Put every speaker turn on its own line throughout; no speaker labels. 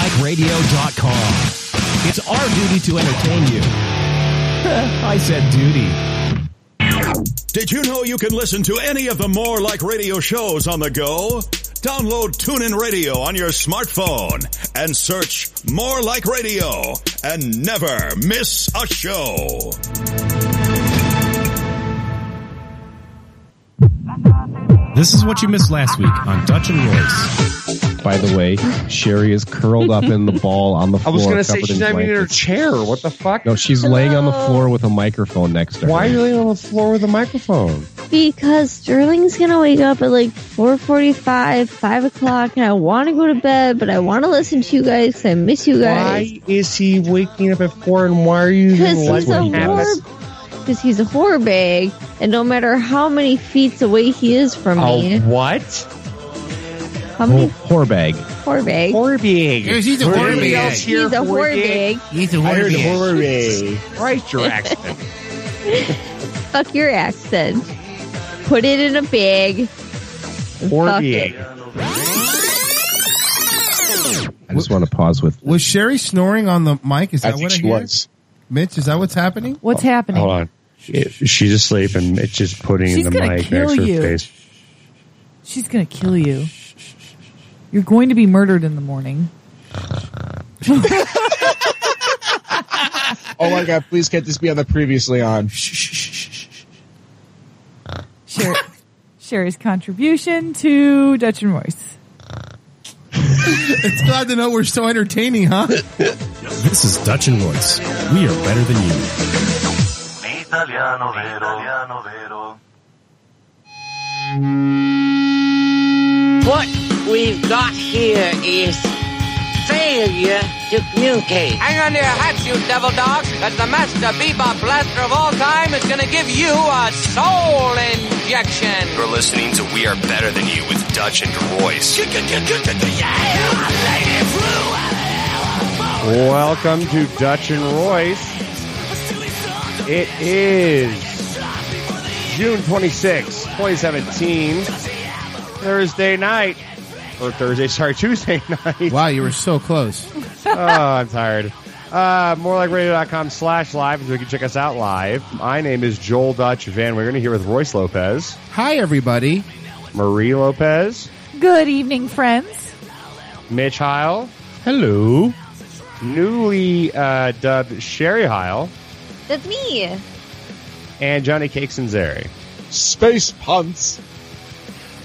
morelikeradio.com. It's our duty to entertain you. I said duty.
Did you know you can listen to any of the More Like Radio shows on the go? Download TuneIn Radio on your smartphone and search More Like Radio and never miss a show.
This is what you missed last week on Dutch and Royce.
By the way, Sherry is curled up in the ball on the
I
floor.
was going to say
covered
she's
in
not even in her
blankets.
chair. What the fuck?
No, she's laying on the floor with a microphone next to her.
Why are you laying on the floor with a microphone?
Because Sterling's gonna wake up at like 4:45, 5 o'clock, and I want to go to bed, but I want to listen to you guys. 'cause I miss you guys.
Why is he waking up at four? And why are you
Because
even
he's
letting
a
him have
whore.
this?
Because he's a whore bag, and no matter how many feet away he is from
A
me,
what?
how many
Whore bag.
whore bag?
Oh. Whore bag.
Yes, he's a
Where
whore
anybody
bag.
else
He's
here
a whore bag.
He's a
I heard
warrior.
whore bag. Right, your accent.
Fuck your accent. Put it in a bag.
Whore
Fuck it.
bag.
I just want to pause with.
Was Sherry snoring on the mic? Is
I
that
think
what
she
it is?
was.
Mitch, is that what's happening?
What's happening?
Hold on. It- she's asleep and it's just putting
She's
the
gonna
mic
kill
next to her
you.
face.
She's going to kill you. You're going to be murdered in the morning.
Oh my god, please can't this be on the previously on?
Sher- Sherry's contribution to Dutch and Royce.
It's glad to know we're so entertaining, huh?
This is Dutch and Royce. We are better than you.
L'italiano vero, l'italiano vero.
What we've got here is failure to communicate.
Hang on to your hats, you devil dogs, because the master bebop blaster of all time is going to give you a soul injection.
You're listening to We Are Better Than You with Dutch and Royce.
Welcome to Dutch and Royce. It is June 26, 2017, Thursday night. Or Thursday, sorry, Tuesday night.
Wow, you were so close.
oh, I'm tired. Uh, morelikeradio.com slash live, so you can check us out live. My name is Joel Dutch Van. We're going to here with Royce Lopez,
Hi, everybody.
Marie Lopez,
Good evening, friends.
Mitch Heil,
Hello.
newly uh, dubbed Sherry Heil,
That's me.
and Johnny Cakes and Zary.
Space punts.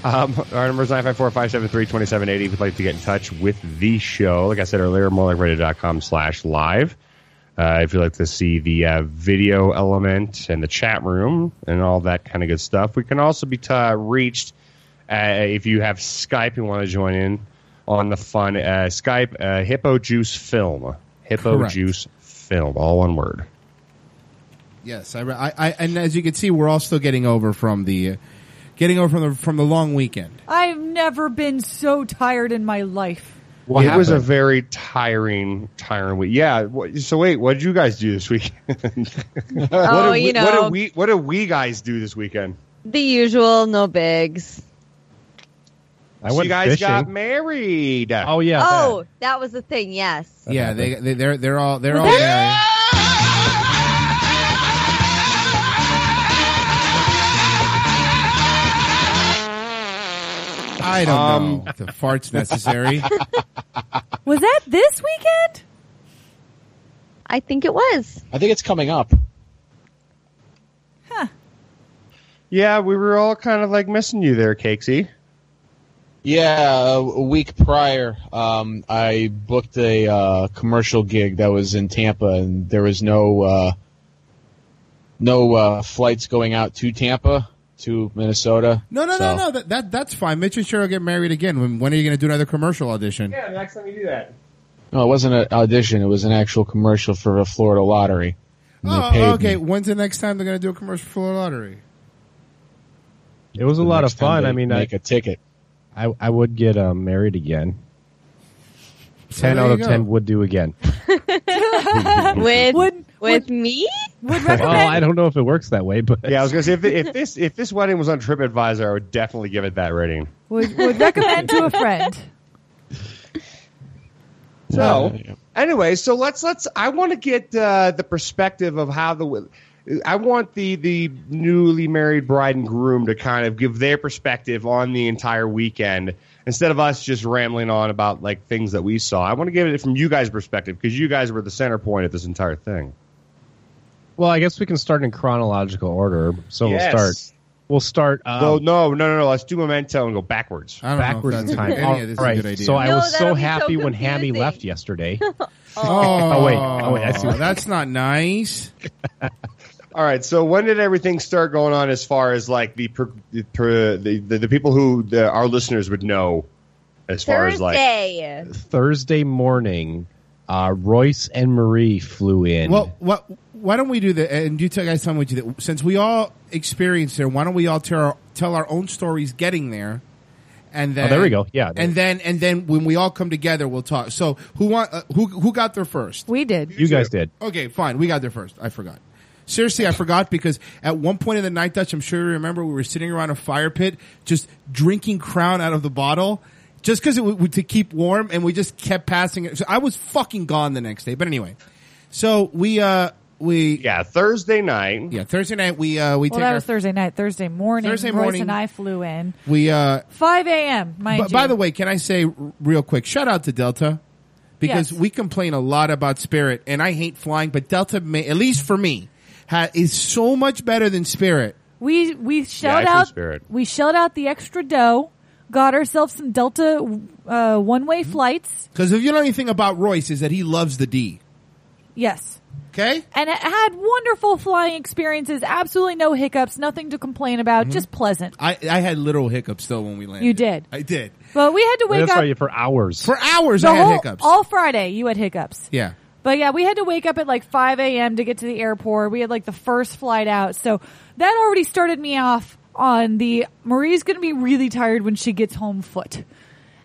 Um, our number is 954-573-2780 if you'd like to get in touch with the show. Like I said earlier, morelikeradio.com slash live. Uh, if you'd like to see the uh, video element and the chat room and all that kind of good stuff. We can also be uh, reached uh, if you have Skype and want to join in on the fun. Uh, Skype, uh, Hippo Juice Film. Hippo
Correct.
Juice Film, all one word.
Yes, I, re- I, I, and as you can see, we're all still getting over from the, uh, getting over from the from the long weekend.
I've never been so tired in my life.
It was a
happened?
very tiring, tiring week. Yeah. wh- So wait, what did you guys do this weekend?
oh,
what did we,
you know
What did we What did we guys do this weekend?
the usual, no bigs.
I
So
went
you guys
fishing.
got married.
oh yeah.
oh, that. was the thing. Yes.
Yeah, they, they they're they're all they're all. married. I don't
Um,
know. if The fart's necessary.
Was that this weekend?
I think it was.
I think it's coming up.
Yeah, we were all kind of like missing you there, Cakesy.
Yeah, a week prior, um, I booked a uh, commercial gig that was in Tampa, and there was no uh, no uh, flights going out to Tampa to Minnesota.
No, no,
So-
no, no. That, that that's fine. Mitch and Cheryl get married again. When, when are you going to do another commercial audition?
Yeah, the next time you do that.
No, it wasn't an audition. It was an actual commercial for a Florida lottery. And they paid
Oh, okay.
me.
When's the next time they're going to do a commercial for the lottery?
It was a
The
lot of
next
fun.
time they
I mean, I,
make a ticket.
I, I would get um, married again. Ten
there
out
you
of
go.
ten would do again.
With
Would
with me?
would
well,
recommend
I don't know if it works that way, but
Yeah, I was gonna say if, if this if this wedding was on TripAdvisor, I would definitely give it that rating.
would, would recommend to a friend.
So anyway, so let's let's. I want to get uh, the perspective of how the. I want the the newly married bride and groom to kind of give their perspective on the entire weekend instead of us just rambling on about like things that we saw. I want to give it from you guys' perspective because you guys were the center point of this entire thing.
Well, I guess we can start in chronological order. So
Yes.
we'll start. We'll start. Um,
No, no, no, no, no. Let's do memento and go backwards.
I don't know if
backwards
that's
in time.
any of this is a Alright, good idea. so I No, was so that'll be so happy when Hammy confusing. left yesterday.
Oh,
Oh, wait. Oh, wait. I see.
That's not nice.
All right. So when did everything start going on? As far as like the per, the, per, the, the the people who the, our listeners would know, as far as like
Thursday.
Thursday morning, uh, Royce and Marie flew in.
Well, what? Why don't we do that? And you tell guys something with you that since we all experienced there, why don't we all tell our, tell our own stories getting there, and then
Oh, there we go. Yeah.
and then and then when we all come together, we'll talk. So who want uh, who who got there first?
We did.
you guys did.
Okay, fine. We got there first. I forgot. Seriously, I forgot because at one point in the night, Dutch, I'm sure you remember, we were sitting around a fire pit just drinking Crown out of the bottle just because it would to keep warm, and we just kept passing it. So I was fucking gone the next day. But anyway, so we uh we
yeah Thursday night.
Yeah, Thursday night we uh we
well,
take
that
our,
was Thursday night. Thursday morning.
Thursday
Royce
morning.
and I flew in
we uh
5 a.m. Mind
But by the way, can I say r- real quick, shout out to Delta because
Yes.
we complain a lot about Spirit, and I hate flying, but Delta, may, at least for me, ha, is so much better than Spirit.
we we shelled
I flew
out
Spirit.
we shelled out the extra dough, got ourselves some Delta uh, one
Mm-hmm.
way flights.
Because if you know anything about Royce, is that he loves the D.
Yes.
Okay.
And it had wonderful flying experiences. Absolutely no hiccups. Nothing to complain about.
Mhm.
Just pleasant.
I, I had literal hiccups though when we landed.
You did.
I did.
But we had to wake up
for hours.
For hours,
the
I had
whole-
hiccups.
all Friday. You had hiccups.
yeah.
But yeah, we had to wake up at like 5 a.m. to get to the airport. We had like the first flight out. So that already started me off on the Marie's going to be really tired when she gets home foot.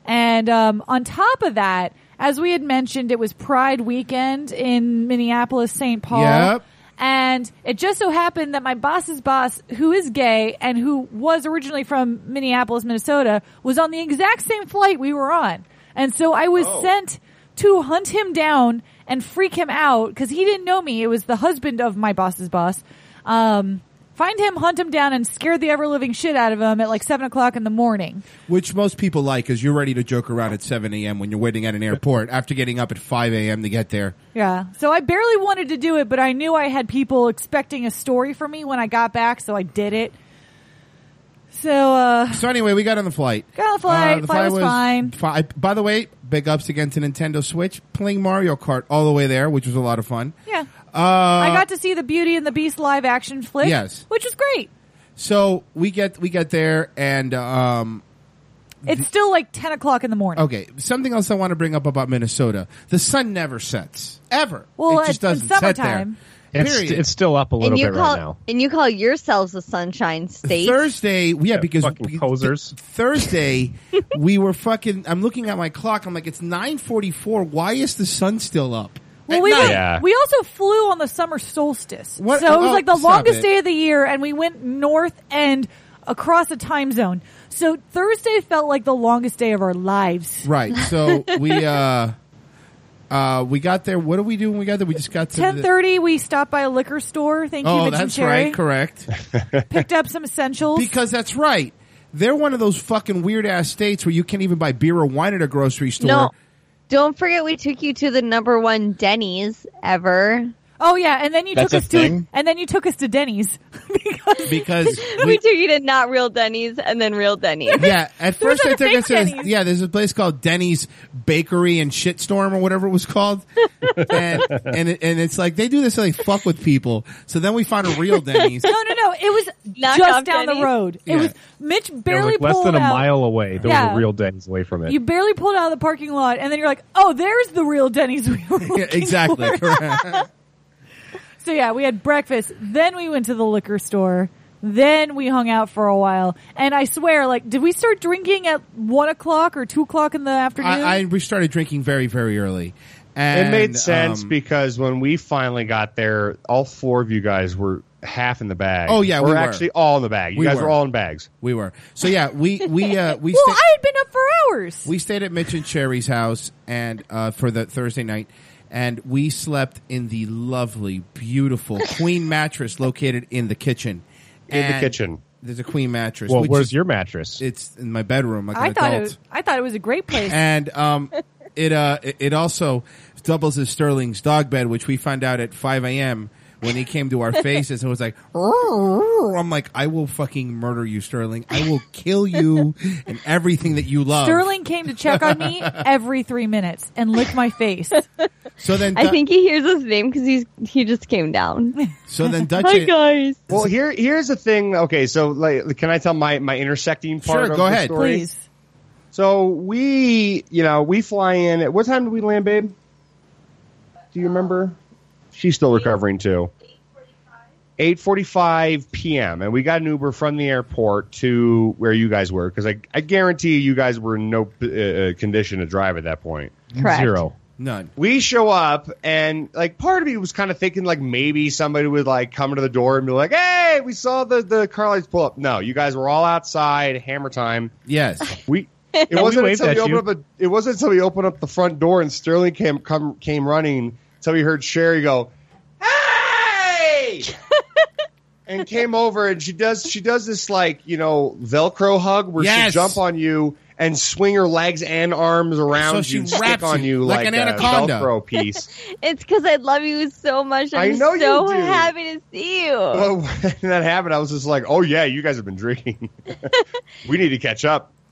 And um, on top of that, as we had mentioned, it was Pride weekend in Minneapolis, St. Paul.
Yep.
And it just so happened that my boss's boss, who is gay and who was originally from Minneapolis, Minnesota, was on the exact same flight we were on. And so I was sent to hunt him down and freak him out because he didn't know me. It was the husband of my boss's boss. Um, find him, hunt him down, and scare the ever living shit out of him at like seven o'clock in the morning.
Which most people like is you're ready to joke around at 7 a.m. when you're waiting at an airport after getting up at 5 a.m. to get there.
Yeah. So I barely wanted to do it, but I knew I had people expecting a story from me when I got back, so I did it. So, uh,
So anyway, we got on the flight.
Got on Uh, the flight. Flight was fine.
fi- by the way, big ups again to Nintendo Switch playing Mario Kart all the way there, which was a lot of fun.
yeah.
Uh, I
I got to see the Beauty and the Beast live action flick.
Yes.
Which was great.
So we get we get there and um,
It's still like 10 o'clock in the morning.
okay, something else I want to bring up about Minnesota: the sun never sets ever.
Well, uh,
it just
it's-
doesn't
it's
set there.
summertime.
It's-
Period.
it's still up a
and you call and you call yourselves a sunshine state.
Thursday, yeah, because posers. Thursday, we were fucking. I'm looking at my clock. I'm like, it's 9:44. Why is the sun still up?
Well,
At
we,
night.
went- we also flew on the summer solstice.
What-
So it was
oh,
like the
stop
longest
it.
day of the year, and we went north and across the time zone. So Thursday felt like the longest day of our lives.
Right. So we uh uh we got there. What do we do when we got there? We just got to the-
Ten thirty, we stopped by a liquor store. Thank you,
Oh,
Mitch and
that's
Sherry.
right. Correct.
Picked up some essentials.
because that's right. They're one of those fucking weird ass states where you can't even buy beer or wine at a grocery store.
No. Don't forget we took you to the number one Denny's ever.
Oh yeah, and then you
That's
took
a
us
thing?
to and then you took us to Denny's.
Because
We, took you to not real Denny's and then real Denny's.
yeah, at first I
like a
took
fake
us to this,
Denny's.
yeah, there's a place called Denny's Bakery and Shitstorm or whatever it was called, and and, it, and it's like they do this so they fuck with people. So then we found a real Denny's.
no, no, no. It was
Knock
just
off
down the
Denny's.
road.
Yeah.
It was Mitch barely
like less
pulled
than a
out.
mile away. There
Yeah.
was a real Denny's away from it.
You barely pulled out of the parking lot, and then you're like, "Oh, there's the real Denny's." We were
Yeah, exactly.
so yeah, we had breakfast. Then we went to the liquor store. Then we hung out for a while. And I swear, like, did we start drinking at one o'clock or two o'clock in the afternoon?
I, I we started drinking very very early. And,
it made sense
um,
because when we finally got there, all four of you guys were half in the bag.
Oh, yeah,
or
we were.
actually all in the bag. You
We
guys
were.
were all in bags.
We were. So yeah, we we uh, we
well,
sta-
I had been up for hours.
we stayed at Mitch and Cherry's house and uh, for the Thursday night, and we slept in the lovely, beautiful queen mattress located in the kitchen.
In the
And
kitchen.
there's a queen mattress.
Well,
which
where's
is-
your mattress?
It's in my bedroom. Like
I
an
thought it
adult.
was, I thought it was a great place.
and um, it uh, it- it also doubles as Sterling's dog bed, which we found out at 5 a.m. when he came to our faces and was like, "Rrrr." I'm like, I will fucking murder you, Sterling. I will kill you and everything that you love.
Sterling came to check on me every three minutes and licked my face.
So then,
I think he hears his name because he's he just came down.
So then Dutch.
Hi guys.
Well, here here's the thing. Okay, so like, can I tell my my intersecting part?
Sure,
of
go
the
ahead.
story?
Please.
So we, you know, we fly in. At what time do we land, babe? Do you remember? She's still recovering too. 8:45 p.m. and we got an Uber from the airport to where you guys were because I, I guarantee you guys were in no uh, condition to drive at that point.
Correct.
Zero.
None.
We show up and like part of me was kind of thinking like maybe somebody would like come to the door and be like, "Hey, we saw the the car lights pull up." No, you guys were all outside, hammer time.
Yes.
We
And
it
we
wasn't
waved
until we
at you.
opened up the it wasn't until we opened up the front door and Sterling came come came running until we heard Sherry go, "Hey!" and came over and she does she does this like you know Velcro hug where
Yes.
she jump on you and swing her legs and arms around
So
you,
she
and stick
wraps
on
you
you
like
like,
an
a
anaconda.
Velcro piece.
It's because I love you so much.
I
I'm
know you
so
do.
happy to see you.
Well, when that happened, I was just like, "Oh yeah, you guys have been drinking. we need to catch up."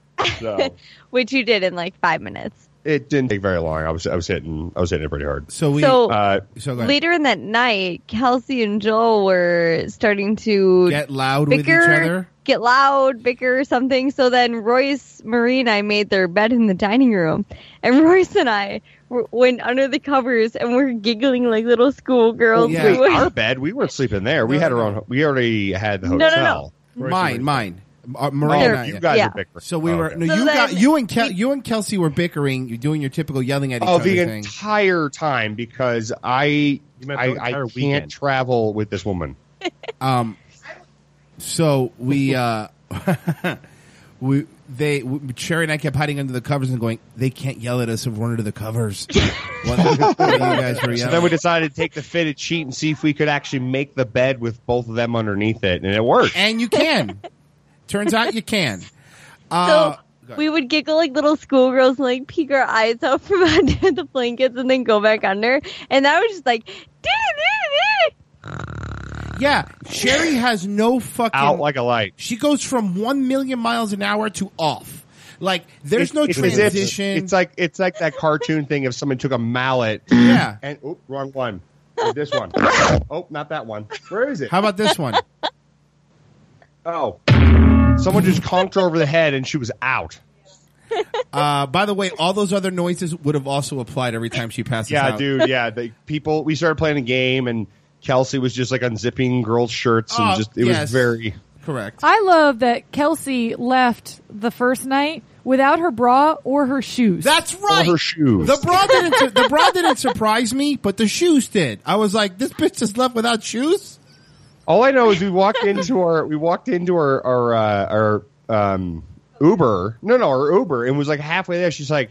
So
Which you did in like five minutes.
it didn't take very long. I was I was hitting I was hitting it pretty hard.
So we
So-
uh,
Later in that night, Kelsey and Joel were starting to
get loud with each
bicker,
other.
get loud, bicker, or something. So then Royce, Marie, and I made their bed in the dining room, and Royce and I w- went under the covers and we're giggling like little
Oh,
schoolgirls.
Wait,
We were-
our bed. We weren't sleeping there. We had our own. We already had the
No, no,
hotel.
no.
Mine, mine. Uh,
Oh,
Maria and I,
you
yeah.
guys are bickering.
So we
Oh,
were
okay.
no,
So
you
then
got you and Kel- you and Kelsey were bickering. You're doing your typical yelling at each
Oh,
other
the
thing.
entire time because I
meant the
I, I
entire
can't
weekend.
travel with this woman.
Um, so we uh, we they w Sherry and I kept hiding under the covers and going. They can't yell at us if we're under the covers. what, what you guys were
So
yelling.
then we decided to take the fitted sheet and see if we could actually make the bed with both of them underneath it, and it worked.
and you can. Turns out you can. Uh,
So we would giggle like little schoolgirls and like peek our eyes out from under the blankets and then go back under. And I was just like, "Dee-dee-dee-dee."
Yeah, Sherry has no fucking
Out like a light.
She goes from one million miles an hour to off. Like there's
It's-
no
it's as if-
transition.
It's like it's like that cartoon thing if someone took a mallet.
Yeah.
And oop, wrong one. This one. Oh, not that one. Where is it?
How about this one?
Oh. Someone just conked her over the head and she was out.
Uh, by the way, all those other noises would have also applied every time she passes
Yeah,
out.
dude. Yeah, the people. We started playing a game, and Kelsey was just like unzipping girls' shirts, and
Oh,
just it
yes.
was very
correct.
I love that Kelsey left the first night without her bra or her shoes.
That's right.
her shoes.
The bra didn't. Su- the bra didn't surprise me, but the shoes did. I was like, this bitch just left without shoes.
All I know is we walked into our we walked into our our uh, our um, Uber. No, no, our Uber, and was like halfway there. She's like,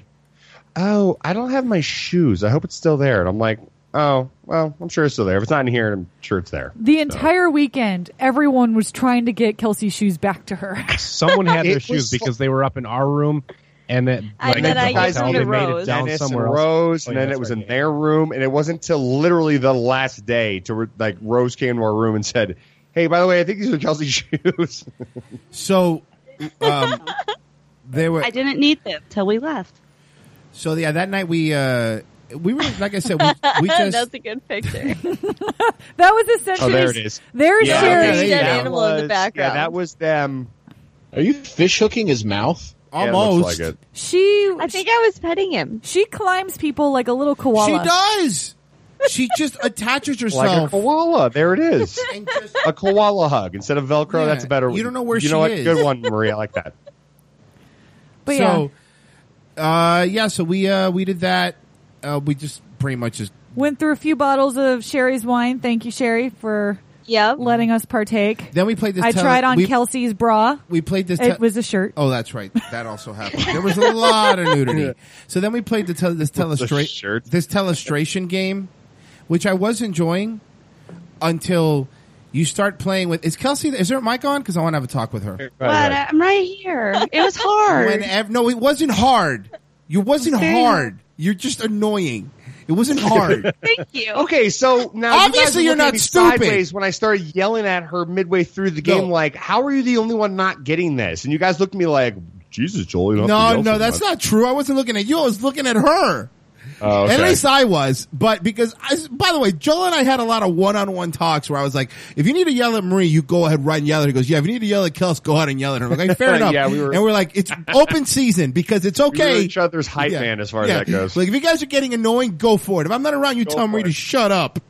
"Oh, I don't have my shoes. I hope it's still there." And I'm like, "Oh, well, I'm sure it's still there. If it's not in here, I'm sure it's there."
The entire weekend, everyone was trying to get Kelsey's shoes back to her.
Someone had
It
their
was
shoes
so-
because they were up in our room, and that
I
like,
bet
the
I
hotel,
gave them to
they made it
Rose.
down
Dennis and
somewhere else.
Rose,
Oh,
and
yeah,
then
that's
it was
right.
in their room, and it wasn't till literally the last day to re- like Rose came to our room and said, "Hey, by the way, I think these are Kelsey's shoes."
So, um, they were.
I didn't need them till we left.
So yeah, that night we uh, we were like I said, we, we just
That's a good picture.
That was
Oh,
essentially. There's
Yeah,
Sherry.
okay, Dead
That
animal in the
was-
background.
Yeah, that was them.
Are you fish hooking his mouth?
Almost.
Yeah, it looks like it.
She.
I think I was petting him.
She climbs people like a little koala.
she does. She just attaches
Like a
herself.
koala. There it is.
and just,
a koala hug instead of Velcro.
Yeah,
that's a better.
you don't know where
you
she
know what?
is.
Good one, Marie. I like that.
But
so, uh, yeah. So we uh, we did that. Uh, we just pretty much just
Went through a few bottles of Sherry's wine. Thank you, Sherry, for
Yep.
Letting us partake.
Then we played this.
I
tele-
tried on
we-
Kelsey's bra.
We played this.
It was a shirt.
Oh, that's right. That also happened. There was a lot of nudity. So then we played the tel- this telestra- this telestration game, which I was enjoying until you start playing with. Is Kelsey? Is her mic on? Because I want to have a talk with her.
But uh, I'm right here. It was hard.
Whenever- no, it wasn't hard. You wasn't
Very-
hard. You're just annoying. It wasn't hard.
Thank you.
Okay, so now you guys
Obviously
were
you're
looking
not
at me
stupid.
Sideways when I started yelling at her midway through the game,
No.
like, "How are you the only one not getting this?" And you guys looked at me like, "Jesus, Joel, you don't have to
No,
yell
no,
so
that's
much.
not true. I wasn't looking at you. I was looking at her.
Oh, okay.
At least I was, but because I, by the way, Joel and I had a lot of one-on-one talks where I was like, if you need to yell at Marie, you go ahead right and yell at her. He goes, yeah, if you need to yell at Kels, go ahead and yell at her. I'm like, fair enough.
Yeah, we were-
and we're like, it's open season because it's
We were
okay.
each other's hype man as far as
Yeah.
that goes.
Like, if you guys are getting annoying, go for it. If I'm not around, you
Go
tell
for
Marie to
it.
shut up.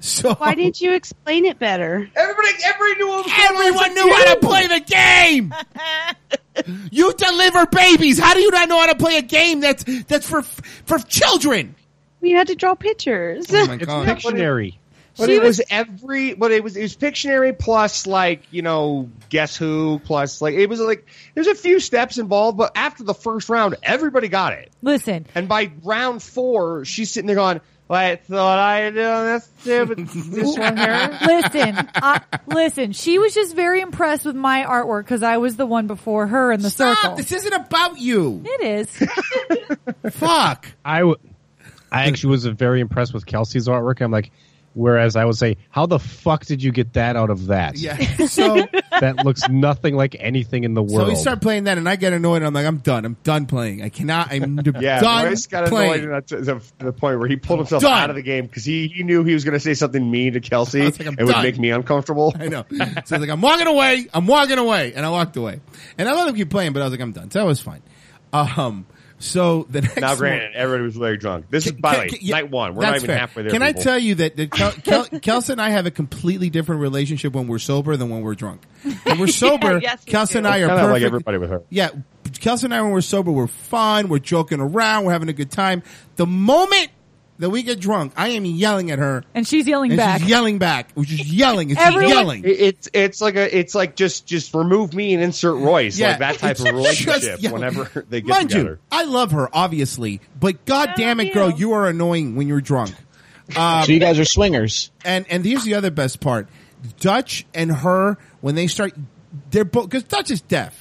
So
Why didn't you explain it better?
Everybody, everybody knew what was going on.
Everyone knew how to play the game. you deliver babies. How do you not know how to play a game that's that's for for children?
We had to draw pictures.
Oh,
It's
God.
Pictionary. But it was, every. But it was it was Pictionary plus like you know Guess Who plus like it was like there's a few steps involved, but after the first round, everybody got it.
Listen,
And by round four, she's sitting there going, well, I thought I did on that stupid this one here.
listen, I, listen. She was just very impressed with my artwork because I was the one before her in the
Stop.
circle.
This isn't about you.
It is.
Fuck.
I, w- I actually was very impressed with Kelsey's artwork. I'm like, whereas I would say, how the fuck did you get that out of that?
Yeah. So
That looks nothing like anything in the
so
world.
we start playing that, and I get annoyed. I'm like, I'm done. I'm done playing. I cannot. I'm d-
Yeah,
done
Royce got annoyed
playing.
and that's the, the point where he pulled himself
Done.
out of the game because he, he knew he was going to say something mean to Kelsey.
I
It
was like, I'm
would
done.
make me uncomfortable.
I know. So I was like, I'm walking away. I'm walking away, and I walked away. And I let him keep playing, but I was like, I'm done. So that was fine. Um. So the next
Now,
morning-
granted, everybody was very drunk. This is
Can-
by the
can-
way,
can- yeah,
night one. We're not
that's
even
fair.
halfway there.
Can
people.
I tell you that, that Kel, Kel, Kels and I have a completely different relationship when we're sober than when we're drunk. When we're sober,
yes, we
Kels and
do.
I are
Kind of like
perfect.
everybody with her.
yeah, Kels and I when we're sober, we're fun, we're joking around, we're having a good time. The moment that we get drunk, I am yelling at her,
and she's yelling
and
back.
she's yelling back. We're just yelling. It's just
Everyone-
yelling.
It- It's it's like a it's like just just remove me and insert Royce
Yeah,
like that type
it's
of relationship.
just yelling.
Whenever they get
Mind
together,
you, I love her obviously, but god damn it, girl, you are annoying when you're drunk. Um,
So you guys are swingers.
and and here's the other best part: Dutch and her when they start, they're both because Dutch is deaf,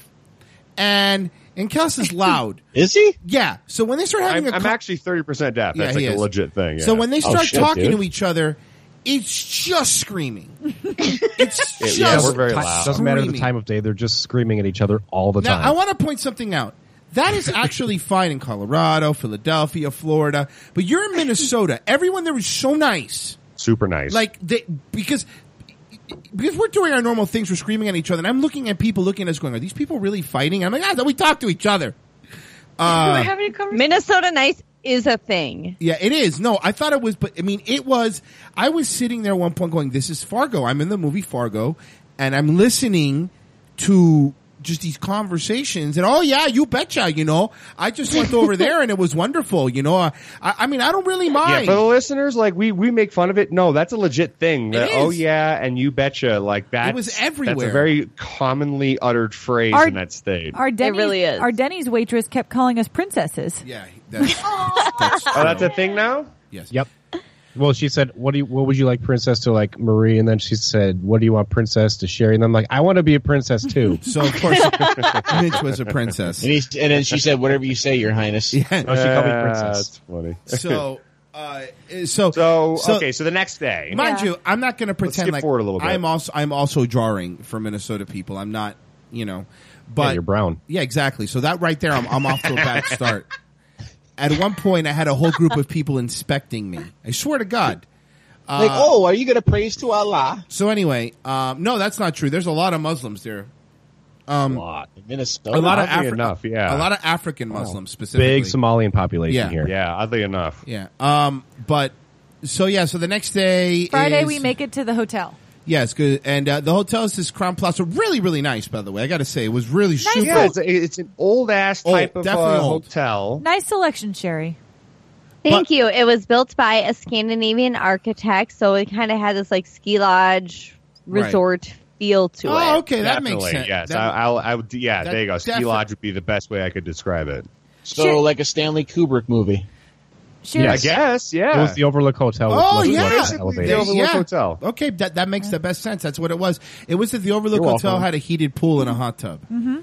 and and Kels is loud.
Is he?
yeah, so when they start having
I'm,
a
I'm
co-
actually thirty percent deaf.
Yeah,
That's
he
like a
is.
legit thing.
so
yeah.
when they
Oh,
start
shit,
talking
dude.
to each other, it's just screaming. it's just
yeah, we're very
Ti-
loud.
Doesn't matter the
screaming.
time of day; they're just screaming at each other all the
Now,
time.
I want to point something out. That is actually fine in Colorado, Philadelphia, Florida, but you're in Minnesota. Everyone there is so nice.
super nice.
Like they because because we're doing our normal things, we're screaming at each other, and I'm looking at people looking at us going, Are these people really fighting? I'm like, ah, we talk to each other. Uh,
We're having a conversation.
Minnesota nice is a thing.
Yeah, it is. No, I thought it was, but I mean, it was. I was sitting there at one point going, "This is Fargo." I'm in the movie Fargo, and I'm listening to just these conversations. And oh yeah, you betcha. You know, I just went over there, and it was wonderful. You know, I, I I mean, I don't really
yeah,
mind.
for the listeners, like we we make fun of it. No, that's a legit thing. That,
is.
oh yeah, and you betcha. Like that
was
That's
everywhere.
a very commonly uttered phrase
Our-
in that state.
Our Denny's,
really is.
our Denny's waitress kept calling us princesses.
yeah, that's, that's
oh, that's
true.
a thing now.
yes.
Yep. Well, she said, "What do you? What would you like, princess?" To like Marie, and then she said, "What do you want, princess?" To Sherry, and I'm like, "I want to be a princess too."
So of course, Mitch was a princess.
And, he, and then she said, "Whatever you say, Your Highness."
No, she called me princess.
That's funny.
So, uh, so,
So,
So-
okay, so the next day.
mind
Yeah.
you, I'm not going to pretend
skip
like
forward a little bit.
I'm also I'm also jarring for Minnesota people. I'm not, you know, but
Yeah, you're brown.
Yeah, exactly. So that right there, I'm, I'm off to a bad start. At one point, I had a whole group of people inspecting me. I swear to God. uh,
like, oh, are you going to praise to Allah?
So anyway, um, no, that's not true. There's a lot of Muslims there. Um,
A lot, Minnesota.
A lot of
Oddly
Afri-
enough, yeah.
A lot of African Muslims specifically.
Big Somalian population
Yeah.
here.
yeah, oddly enough.
Yeah. Um. But so yeah. So the next day,
Friday
is-
we make it to the hotel.
Yes, good. And uh, the hotel is this Crown Plaza. Really, really nice, by the way. I got to say, it was really super.
Yeah, it's, a, it's an old ass
Old,
type of
definitely
uh,
old.
hotel.
Nice selection, Sherry.
Thank you. It was built by a Scandinavian architect, so it kind of had this like ski lodge
Right.
resort feel to it.
Oh, okay, that makes
Definitely,
sense.
Yes,
That-
I, I'll, I would. Yeah,
that
there you go. Ski
defi-
lodge would be the best way I could describe it.
So, like a Stanley Kubrick movie.
Sure.
I guess. Yeah,
It was the Overlook Hotel. with
Oh
much
yeah,
less
Basically,
elevator.
yeah. Okay, that that makes the best sense. That's what it was. It was that the Overlook
You're
Hotel
welcome.
had a heated pool and a hot tub. Uh,
Mm-hmm.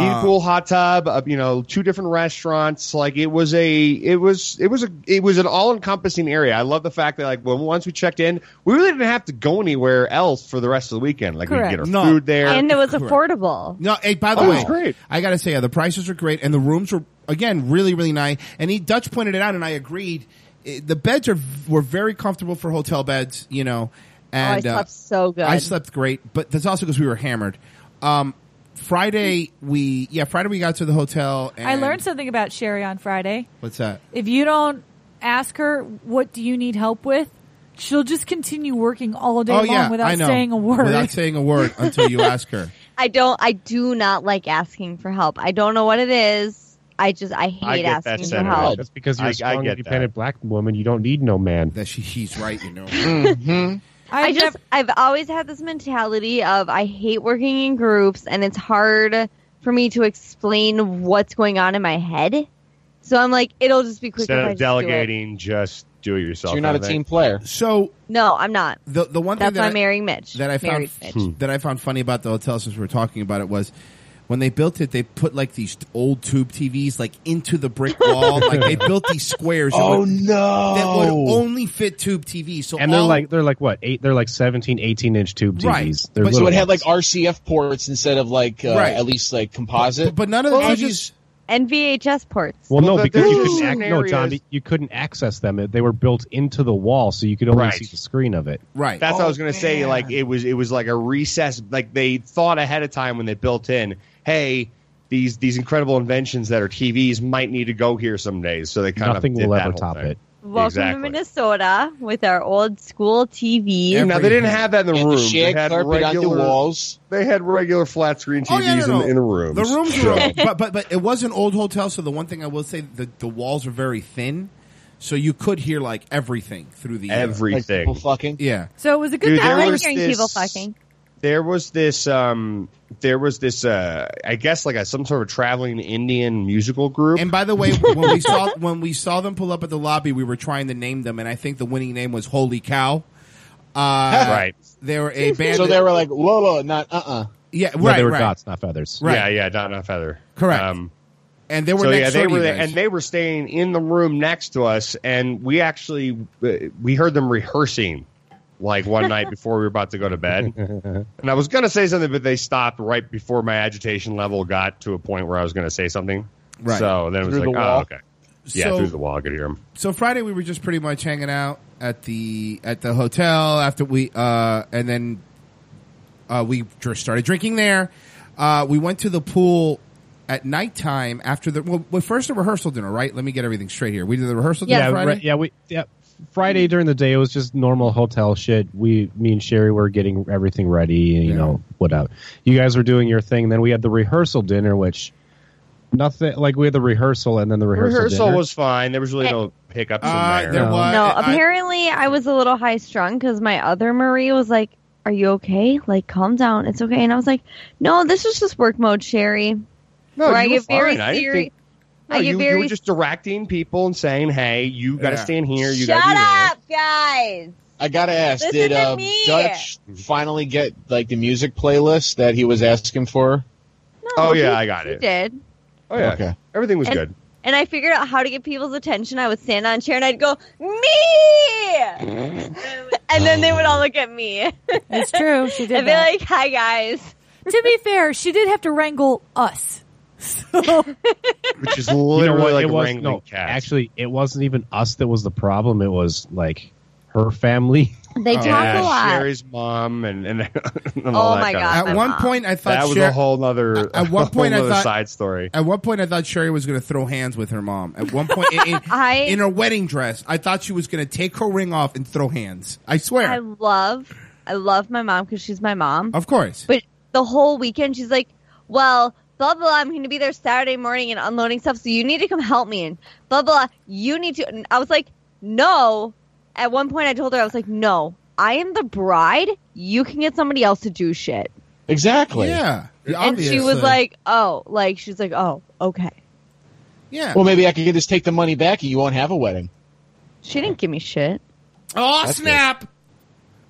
Heated pool, hot tub, uh, you know, two different restaurants. Like it was a, it was, it was a, it was an all-encompassing area. I love the fact that like when once we checked in, we really didn't have to go anywhere else for the rest of the weekend. Like we could get our
No.
food there,
and it was
Correct.
affordable.
No, hey, by the
Oh,
way,
it's great.
I gotta say, yeah, the prices were great, and the rooms were again really, really nice. And he Dutch pointed it out, and I agreed. Eh, The beds are were very comfortable for hotel beds, you know. And
Oh,
uh,
I slept so good.
I slept great, but that's also because we were hammered. Um, Friday we yeah Friday we got to the hotel. And
I learned something about Sherry on Friday.
What's that?
If you don't ask her what do you need help with, she'll just continue working all day
oh
long
yeah,
without
I know.
saying a word.
Without saying a word until you ask her.
I don't. I do not like asking for help. I don't know what it is. I just I hate
I get that
asking for
sentiment.
help.
That's because you're
I-
a
I
strong,
get that.
independent black woman. You don't need no man.
That she, she's right, you know.
Mm-hmm.
I, just I've always had this mentality of I hate working in groups and it's hard for me to explain what's going on in my head. So I'm like, it'll just be quick.
instead
if I
of
just do it.
delegating, just do it yourself.
So you're not a
kind of
team
thing.
player.
So
No, I'm not.
the the one
That's
thing that
why
I-
I'm marrying Mitch.
that I found
Married Mitch.
that I found funny about the hotel since we were talking about it was when they built it, they put like these old tube TVs like into the brick wall. like they built these squares. that
Oh
would-
no!
That would only fit tube TVs. So
And they're
all-
like they're like what eight? They're like 17, 18 inch tube TVs.
Right.
They're
but so
little
it had like
ones.
RCF ports instead of like uh,
Right.
at least like composite.
but none of the
Well,
TVs.
just-
and VHS ports.
well,
Well,
no,
but
because you
there's
couldn't ac- no,
areas-
John, you couldn't access them. They were built into the wall, so you could only
Right.
see the screen of it.
right.
That's what I
Oh,
was gonna say. Like it was, it was like a recess. Like they thought ahead of time when they built in, hey, these these incredible inventions that are TVs might need to go here some days. So they kind
Nothing
of did
will
that
ever
whole
top
thing.
it.
Welcome to
Exactly.
Minnesota with our old school TV.
Every-
now they didn't have that in the
and
room.
the shag
they had
carpet
regular,
on the walls.
They had regular flat screen TVs
Oh, yeah, no, no.
In, in the rooms.
The rooms
So-
were, but but but it was an old hotel. So the one thing I will say, the the walls are very thin, so you could hear like everything through the uh,
Like
everything.
people fucking.
yeah.
so it was a good
Dude,
time.
there
I like
was
hearing
this-
people fucking.
there was this um there was this uh I guess like a some sort of traveling Indian musical group. Um,
And by the way, when we saw when we saw them pull up at the lobby, we were trying to name them, and I think the winning name was Holy Cow. Uh,
right.
They were a band.
So they were like, whoa, whoa, not uh uh
Uh-uh. yeah,
No,
right,
they were
right,
dots, not feathers.
right.
Yeah, yeah, not enough feather.
Correct. and they were
so
next
yeah, they
door to
were
you
there,
guys.
and they were staying in the room next to us, and we actually uh, we heard them rehearsing like one night before we were about to go to bed. and I was gonna say something, but they stopped right before my agitation level got to a point where I was gonna say something.
Right.
So then it was
Through
like,
the
oh,
wall?
okay. Yeah,
So-
through the wall, I could hear them.
so Friday we were just pretty much hanging out at the at the hotel after we uh and then uh we just started drinking there. Uh we went to the pool at nighttime after the well, well first a rehearsal dinner, right? Let me get everything straight here. We did the rehearsal
Yeah,
dinner Friday.
right, yeah, we yeah. Friday during the day it was just normal hotel shit. We, me and Sherry were getting everything ready, you
Yeah.
know, whatever. You guys were doing your thing, and then we had the rehearsal dinner, which nothing like we had the rehearsal and then the rehearsal.
Rehearsal
dinner.
was fine. There was really no pickups
Uh,
in
there
there.
No.
was
No,
I-
apparently I was a little high strung because my other Marie was like, "Are you okay? Like, calm down. It's okay." And I was like, "No, this is just work mode, Sherry."
No,
Where I
you were
get very
fine. I didn't
serious.
think- No,
I get
you, you
very
were just directing people and saying, "Hey, you got to
Yeah.
stay in here. You
Shut
got to
up, guys.
I gotta ask,
Listen
did
to
uh,
me.
Dutch finally get like the music playlist that he was asking for?
No,
Oh, yeah,
you-
I got
you
it.
Did
Oh yeah,
Okay.
everything was
And-
good.
and I figured out how to get people's attention. I would stand on a chair and I'd go me, and then they would all look at me and
It's true. She
be
did that.
like, "Hi, guys."
to be fair, she did have to wrangle us. So
Which is
You know
literally
what?
like
it was
wrangling
no,
cats.
actually, it wasn't even us that was the problem. It was like her family.
They
Oh,
talk
yeah,
a lot.
Sherry's mom and and, and all
oh
that
my
kind of-
god!
at
my
one
mom.
point I thought
That was
Sher-
a whole other
At one point, I thought-
side story.
At one point, I thought Sherry was going to throw hands with her mom. At one point, in, in,
I-
in her wedding dress, I thought she was going to take her ring off and throw hands. I swear.
I love, I love my mom because she's my mom.
of course.
But the whole weekend, she's like, well, blah, blah, I'm going to be there Saturday morning and unloading stuff, so you need to come help me. And blah, blah, you need to. And I was like, no. At one point, I told her, I was like, no, I am the bride, you can get somebody else to do shit.
Exactly.
Yeah.
And she was like, oh, like she's like, oh, okay.
Yeah.
Well, maybe I could just take the money back and you won't have a wedding.
She didn't give me shit.
Oh snap!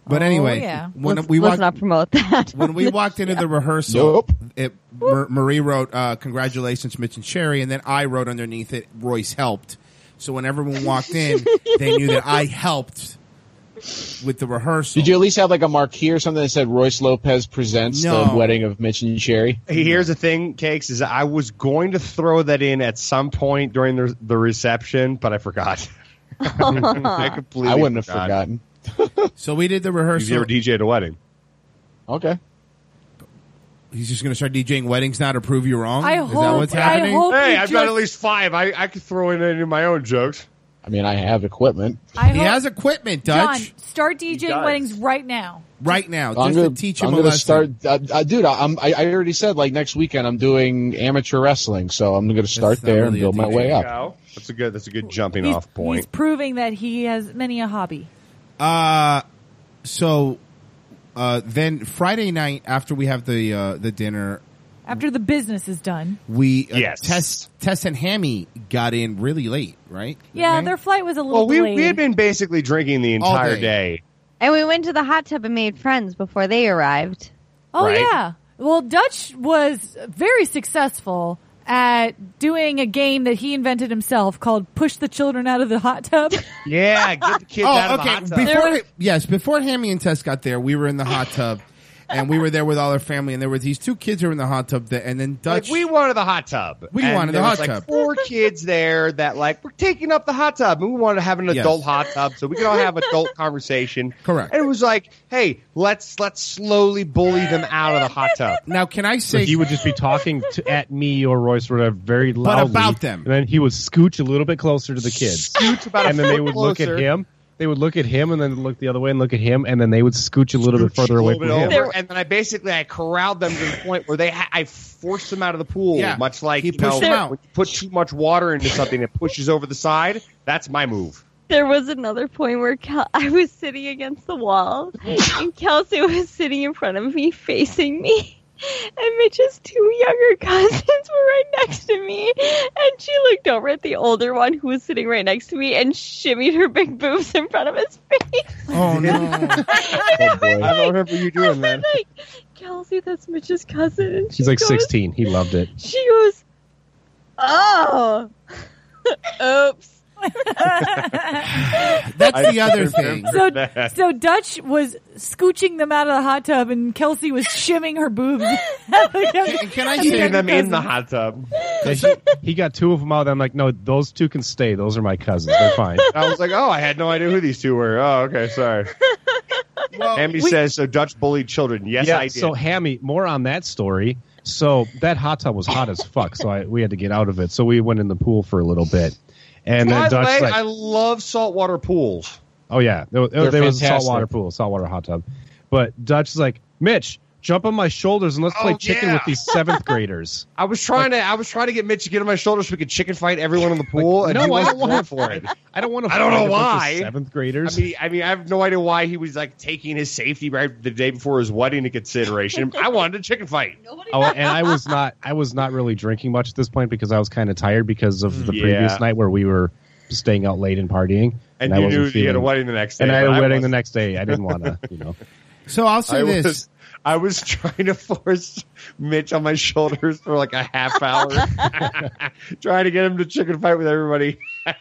But
Oh,
anyway,
yeah.
when
Let's-
we
let's
walked,
not promote that.
when we walked into the rehearsal, it, Mar- Marie wrote uh, "Congratulations, Mitch and Sherry," and then I wrote underneath it "Royce helped." So when everyone walked in, they knew that I helped with the rehearsal.
Did you at least have like a marquee or something that said Royce Lopez presents
No.
the wedding of Mitch and Sherry?
Here's the thing, Cakes, is I was going to throw that in at some point during the, the reception, but I forgot. I completely
I wouldn't have
forgot.
forgotten.
So we did the rehearsal.
You've never DJ'd a wedding.
Okay.
He's just going to start DJing weddings now to prove you wrong.
I
Is that what's
hope- I
happening?
hope
Hey,
you
I've got
just-
at least five. I, I could throw in any of my own jokes.
I mean, I have equipment.
I
he
hope-
has equipment, Dutch.
John, start DJing
does.
weddings right now.
Right now,
I'm
just
gonna,
to teach him
I'm
a
gonna
lesson.
start, uh, uh, dude. I- I'm, I, I already said like next weekend I'm doing amateur wrestling, so I'm gonna start
not
there
really a
and build my
DJ.
way up.
Go. That's a good. That's a good jumping off
He's
point.
proving that he has many a hobby.
Uh, so uh, then Friday night after we have the uh, the dinner,
After the business is done.
we uh,
Yes.
Tess Tess and Hammy got in really late, right? Oh.
Yeah, their flight was a
Well,
little
we
delayed.
we had been basically drinking the
All
entire
day.
day.
And we went to the hot tub and made friends before they arrived.
oh
right?
yeah. Well, Dutch was very successful at doing a game that he invented himself called "Push the Children Out of the Hot Tub."
Yeah, get the kids out
Oh,
of the
okay.
hot tub.
Before yes, before Hammy and Tess got there, we were in the hot tub, and we were there with all our family, and there were these two kids who were in the hot tub, that, and then
Like,
Dutch.
we wanted the hot tub.
We
And
wanted the
there was,
hot
like,
tub.
Four kids there that like we're taking up the hot tub, and we wanted to have an
Yes.
adult hot tub so we could all have adult conversation.
Correct.
And it was like, hey, let's let's slowly bully them out of the hot tub.
now, can I
So
say
he would just be talking to, at me or Royce or whatever very
But
loudly.
about them.
And then he would scooch a little bit closer to the kids.
Scooch about
and
a
then they
foot
would look
closer.
at him. They would look at him and then look the other way and look at him and then they would scooch a little bit further away
Pulled
from
it
him.
over, and then I basically I corralled them to the point where they ha- I forced them out of the pool,
Yeah.
much like
He
you know,
pushed them out.
when you put too much water into something, it pushes over the side. That's my move.
There was another point where Kel- I was sitting against the wall, and Kelsey was sitting in front of me, facing me. And Mitch's two younger cousins were right next to me, and she looked over at the older one who was sitting right next to me and shimmied her big boobs in front of his face.
Oh no!
and I was
I
like,
don't remember you doing
I was
that.
like, Kelsey, that's Mitch's cousin. And
He's
she
like
goes-
16. He loved it.
She goes, oh, oops.
That's the other thing.
so, so Dutch was scooching them out of the hot tub, and Kelsey was shimming her boobs.
And can I say
Seeing them in the hot tub.
Yeah, he, he got two of them out. And I'm like, no, those two can stay. Those are my cousins. They're fine.
I was like, oh, I had no idea who these two were. Oh, okay, sorry. Hamby says, so Dutch bullied children. Yes, I did.
So Hammy, more on that story. So that hot tub was hot as fuck. So I, we had to get out of it. So we went in the pool for a little bit, and
By
then
the
Dutch
way,
like,
I love saltwater pools.
oh yeah, there, was-
They're
there was a
fantastic.
saltwater pool, saltwater hot tub. But Dutch is like, Mitch, jump on my shoulders and let's play
Oh,
chicken
yeah."
with these seventh graders.
I was trying to I was trying to get Mitch to get on my shoulder so we could chicken fight everyone in the pool. and
no,
he
I
wasn't
don't wanna
going for it.
I don't want to.
I don't know why.
seventh
I
graders.
mean, I mean, I have no idea why he was like taking his safety right the day before his wedding into consideration. I wanted a chicken fight.
Oh, and I was not. I was not really drinking much at this point because I was kind of tired because of the
Mm, Yeah.
previous night where we were staying out late and partying.
And
I
you
wasn't
knew that you had a
feeling-
wedding the next day.
and I had
but
a wedding the
wasn't.
next day. I didn't want to, you know.
So I'll say
I
this.
was I was trying to force Mitch on my shoulders for like a half hour, trying to get him to chicken fight with everybody.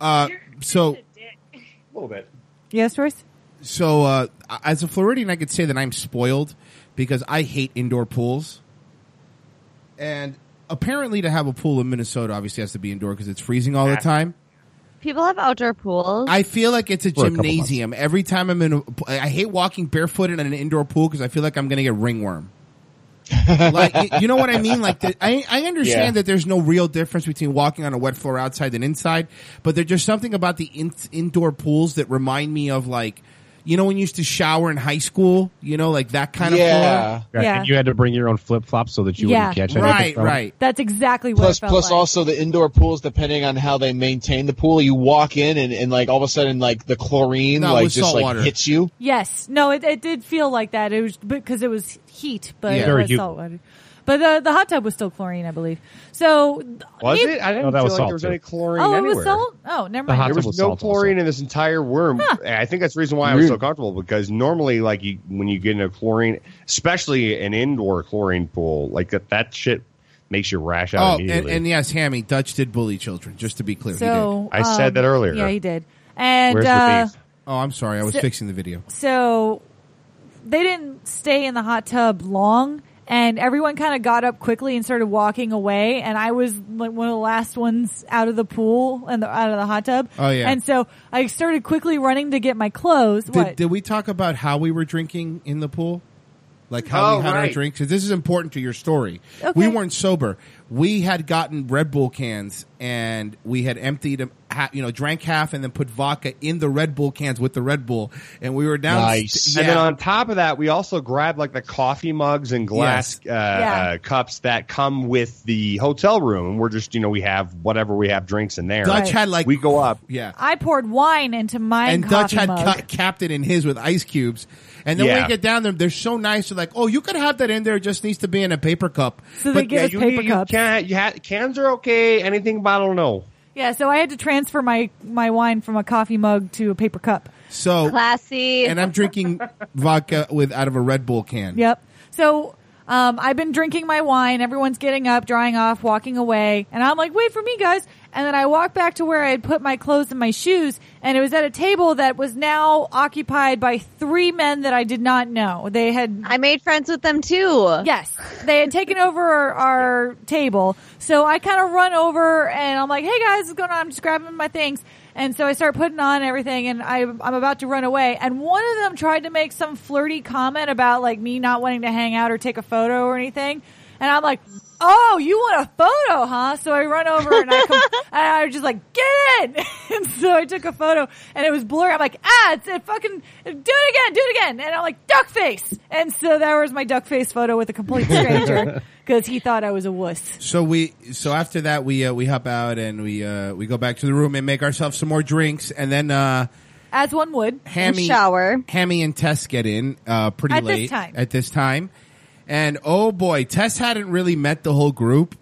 Uh, so
A little bit.
yes, Royce.
so uh, as a Floridian, I could say that I'm spoiled because I hate indoor pools. And apparently, to have a pool in Minnesota, obviously has to be indoor because it's freezing all the time.
People have outdoor pools.
I feel like it's a
For a couple
gymnasium. Every time I'm in, a, I hate walking barefoot in an indoor pool because I feel like I'm going to get ringworm. like you- you know what I mean? Like the, I, I understand
Yeah.
that there's no real difference between walking on a wet floor outside and inside, but there's just something about the in, indoor pools that remind me of like you know when you used to shower in high school, you know, like that kind
Yeah.
of floor.
Yeah, Yeah.
and you had to bring your own flip flops so that you
Yeah.
wouldn't catch
Right,
anything. from it.
right.
That's exactly what
Plus,
it felt
plus
like.
also the indoor pools, depending on how they maintain the pool, you walk in and, and like all of a sudden, like the chlorine,
No, it
like
was
just
salt
like
water.
hits you.
Yes. No, it, it did feel like that. It was because it was heat, but
Yeah.
it
Very
was
humid.
salt water. But the the hot tub was still chlorine, I believe. So
Was
neith-
it? I didn't
No, that
feel
was
like
salt,
there was
too.
any chlorine
Oh,
anywhere.
it was salt. Oh, never
The
mind.
hot there was no chlorine in this entire worm. I think that's the reason why I was so comfortable because normally, like you, when you get in a chlorine, especially an indoor chlorine pool, like that, that shit makes you rash out
Oh, and,
immediately.
and yes, Hammy Dutch did bully children. Just to be clear,
So
he did.
um, Yeah, he did. And
Where's the
uh,
Oh, I'm sorry, I was
so-
fixing the video.
so they didn't stay in the hot tub long and everyone kind of got up quickly and started walking away and i was like one of the last ones out of the pool and the, out of the hot tub
Oh, yeah.
and so i started quickly running to get my clothes
Did,
what
did we talk about how we were drinking in the pool? Like how
Oh,
we had our
right.
drinks? 'Cause this is important to your story.
Okay.
We weren't sober. We had gotten Red Bull cans and we had emptied them, ha- you know, drank half and then put vodka in the Red Bull cans with the Red Bull. And we were down.
Nice. And then on top of that, we also grabbed like the coffee mugs and glass uh,
Yeah.
uh, cups that come with the hotel room. We're just, you know, we have whatever we have drinks in there.
Dutch Right. had, like-
we go up.
yeah.
i poured wine into my
and Dutch
coffee
had
mug.
ca- capped it in his with ice cubes. And then when
Yeah.
we get down there, they're so nice. They're like, "Oh, you could have that in there. It just needs to be in a paper cup."
So they give us
you,
paper
you
cups.
Can, you ha- cans are okay. Anything bottle, no.
yeah so i had to transfer my my wine from a coffee mug to a paper cup
So
classy
and I'm drinking vodka with out of a Red Bull can.
Yep. So um, I've been drinking my wine. Everyone's getting up, drying off, walking away. And I'm like, wait for me, guys. And then I walk back to where I had put my clothes and my shoes. And it was at a table that was now occupied by three men that I did not know. They had. I made friends with them too. Yes. They had taken over our table. So I kind of run over and I'm like, hey guys, what's going on? I'm just grabbing my things. And so I start putting on everything and I, I'm about to run away. And one of them tried to make some flirty comment about like me not wanting to hang out or take a photo or anything. And I'm like, oh, you want a photo, huh? So I run over and I, com- and I was just like, get in. and so I took a photo and it was blurry. I'm like, ah, it's it fucking, do it again, do it again. And I'm like, duck face. And so there was my duck face photo with a complete stranger because he thought I was a wuss.
So we so after that we uh, we hop out and we uh, we go back to the room and make ourselves some more drinks and then uh,
As one would.
Hammy Hammy and Tess get in uh, pretty
At this
late
time.
at this time, and oh boy, Tess hadn't really met the whole group.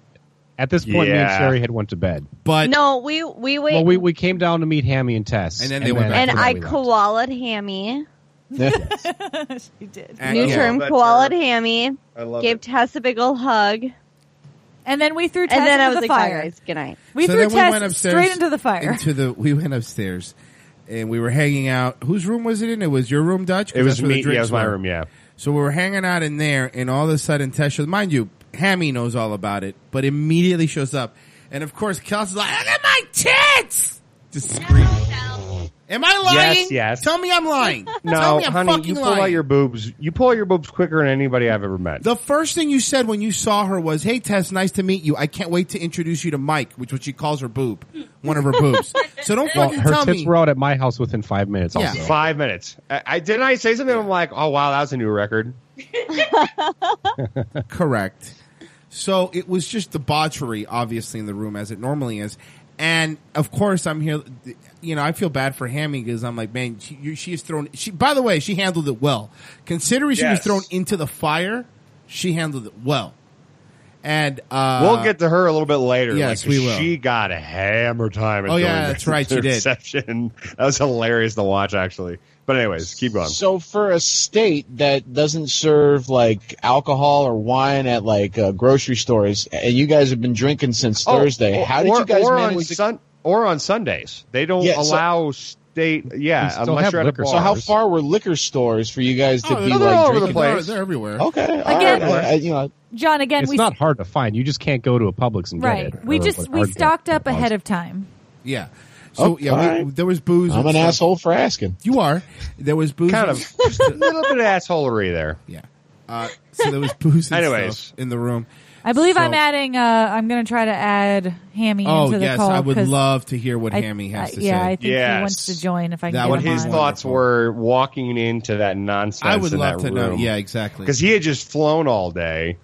At this point, me and
Yeah.
Sherry had went to bed.
But
no, we we wait,
well, we, we came down to meet Hammy and Tess,
And then they went
and I
after that
koalaed Hammy.
we left.
she did.
New term, koalaed Hammy.
I love
Gave
it.
Tess a big old hug.
And then we threw Tess
and then
into
I was
the
like,
fire.
Bye, guys, good night.
We
So
threw
then
Tess
went upstairs
straight into the fire.
Into the we went upstairs, and we were hanging out. Whose room was it in? It was your room, Dutch. 'Cause
It was
that's where
me-
the
yeah, it
drinks
was my
were.
room, yeah.
So we were hanging out in there, and all of a sudden, Tess shows. Mind you, Hammy knows all about it, but immediately shows up, and of course, Kelsey's like, "Look at my tits!" Just screaming. Am I lying?
Yes, yes.
Tell me I'm lying. Tell
No,
me I'm
honey,
fucking
you pull
lying.
out your boobs. You pull out your boobs quicker than anybody I've ever met.
The first thing you said when you saw her was, "Hey Tess, nice to meet you. I can't wait to introduce you to Mike," which what she calls her boob, one of her boobs. So don't
Well,
fucking
her
tell
tits
me.
were out at my house within five minutes.
Yeah.
Also,
Five minutes. I, I didn't. I say something. I'm like, oh wow, that's a new record.
Correct. So it was just debauchery, obviously, in the room as it normally is. And of course, I'm here. You know, I feel bad for Hammy because I'm like, man, she, you- she is thrown. She, by the way, she handled it well, considering she was
Yes.
thrown into the fire. She handled it well, and uh,
we'll get to her a little bit later.
yes,
like,
we will.
She got a hammer time. at
Oh,
the
yeah, that's right, she did.
reception. That was hilarious to watch, actually. But anyways, keep going.
So for a state that doesn't serve like alcohol or wine at like uh, grocery stores, and you guys have been drinking since
Oh,
Thursday,
or-
how did you
or-
guys
or
manage?
on
to-
Sun- or on Sundays? They don't
Yeah, so-
allow state. Yeah, unless you're at a bar.
So how far were liquor stores for you guys to
Oh,
be
they're
like
all over the
drinking?
place. They're-
they're everywhere.
Okay, all
Again-
right. I- I- you know,
John, again,
it's
we
not hard to find. You just can't go to a Publix and
right.
get it.
We
Or
Uh,
just
hard
we
to get.
stocked up ahead of time.
yeah. So
Oh, all
yeah, we,
right.
there was booze.
I'm
and
an
stuff.
asshole for asking.
You are. There was booze.
Kind
and-
of just a little bit of assholery there.
Yeah. Uh, so there was booze and
Anyways.
stuff in the room.
I believe I'm
So-
adding. Uh, I'm going to try to add Hammy
Oh
into the
yes,
call.
I would
'cause
love to hear what
I-
Hammy has
I-
to
yeah,
say.
I think he wants to join if I can
That
get
would
him
be
His
on.
thoughts were walking into that nonsense.
I would
in
love
that
to know.
room.
Yeah, exactly.
Because he had just flown all day.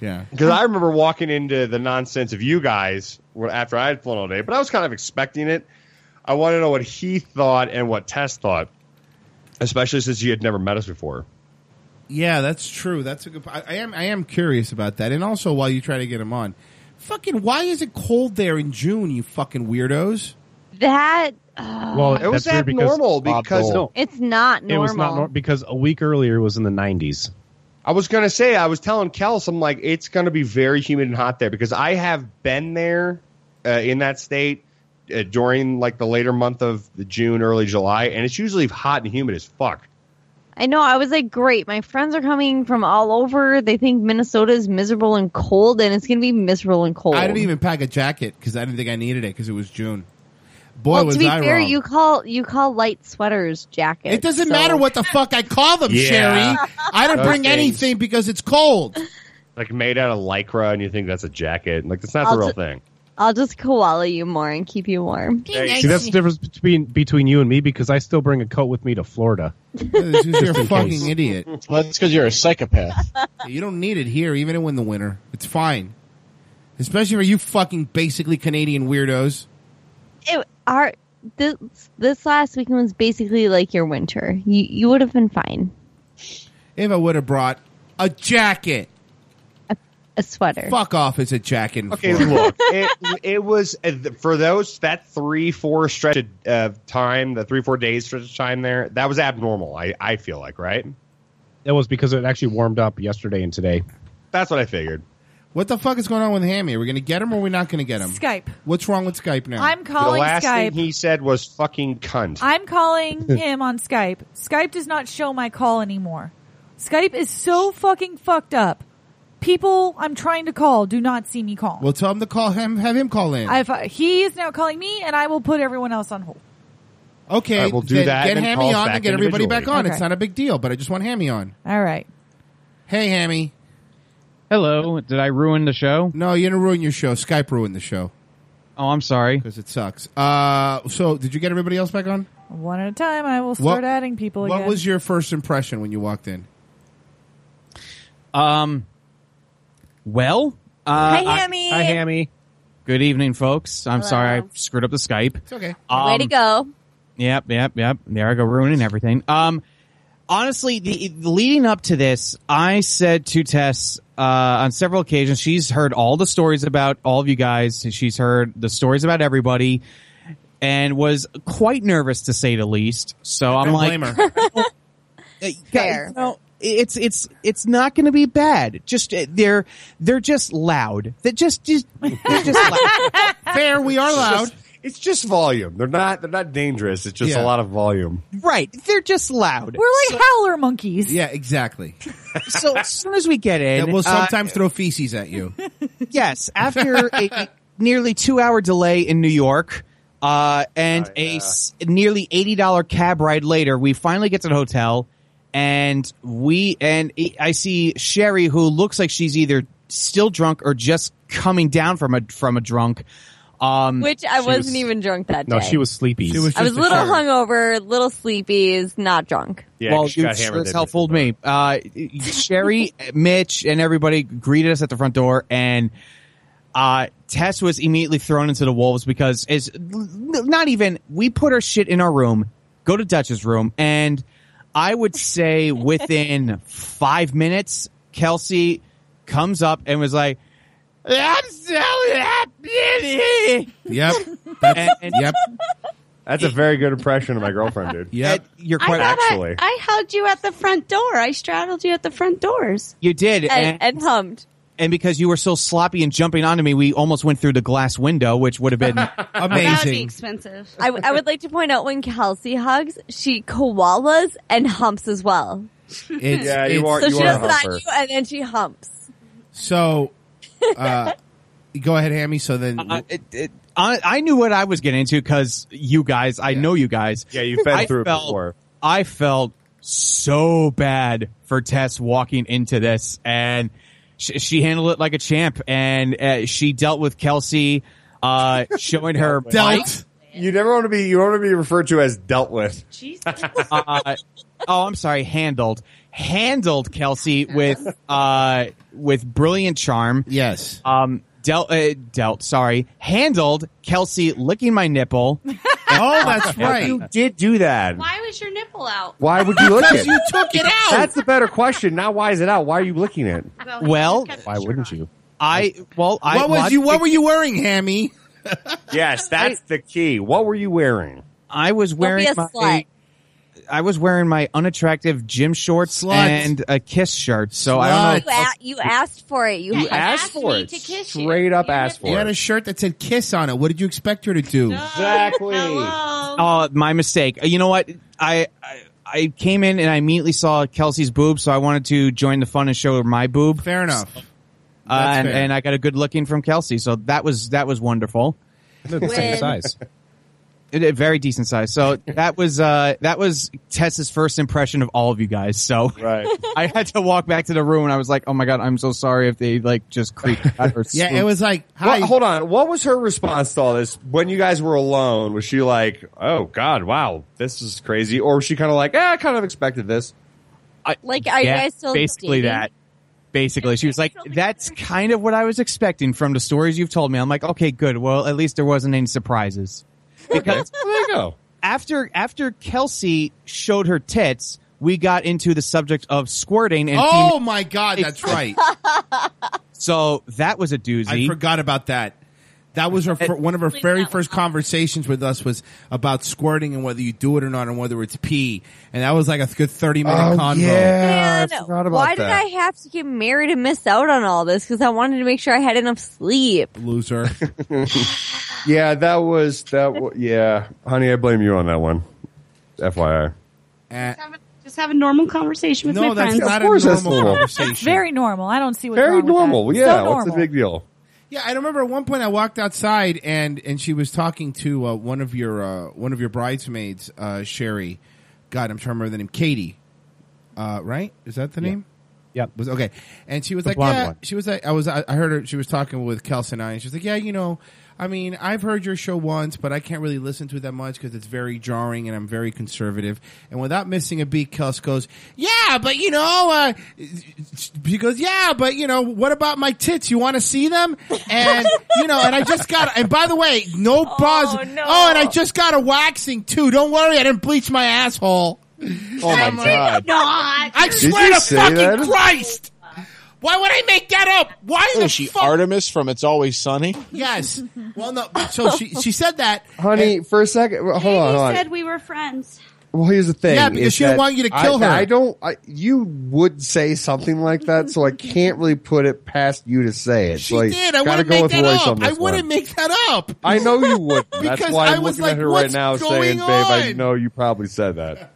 Yeah.
Because I remember walking into the nonsense of you guys when- after I had flown all day, but I was kind of expecting it. I want to know what he thought and what Tess thought, especially since you had never met us before.
Yeah, that's true. That's a good. I, I am. I am curious about that. And also, while you try to get him on, fucking, why is it cold there in June? You fucking weirdos.
That. Uh,
Well, It was that's weird because- abnormal because- No.
it's not normal.
It was not normal because a week earlier it was in the 90s.
I was gonna say I was telling Kels I'm like it's gonna be very humid and hot there because I have been there uh, in that state uh, during like the later month of June, early July, and it's usually hot and humid as fuck.
I know. I was like, great. My friends are coming from all over. They think Minnesota is miserable and cold, and it's going to be miserable and cold.
I didn't even pack a jacket because I didn't think I needed it because it was June. Boy,
well,
was
to be
I
fair,
wrong.
you call you call light sweaters jackets.
it doesn't
so-
matter what the fuck I call them,
Yeah.
Sherry. I didn't
Those
bring
things.
anything because it's cold.
Like made out of lycra, and you think that's a jacket? Like that's not
I'll
the real
t-
thing.
I'll just koala you more and keep you warm.
See, that's the difference between between you and me because I still bring a coat with me to Florida.
You're a
in
fucking
case.
idiot.
Well, that's because you're a psychopath.
you don't need it here, even in the winter. It's fine. Especially for you fucking basically Canadian weirdos.
It, our this this last weekend was basically like your winter. You you would have been fine.
If I would have brought a jacket.
A sweater.
Fuck off, it's a jacket. in
Okay,
Florida.
look, it, it was uh, th- for those that three four stretch of uh, time, the three four days stretch of time there, that was abnormal. I I feel like right.
That was because it actually warmed up yesterday and today.
That's what I figured.
What the fuck is going on with Hammy? Are we going to get him or are we not going to get him?
Skype.
What's wrong with Skype now?
I'm
the
calling
last
Skype.
thing he said was fucking cunt.
I'm calling him on Skype. Skype does not show my call anymore. Skype is so fucking fucked up. People I'm trying to call do not see me call.
well, tell him to call him. Have him call in.
I've, he is now calling me, and I will put everyone else on hold.
okay,
All right, we'll do
then
that
Get
and
Hammy
call
on
back
and get everybody
individually.
back on.
Okay.
It's not a big deal, but I just want Hammy on.
All right.
Hey, Hammy.
Hello. Did I ruin the show?
No, you didn't ruin your show. Skype ruined the show.
Oh, I'm sorry.
Because it sucks. Uh, so did you get everybody else back on?
One at a time, I will start
What-
adding people
What
again.
was your first impression when you walked in?
Um. Well. Uh,
Hi,
I-
Hammy. Hi, Hammy.
Good evening, folks. I'm
Hello.
sorry I screwed up the Skype.
It's okay.
Way to go.
Yep, yep, yep. There I go ruining everything. Um, honestly, the, leading up to this, I said to Tess uh, on several occasions. She's heard all the stories about all of you guys. She's heard the stories about everybody, and was quite nervous to say the least. So I'm
Don't
like,
blame her.
Fair. it's it's it's not going to be bad. Just uh, they're they're just loud. They just just they're just loud.
Fair, we are loud.
It's just volume. They're not. They're not dangerous. It's just
Yeah.
a lot of volume.
right. They're just loud.
We're like howler monkeys.
yeah, exactly.
So as soon as we get in,
That will
uh,
sometimes throw feces at you.
yes, after a nearly two hour delay in New York, uh,
Oh,
and a s a nearly eighty dollar cab ride later, we finally get to the hotel, and we and e, I- I see Sherry, who looks like she's either still drunk or just coming down from a from a drunk. Um,
Which I
she
wasn't
was-
even drunk that day.
sleepy.
She was
I was
just a
a little
shirt.
hungover, little sleepy, is not drunk.
Yeah,
well,
she
you
got hammered
sure as
that
hell
day.
fooled me. Uh, Sherry, Mitch, and everybody greeted us at the front door, and uh, Tess was immediately thrown into the wolves because it's not even. We put her shit in our room, go to Dutch's room, and I would say within five minutes, Kelsey comes up and was like, "I'm so happy."
Yep. That's,
And-
yep.
That's a very good impression of my girlfriend, dude.
Yep.
You're
I
quite
thought
actually.
I, I held you at the front door. I straddled you at the front doors.
you did,
And, and hummed.
and because you were so sloppy and jumping onto me, we almost went through the glass window, which would have been
That would be
Amazing.
expensive.
I, I would like to point out when Kelsey hugs, she koalas and humps as well.
It's-
Yeah, you
it's-
are.
So
you
she
are a
does it on
humper.
you and then she humps.
So, uh, go ahead, Hammy. So then,
I, it, it, I, I knew what I was getting into because you guys, I know you guys.
Yeah, you've been
I
through it
felt-
before.
I felt so bad for Tess walking into this, and she, she handled it like a champ, and uh, she dealt with Kelsey uh, showing her
dealt.
You never want to be. You want to be referred to as dealt with.
uh, oh, I'm sorry, handled, handled Kelsey with uh, with brilliant charm.
Yes.
Um, dealt, uh, dealt. Sorry, handled Kelsey licking my nipple.
Oh, that's
You
right.
did do that.
Why was your nipple out?
Why would you look
Because
it?
you took it out.
That's the better question. Now, why is it out? Why are you looking at? it?
Well,
Why wouldn't you?
I well, I
what was
watched
you? What
the-
were you wearing, Hammy?
Yes, that's the key. What were you wearing?
I was
Don't
wearing
be a
my.
slut.
I was wearing my unattractive gym shorts
Slut.
and a kiss shirt, so I
Slut.
don't
You, a- you asked for it. You,
You
had-
asked for it. Straight up asked
You
for
had a
it.
shirt that said "kiss" on it. What did you expect her to do?
Exactly.
know. Oh, my mistake. You know what? I, I I came in and I immediately saw Kelsey's boob, so I wanted to join the fun and show her my boob.
Fair enough.
Uh,
That's
and,
fair.
and I got a good looking from Kelsey, so that was that was wonderful.
They're the same
When-
size.
It, it- very decent size. So that was uh, that was Tess's first impression of all of you guys. So
Right.
I had to walk back to the room and I was like, "Oh my god, I'm so sorry if they like just creeped out or
Yeah,
swooped."
it was like,
What,
"Hi,
hold on. What was her response to all this when you guys were alone? Was she like, "Oh God, wow, this is crazy," or was she kind of like, "Ah, I kind of expected this"?
like, are
Yeah,
you guys still
basically
dating?
that. Basically, she was like, "That's kind of what I was expecting from the stories you've told me." I'm like, "Okay, good. Well, at least there wasn't any surprises." Because
Well, there you go.
after after Kelsey showed her tits, we got into the subject of squirting and
Oh
femi-
my God, that's right.
so that was a
I
doozy.
forgot about that. That was her, fir- one of her very first conversations with us was about squirting and whether you do it or not, and whether it's pee. And that was like a good thirty minute
Oh,
convo.
yeah,
Man, why did I have to get married and miss out on all this? Because I wanted to make sure I had enough sleep.
Loser.
Yeah, that was that. wa- yeah, honey, I blame you on that one. FYI,
Eh.
Have a- Just have a normal conversation with
no,
my
that's
friends.
not
Of course
a
that's
normal
normal.
conversation.
That's very normal. I don't see what's
very
wrong with
normal.
That.
Yeah,
so normal.
what's the big deal?
Yeah, I remember at one point I walked outside and and she was talking to uh, one of your uh, one of your bridesmaids, uh, Sherry. God, I'm trying to remember the name. Katie, uh, right? Is that the name?
Yep.
Was okay. And she was like,
blonde
yeah.
one.
She was like, I was I I heard her. She was talking with Kelsey and I, and she was like, yeah, you know. I mean, I've heard your show once, but I can't really listen to it that much because it's very jarring and I'm very conservative. And without missing a beat, Kels goes, "Yeah, but you know," uh, she goes, "Yeah, but you know, what about my tits? You want to see them?" And you know, and I just got. And by the way, no buzz.
no.
Oh, and I just got a waxing too. Don't worry, I didn't bleach my asshole.
Oh my god!
I
you
swear to
say
fucking
that?
Christ! Why would I make that up? Why the
Is she
fuck?
Artemis from It's Always Sunny?
yes. Well, no. So she she said that,
Honey, for a second, hold on,
Katie
hold on.
said we were friends.
Well, here's the thing.
Yeah, because
is
she didn't
that
want you to kill
I,
her.
I don't. I, you would say something like that, so I can't really put it past you to say it.
She
like,
did. I
gotta
wouldn't
go
make
with
that
Royce on
up. I
this
wouldn't
one.
make that up.
I know you would. That's
Because
why
I
I'm
was
looking
like,
at her right
"What's
now, saying,
going
"Babe, I
on?"
know you probably said that."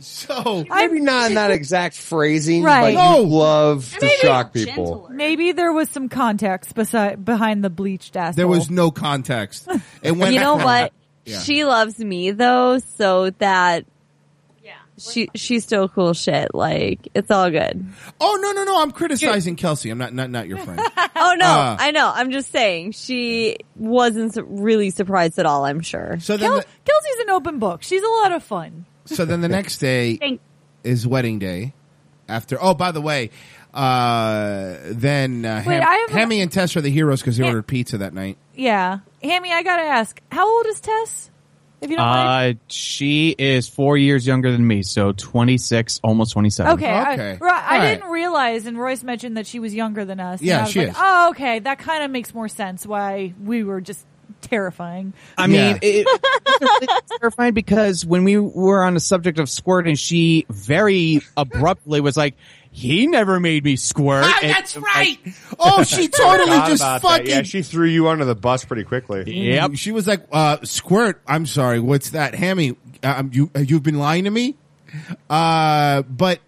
So
Maybe not in that exact phrasing,
Right.
but
No.
you love to
Maybe
shock
gentler.
people.
Maybe there was some context beside behind the bleached asshole.
there was no context. It went.
You know what?
Yeah.
She loves me though, so that
Yeah.
she she's still cool shit. Like it's all good.
Oh no no no! I'm criticizing Kelsey. I'm not not not your friend.
Oh no,
Uh.
I know. I'm just saying she wasn't su- really surprised at all. I'm sure.
So then
Kel- Kelsey's an open book. She's a lot of fun.
the, so then the next day
Thank-
is wedding day. After oh by the way, uh, then uh,
Wait,
Ham-
I have a-
Hammy and Tess are the heroes because they ordered pizza that night.
Yeah, Hammy, I gotta ask, how old is Tess? If you don't mind.
Uh, she is four years younger than me, so 26, almost 27.
Okay, I-
okay.
right, I,
All right.
didn't realize, and Royce mentioned that she was younger than us. and
Yeah,
I was
she
like,
is.
Oh, okay, that kind of makes more sense. Why we were just terrifying.
I
Yeah.
mean, it, it's terrifying because when we were on the subject of squirt, and she very abruptly was like, "He never made me squirt."
Ah,
And
that's
I'm
right.
like,
Oh, she totally
Forgot
just
about
fucking
that. Yeah, she threw you under the bus pretty quickly.
yep.
She was like, uh, "Squirt." I'm sorry. What's that, Hammy? Um, you you've been lying to me. Uh, but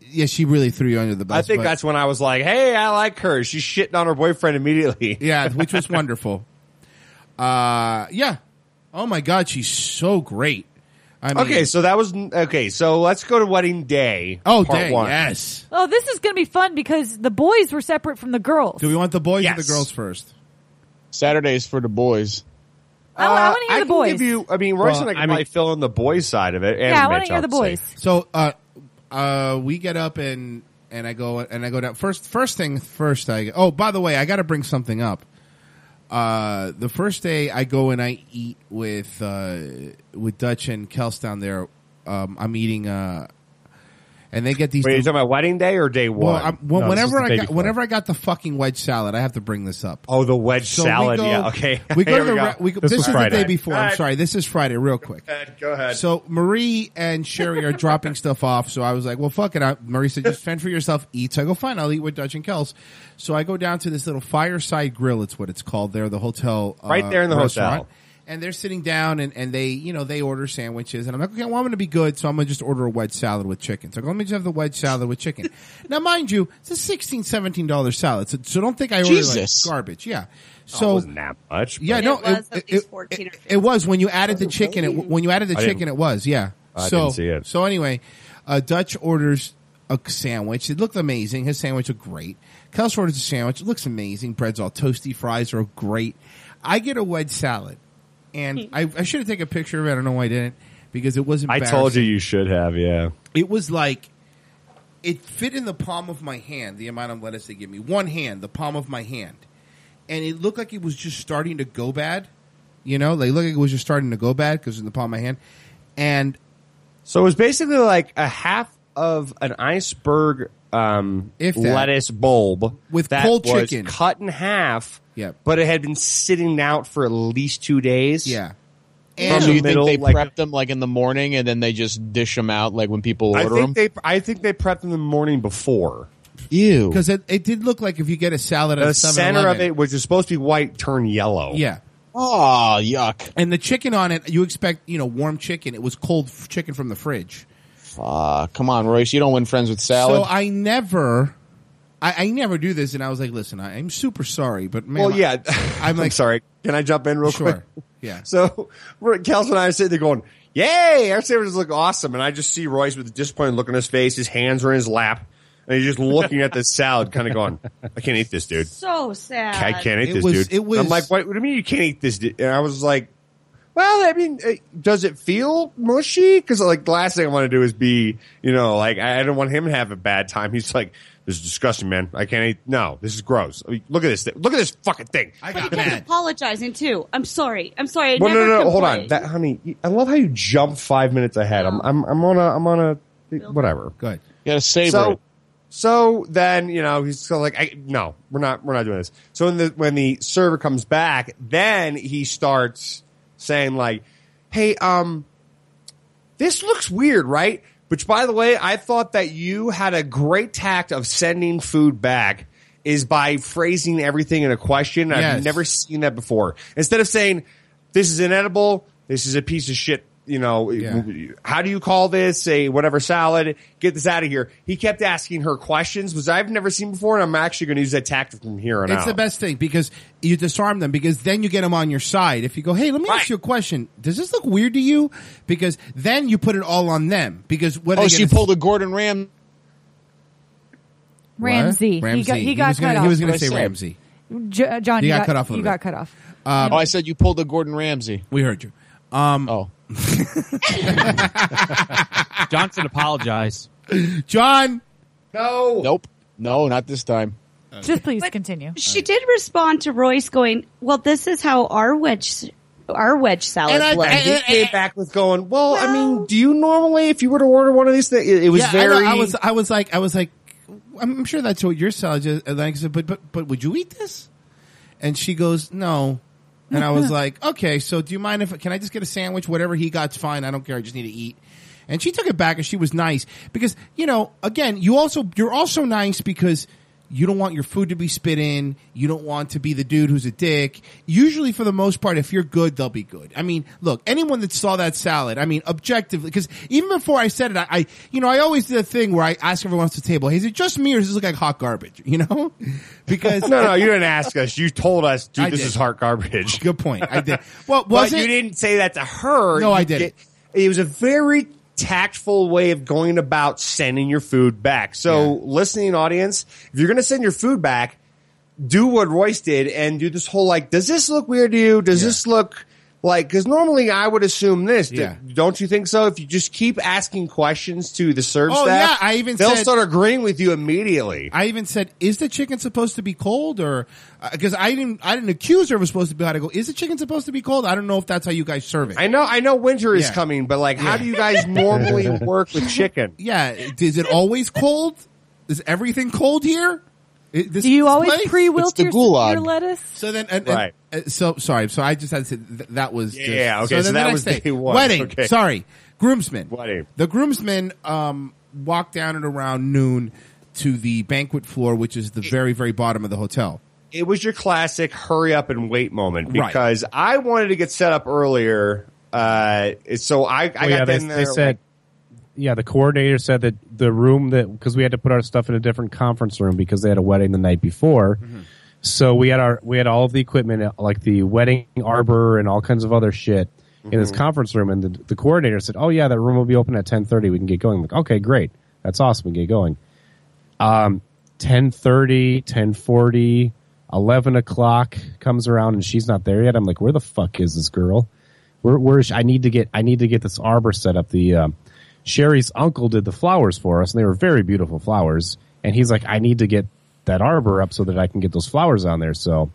yeah, she really threw you under the bus.
I think
but-
that's when I was like, "Hey, I like her." She's shitting on her boyfriend immediately.
yeah, which was wonderful. Uh, yeah. Oh my God, she's so great. I mean,
okay, so that was okay. So let's go to wedding day.
Oh,
part
dang,
one.
yes.
Oh, this is going to be fun because the boys were separate from the girls.
Do we want the boys or the girls first?
Saturdays for the boys.
I,
Uh,
wa- I want to hear
I
the
can
boys.
give you. I mean, Royce
Well,
and I can
I mean-
probably fill in the boys side of it. And
Yeah, I wanna
Mitch,
hear the
obviously.
boys.
So uh, uh, we get up and and I go and I go down first. First thing first, I oh by the way, I got to bring something up. Uh, the first day I go and I eat with uh, with Dutch and Kels down there. Um, I'm eating uh, and they get these.
Wait, are you talking about wedding day or day one?
well, I'm, well,
No, this is
whenever
the
I
baby
got,
one.
whenever I got the fucking wedge salad, I have to bring this up.
oh the wedge
So we
salad,
go-
yeah, okay.
We go
Here
to the
go.
re- we go, this,
was
is
Friday.
the day before. I'm
Alright.
sorry, this is Friday, real quick.
Go ahead.
So Marie and Sherry are dropping stuff off. So I was like, well, fuck it. I, Marie said, just fend for yourself, eat. So I go, fine, I'll eat with Dutch and Kels. So I go down to this little fireside grill. It's what it's called there, the hotel. uh,
Right there in the
restaurant.
hotel.
And they're sitting down and, and they, you know, they order sandwiches. And I'm like, okay, well, I'm going to be good. So I'm going to just order a wedge salad with chicken. So I go, let me just have the wedge salad with chicken. now, mind you, it's a 16 $17 salad. So, so don't think I ordered like
Jesus.
garbage. Yeah. So
Oh, it wasn't that much.
yeah,
but-
no,
It was
it,
at
it,
least
it-
14 or
it- it was when you added the chicken. It,
really?
when you added the
I
chicken,
didn't-
it was yeah.
I
so
didn't see it.
so anyway, uh, Dutch orders a sandwich. It looked amazing. His sandwich looked great. Kels orders a sandwich. It looks amazing. Bread's all toasty. Fries are great. I get a wedge salad, and I, I should have taken a picture of it. I don't know why I didn't because it wasn't.
I told you you should have. Yeah.
It was like it fit in the palm of my hand. The amount of lettuce they give me, one hand, the palm of my hand, and it looked like it was just starting to go bad. You know, like it looked like it was just starting to go bad because in the palm of my hand, and
So it was basically like a half of an iceberg um,
If that-
lettuce bulb
With
that
cold
was
chicken.
cut in half.
Yeah.
but it had been sitting out for at least two days.
Yeah,
From
so
the
you
middle,
think they
like-
prep them like in the morning and then they just dish them out like when people
I
order them?
think they I think they prepped them the morning before.
Ew.
because it, it did look like if you get a salad at
The
a
center of
7-Eleven-
it, which is supposed to be white, turned yellow.
yeah.
Oh, yuck.
And the chicken on it, you expect you know warm chicken. It was cold f- chicken from the fridge.
Fuck. Come on, Royce. You don't win friends with salad.
So I never, I, I never do this, and I was like, listen, I, I'm super sorry, but man,
Well, yeah.
I'm
I'm,
like-
sorry. Can I jump in real
Sure.
quick?
Yeah.
So we're- Kels and I are sitting there going, "Yay! Our sandwiches look awesome!" And I just see Royce with a disappointed look on his face. His hands are in his lap, and he's just looking at the salad, kind of going, "I can't eat this, dude.
So sad.
I can't eat
It
this,
was-
dude."
it
And
was-
I'm like, what, "What do you mean you can't eat this?" Dude? And I was like, "Well, I mean, it, does it feel mushy? Because like the last thing I want to do is be, you know, like I, I don't want him to have a bad time." He's like. This is disgusting, man. I can't eat. No, this is gross. I mean, look at this. Thi- Look at this fucking thing.
I
But
got
again,
mad.
apologizing too. I'm sorry. I'm sorry. I
Well, no,
never
no, no. Hold on,
complained.
that, honey. you- I love how you jump five minutes ahead. I'm, I'm, I'm on a, I'm on a, whatever.
Go ahead.
you gotta savor it.
So, so then you know he's still like, I, no, we're not, we're not doing this. So when the when the server comes back, then he starts saying like, hey, um, this looks weird, right? Which, by the way, I thought that you had a great tact of sending food back is by phrasing everything in a question.
Yes.
I've never seen that before. Instead of saying, this is inedible, this is a piece of shit, you know,
Yeah.
how do you call this? A whatever salad, get this out of here. He kept asking her questions, which I've never seen before, and I'm actually going to use that tactic from here on
It's
out.
the best thing because you disarm them because then you get them on your side. If you go, hey, let me ask
Right.
you a question. Does this look weird to you? Because then you put it all on them. Because what? are
Oh,
they
she
gonna-
pulled a Gordon Ram.
Ramsey.
What?
He got, he got
was
cut
gonna,
off.
He was going to
What I
say
said.
Ramsey.
J- John,
You
you
got
got,
cut off a
You
little
got
bit.
cut off.
oh, I said you pulled a Gordon Ramsay.
Um, We heard you. Um,
Oh.
Johnson apologize.
John.
no.
Nope. No, not this time.
Just please continue.
She did respond to Royce going, "Well, this is how our wedge, our wedge salad
And I,
was."
and he came back with going, well, I mean, do you normally, if you were to order one of these things, it, it was
yeah, I know.
very.
I, was. I was like. I was like. I'm I'm sure that's what your salad is. And I said, but but but would you eat this? And she goes, no. And I was like, okay. So do you mind if can I just get a sandwich? Whatever he got's fine. I don't care. I just need to eat. And she took it back, and she was nice because you know, again, you also you're also nice because. You don't want your food to be spit in. You don't want to be the dude who's a dick. Usually, for the most part, if you're good, they'll be good. I mean, look, anyone that saw that salad, I mean, objectively, because even before I said it, I, I, you know, I always did a thing where I ask everyone else at the table, hey, is it just me or does this look like hot garbage? You know? Because.
no, no, you didn't ask us. You told us, dude,
I
this
did.
is heart garbage.
Good point. I did. Well,
But
was it?
you didn't say that to her.
No,
You
I didn't.
It was a very tactful way of going about sending your food back. So, listening audience, if you're going to send your food back, do what Royce did and do this whole like, does this look weird to you? Does this look like, because normally I would assume this. D-
Yeah.
Don't you think so? If you just keep asking questions to the serve
Oh,
staff,
yeah, I even
they'll
said-
start agreeing with you immediately.
I even said, "Is the chicken supposed to be cold?" Or because I didn't, I didn't accuse her of supposed to be. hot. I go, "Is the chicken supposed to be cold?" I don't know if that's how you guys serve it.
I know, I know winter is
Yeah.
coming, but like, how
Yeah.
do you guys normally work with chicken?
Yeah, is it always cold? Is everything cold here? I- This
Do you always
place?
pre-wilt your, your lettuce?
So then, and- and-
Right.
uh, so sorry. So I just had to say th- that was just-
Yeah, okay, so
then the
that
next
was
day,
day one,
Wedding.
okay.
Sorry, groomsmen.
Wedding.
The groomsmen um, walked down at around noon to the banquet floor, which is the very very bottom of the hotel.
It was your classic hurry up and wait moment
Right.
because I wanted to get set up earlier. Uh, so I, I
Oh,
got
yeah, they,
in there.
they said, yeah, the coordinator said that the room that because we had to put our stuff in a different conference room because they had a wedding the night before.
Mm-hmm.
So we had our we had all of the equipment like the wedding arbor and all kinds of other shit in this
Mhm.
conference room, and the, the coordinator said, "Oh yeah, that room will be open at ten thirty. We can get going." I'm like, okay, great, that's awesome. We can get going. Um, 1030, 1040, 11 o'clock comes around and she's not there yet. I'm like, where the fuck is this girl? Where, where is she? I need to get, I need to get this arbor set up. The, um, Sherry's uncle did the flowers for us and they were very beautiful flowers. And he's like, I need to get that arbor up so that I can get those flowers on there. So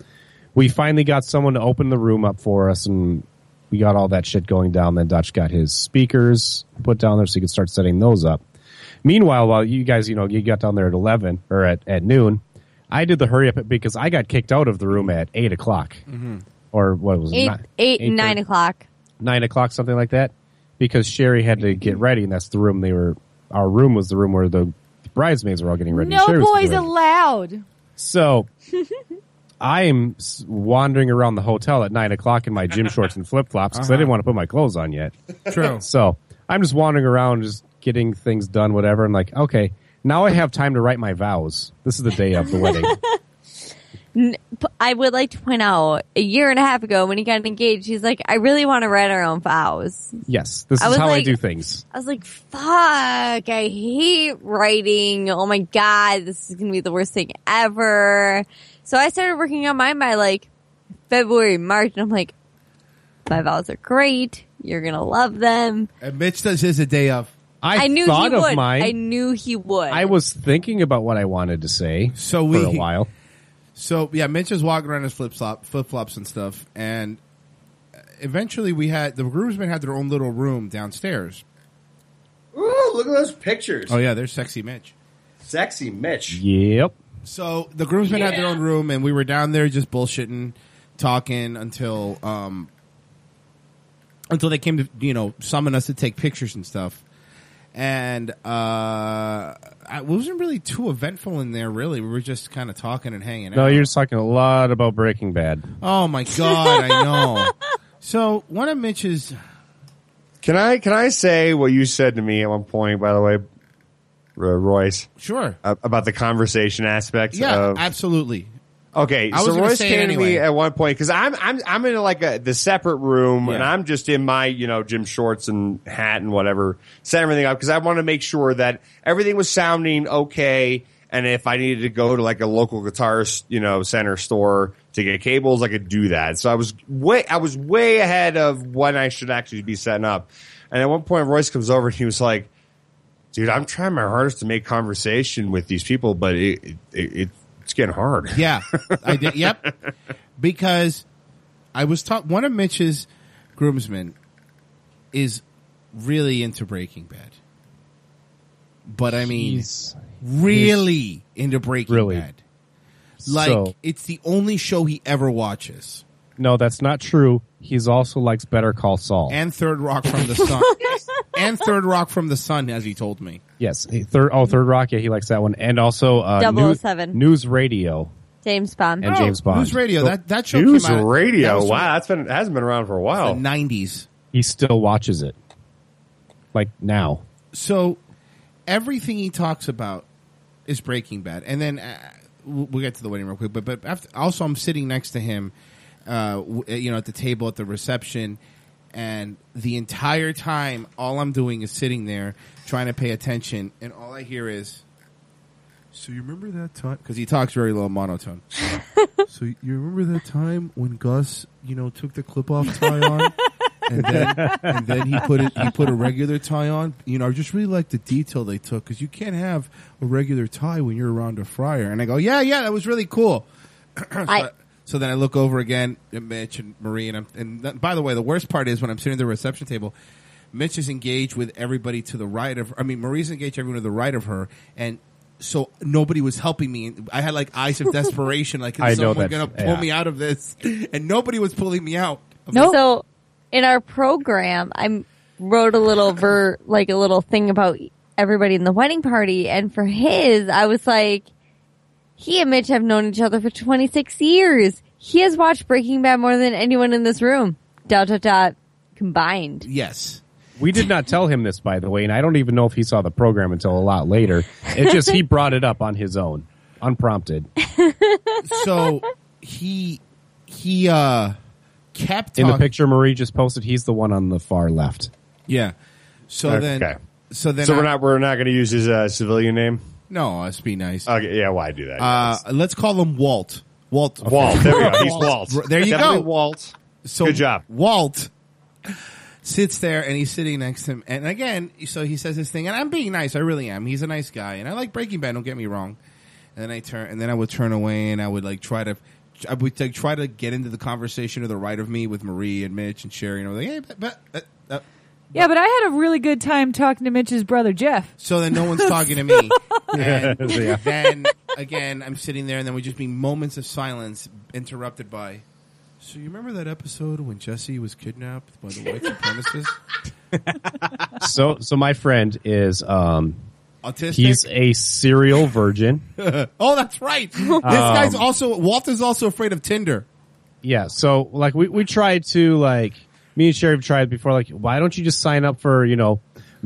we finally got someone to open the room up for us and we got all that shit going down. Then Dutch got his speakers put down there so he could start setting those up. Meanwhile, while you guys, you know, you got down there at 11 or at, at noon, I did the hurry up because I got kicked out of the room at 8 o'clock or what was it?
Eight,
Ni-
eight,
eight
nine
thirty-
o'clock.
9 o'clock, something like that, because Sherry had to get ready. And that's the room they were, our room was the room where the bridesmaids were all getting ready. and
No
Sherry was getting
boys
ready.
allowed.
So I'm s- wandering around the hotel at nine o'clock in my gym shorts and flip flops because I didn't want to put my clothes on yet.
Uh-huh. True.
So I'm just wandering around, just getting things done, whatever. And like, okay, now I have time to write my vows. This is the day of the wedding.
N- p- I would like to point out a year and a half ago when he got engaged, he's like, I really want to write our own vows.
yes, this
I
is
was
how I
like-
do things.
I was like, fuck, I hate writing. Oh my God, this is going to be the worst thing ever. So I started working on mine by like February, March, and I'm like, my vows are great. You're going to love them.
And Mitch does his a day of.
I,
knew
thought
he
of
would.
mine.
I knew he would.
I was thinking about what I wanted to say so
we-
for a while.
So yeah, Mitch is walking around his flip flop, flip flops and stuff, and eventually we had the groomsmen had their own little room downstairs.
Ooh, look at those pictures.
Oh yeah, there's sexy Mitch.
Sexy Mitch.
Yep.
So the groomsmen had their own room, and we were down there just bullshitting, talking until um until they came to you know summon us to take pictures and stuff. And uh it wasn't really too eventful in there. Really, we were just kind of talking and hanging
No,
out.
you're just talking a lot about Breaking Bad.
Oh my god, I know. So one of Mitch's
Can I can I say what you said to me at one point? By the way, R- Royce.
Sure.
A- About the conversation aspect.
yeah,
Of,
absolutely.
okay,
I was
so
gonna
Royce
say it
came to
anyway.
me at one point because I'm I'm I'm in like a, the separate room and
Yeah.
I'm just in my you know gym shorts and hat and whatever, set everything up because I want to make sure that everything was sounding okay. And if I needed to go to like a local guitar, s- you know, center store to get cables, I could do that. So I was way, I was way ahead of when I should actually be setting up. And at one point, Royce comes over and he was like, dude, I'm trying my hardest to make conversation with these people, but it, it, it it's getting hard.
Yeah, I did. Yep, because I was taught one of Mitch's groomsmen is really into Breaking Bad, but I mean, really into Breaking Bad. Like
So-
it's the only show he ever watches,
No, that's not true. He's also likes Better Call Saul.
and Third Rock from the Sun, and Third Rock from the Sun, as he told me.
Yes, he- third. Oh, third rock. Yeah, he likes that one, and also uh,
007.
news radio.
James Bond.
And James Bond.
Oh, News Radio, that- that show
News
came out- that
Radio.
was
wow, that's been hasn't been around for a while.
The '90s.
He still watches it, like now.
so everything he talks about is Breaking Bad, and then uh, we'll we'll get to the wedding real quick. But uh, but after, also, I'm sitting next to him, uh, w- you know, at the table at the reception, and the entire time, all I'm doing is sitting there trying to pay attention, and all I hear is. So you remember that time? Because he talks very low monotone. so you remember that time when Gus, you know, took the clip off tie on, and then and then he put it he put a regular tie on. You know, I just really like the detail they took because you can't have a regular tie when you're around a fryer. And I go, yeah, yeah, that was really cool. so, I- so then I look over again at Mitch and Marie, and I'm, and th- by the way, the worst part is when I'm sitting at the reception table. Mitch is engaged with everybody to the right of. I mean, Marie's engaged with everyone to the right of her, and so nobody was helping me. I had like eyes of desperation, like
I
is
know
someone
that-
going to pull
yeah.
me out of this? And nobody was pulling me out.
So in our program, I wrote a little ver like a little thing about everybody in the wedding party, and for his, I was like, he and Mitch have known each other for 26 years. He has watched Breaking Bad more than anyone in this room. Dot dot dot combined.
Yes.
We did not tell him this, by the way, and I don't even know if he saw the program until a lot later. It just he brought it up on his own, unprompted.
So he he uh kept
In the
talking-
picture Marie just posted, he's the one on the far left.
Yeah. So then, so then,
so we're
I-
not we're not going to use his uh, civilian name.
No, let's be nice.
Okay, yeah, why do that?
Uh, let's call him Walt. Walt.
Walt, there we go. He's Walt.
There you
Definitely
go.
Walt.
So
Good job.
Walt sits there and he's sitting next to him. And again, so he says this thing, and I'm being nice. I really am. He's a nice guy, and I like Breaking Bad. Don't get me wrong. And then I turn, and then I would turn away, and I would like try to. I would like, try to get into the conversation to the right of me with Marie and Mitch and Sherry, and I was like, "Hey, but, but, uh, uh,
Yeah, but I had a really good time talking to Mitch's brother Jeff.
So then no one's talking to me. And
Yeah.
then again, I'm sitting there, and then we just be moments of silence interrupted by. So you remember that episode when Jesse was kidnapped by the white supremacists?
So so my friend is um
Autistic?
He's a serial virgin.
oh, that's right. This guy's
Um,
also Walt is also afraid of Tinder.
Yeah. So like we, we tried to like me and Sherry have tried before, like, why don't you just sign up for, you know,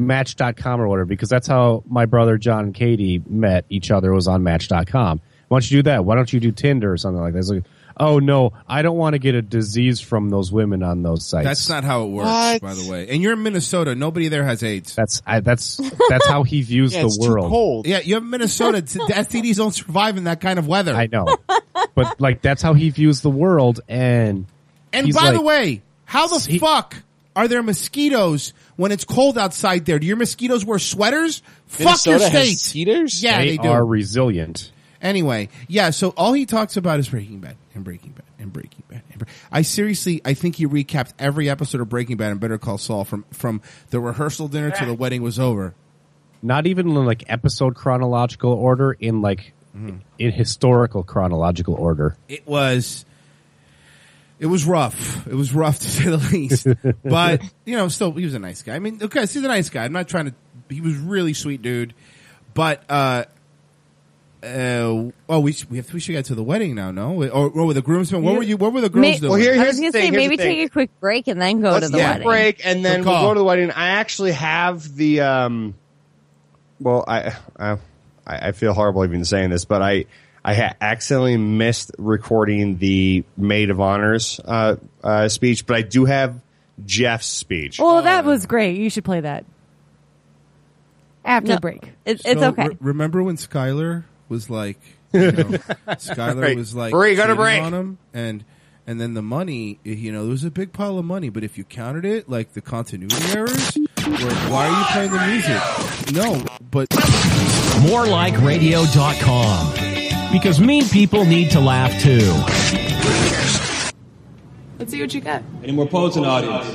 match.com or whatever? Because that's how my brother John and Katie met each other was on match.com. Why don't you do that? Why don't you do Tinder or something like that? It's like, oh no, I don't want to get a disease from those women on those sites.
That's not how it works, by the way. And you're in Minnesota. Nobody there has AIDS.
That's I, that's that's how he views the world.
Yeah, you have Minnesota. T- the STDs don't survive in that kind of weather.
I know. but like that's how he views the world and
And
he's
by the
like-
way, how the fuck are there mosquitoes when it's cold outside there? Do your mosquitoes wear sweaters? fuck your
Minnesota has
state. Yeah, they, do.
are resilient.
anyway, yeah, so all he talks about is Breaking Bad and Breaking Bad and Breaking Bad. And Bre- I seriously, I think he recapped every episode of Breaking Bad and Better Call Saul from, from the rehearsal dinner to the wedding was over.
Not even in like episode chronological order, in like in historical chronological order.
Mm-hmm. It was, it was rough. It was rough to say the least. but you know, still, he was a nice guy. I mean, okay, he's a nice guy. I'm not trying to. He was really sweet, dude. But uh, uh oh, we should, we have we should get to the wedding now, no? Or, or with the groomsmen? What were you? What were the grooms doing?
I was gonna say maybe take a quick break and then go
Let's
to the
take a
wedding.
break and then
Good
we'll
call.
go to the wedding. I actually have the. Um, well, I, I I feel horrible even saying this, but I I ha- accidentally missed recording the maid of honors uh, uh, speech, but I do have Jeff's speech.
Well, that was great. You should play that after
No.
break.
So, re- remember when Skylar was like, you know, Skylar
Right.
was like,
Bree, go to
cheating
break.
on him, and and then the money, you know, there was a big pile of money, but if you counted it, like the continuity errors, were, why are you playing the music? No, but
MoreLikeRadio.com. Because mean people need to laugh too.
Let's see what you got.
Any more poets in the audience?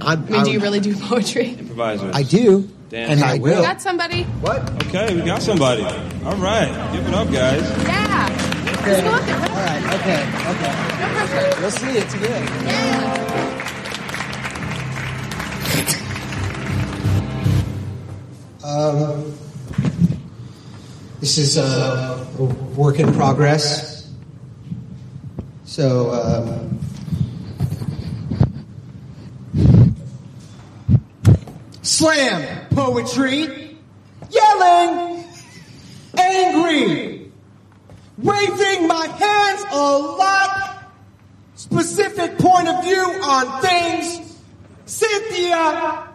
I mean,
Um,
do you really do poetry?
Improvisers.
I do,
Damn.
and I
We
will.
got somebody. What?
Okay, we got somebody. All right, give it up, guys.
Yeah. Let's go up there. All
right. Okay. Okay.
No pressure.
We'll see it together. Um, this is uh, a work in progress. So, um, slam poetry, yelling, angry, waving my hands a lot, specific point of view on things, Cynthia,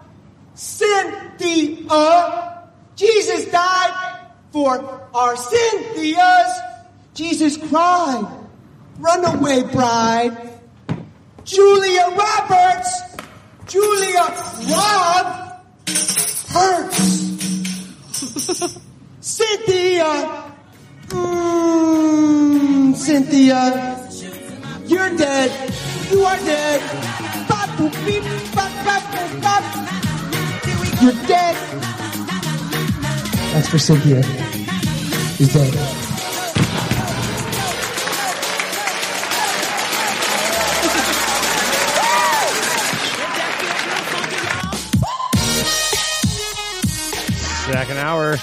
Cynthia, Jesus died for our Cynthias. Jesus cried, runaway bride, Julia Roberts, Julia Rob, hurts. Cynthia, mm, Cynthia, you're dead. You are dead. Bop, boop, beep, bop, bop, boop, bop. You're dead.
That's for Cynthia. He's dead.
Second hour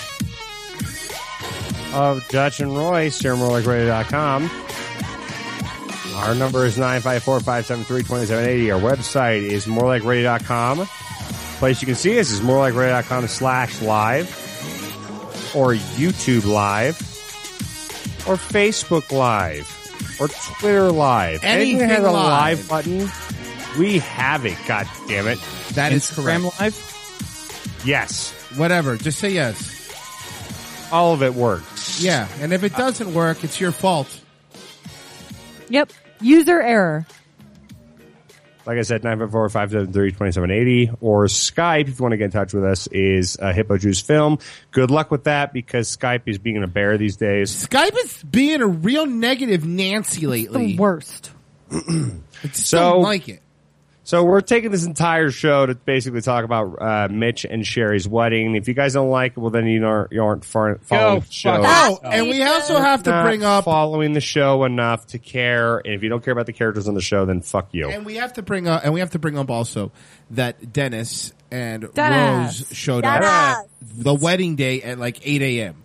of Dutch and Royce, com. Our number is 954 573 2780. Our website is morelikeradio.com. Place you can see us is morelikeradio.com slash live or YouTube live or Facebook live or Twitter live.
Anything
that has a
live.
live button, we have it. God damn it.
That is Instagram correct.
live? Yes.
Whatever. Just say yes.
All of it works.
Yeah, and if it doesn't work, it's your fault.
Yep. User error.
Like I said, 954 573 2780 or Skype if you want to get in touch with us is uh, Hippo Juice Film. Good luck with that because Skype is being a bear these days.
Skype is being a real negative Nancy lately.
the worst.
so, don't like it.
So we're taking this entire show to basically talk about uh, Mitch and Sherry's wedding. If you guys don't like it, well then you aren't, you aren't far, following the show.
Oh, and we also have to
Not
bring up
following the show enough to care. And if you don't care about the characters on the show, then fuck you.
and we have to bring up and we have to bring up also that Dennis and
Dennis.
Rose showed
Dennis.
up the wedding day at like eight a.m.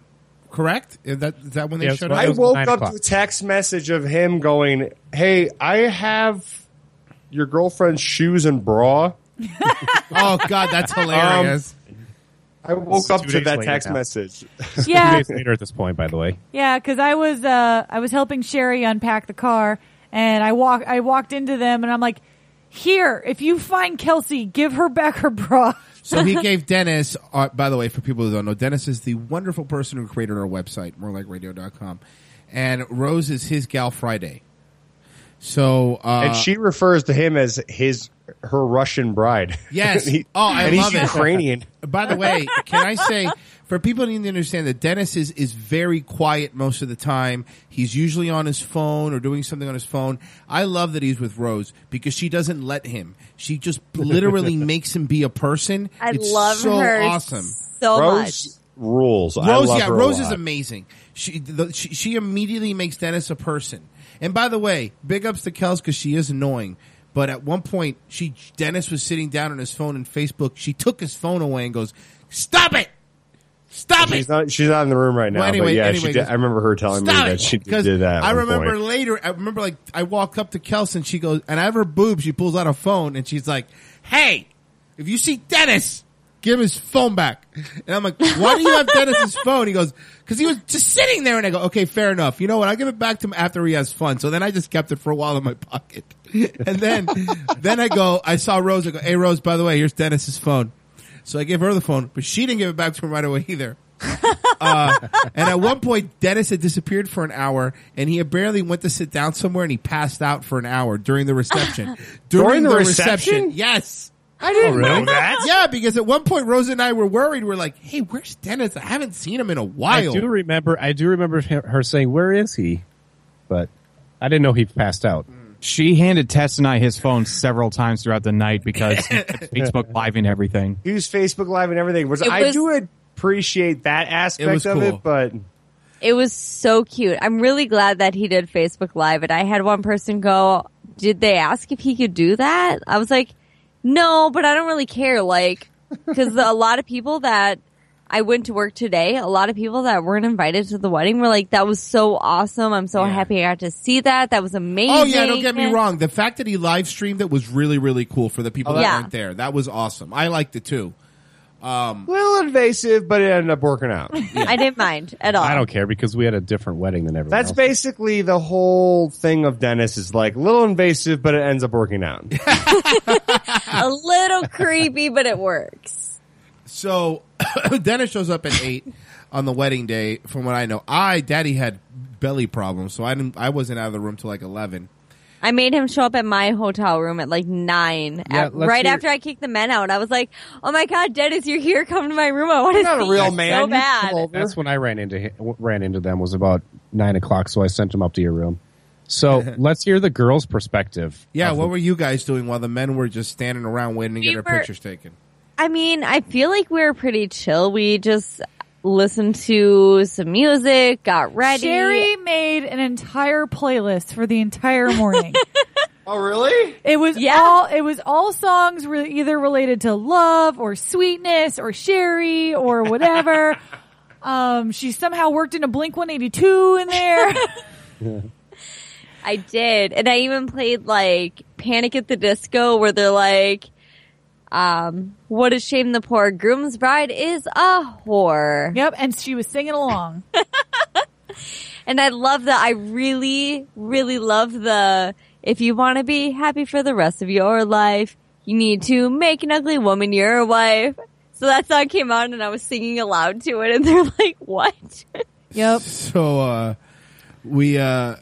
Correct? Is that is that when they showed up?
I woke up to a text message of him going, "Hey, I have your girlfriend's shoes and bra."
oh God, that's hilarious.
I woke up
Um, Two
to
days
that
later
text
now.
message.
Yeah.
Two days later at this point, by the way.
Yeah, because I was uh, I was helping Sherry unpack the car, and I walk I walked into them, and I'm like, "Here, if you find Kelsey, give her back her bra."
So he gave Dennis, uh, by the way, for people who don't know, Dennis is the wonderful person who created our website, morelikeradio.com. And Rose is his gal Friday. So, uh,
and she refers to him as his her Russian bride.
Yes.
He-
oh, I
and
love
he's
it.
Ukrainian.
By the way, can I say for people who need to understand that Dennis is, is very quiet most of the time. He's usually on his phone or doing something on his phone. I love that he's with Rose because she doesn't let him. She just literally makes him be a person.
I
It's
love
so
her
awesome.
so much.
Rose rules. I
Rose,
love
yeah,
her a
Rose is
lot.
amazing. She, the, she she immediately makes Dennis a person. And by the way, big ups to Kels because she is annoying. But at one point, she Dennis was sitting down on his phone and Facebook. She took his phone away and goes, "Stop it, stop it."
She's not, she's not in the room right now.
Well, anyway,
but yeah,
anyway,
she did,
just-
I remember her telling me
Stop
that
it.
she
Because
did that. at
I
one
remember
point.
later. I remember like I walk up to Kels and she goes, and out of her boob, she pulls out a phone and she's like, "Hey, if you see Dennis, give him his phone back." And I'm like, "Why do you have Dennis's phone?" He goes, "Because he was just sitting there." And I go, "Okay, fair enough. You know what? I'll give it back to him after he has fun." So then I just kept it for a while in my pocket, and then then I go, I saw Rose. I go, "Hey, Rose, by the way, here's Dennis's phone." So I gave her the phone, but she didn't give it back to him right away either. Uh, and at one point, Dennis had disappeared for an hour, and he had barely went to sit down somewhere, and he passed out for an hour during the reception.
During the reception?
yes.
I didn't Oh, really? know that.
Yeah, because at one point, Rose and I were worried. We're like, "Hey, where's Dennis? I haven't seen him in a while."
I do remember. I do remember her her saying, "Where is he?" But I didn't know he passed out.
She handed Tess and I his phone several times throughout the night because he was Facebook Live and everything.
He was Facebook Live and everything. Was,
It
I
was-
do appreciate that aspect
was
of
cool.
it, but
It was so cute. I'm really glad that he did Facebook Live. And I had one person go, Did they ask if he could do that? I was like, No, but I don't really care. Like, because a lot of people that I went to work today, a lot of people that weren't invited to the wedding were like, That was so awesome. I'm so happy I got to see that. That was amazing.
Oh yeah, don't get me wrong. The fact that he live streamed it was really, really cool for the people
Oh,
that
yeah.
weren't there. That was awesome. I liked it too. Um,
a little invasive, but it ended up working out.
I didn't mind at all.
I don't care because we had a different wedding than everyone.
Um, That's
else.
basically the whole thing of Dennis is like a little invasive, but it ends up working out.
a little creepy, but it works.
So Dennis shows up at eight on the wedding day. From what I know, I Daddy had belly problems, so I didn't. I wasn't out of the room till like eleven.
I made him show up at my hotel room at like nine,
Yeah,
at-
let's
right
hear-
after I kicked the men out. I was like, "Oh my god, Dennis, you're here! Come to my room. I want to
You're not a
see
real
you
man.
so
You
bad."
That's when I ran into hi- ran into them was about nine o'clock, so I sent them up to your room. So let's hear the girls' perspective.
Yeah,
of
what
the-
were you guys doing while the men were just standing around waiting to
We
get their
were-
pictures taken?
I mean, I feel like we were pretty chill. We just listened to some music, got ready.
Sherry made an entire playlist for the entire morning.
oh, really?
It was all it was all songs re- either related to love or sweetness or Sherry or whatever. um, she somehow worked into Blink One Eighty Two in there.
I did. And I even played like Panic at the Disco where they're like, um, what a shame the poor groom's bride is a whore.
Yep. And she was singing along.
and I love that. I really, really love the, if you want to be happy for the rest of your life, you need to make an ugly woman your wife. So that song came out and I was singing aloud to it and they're like, what?
yep.
So uh, we uh,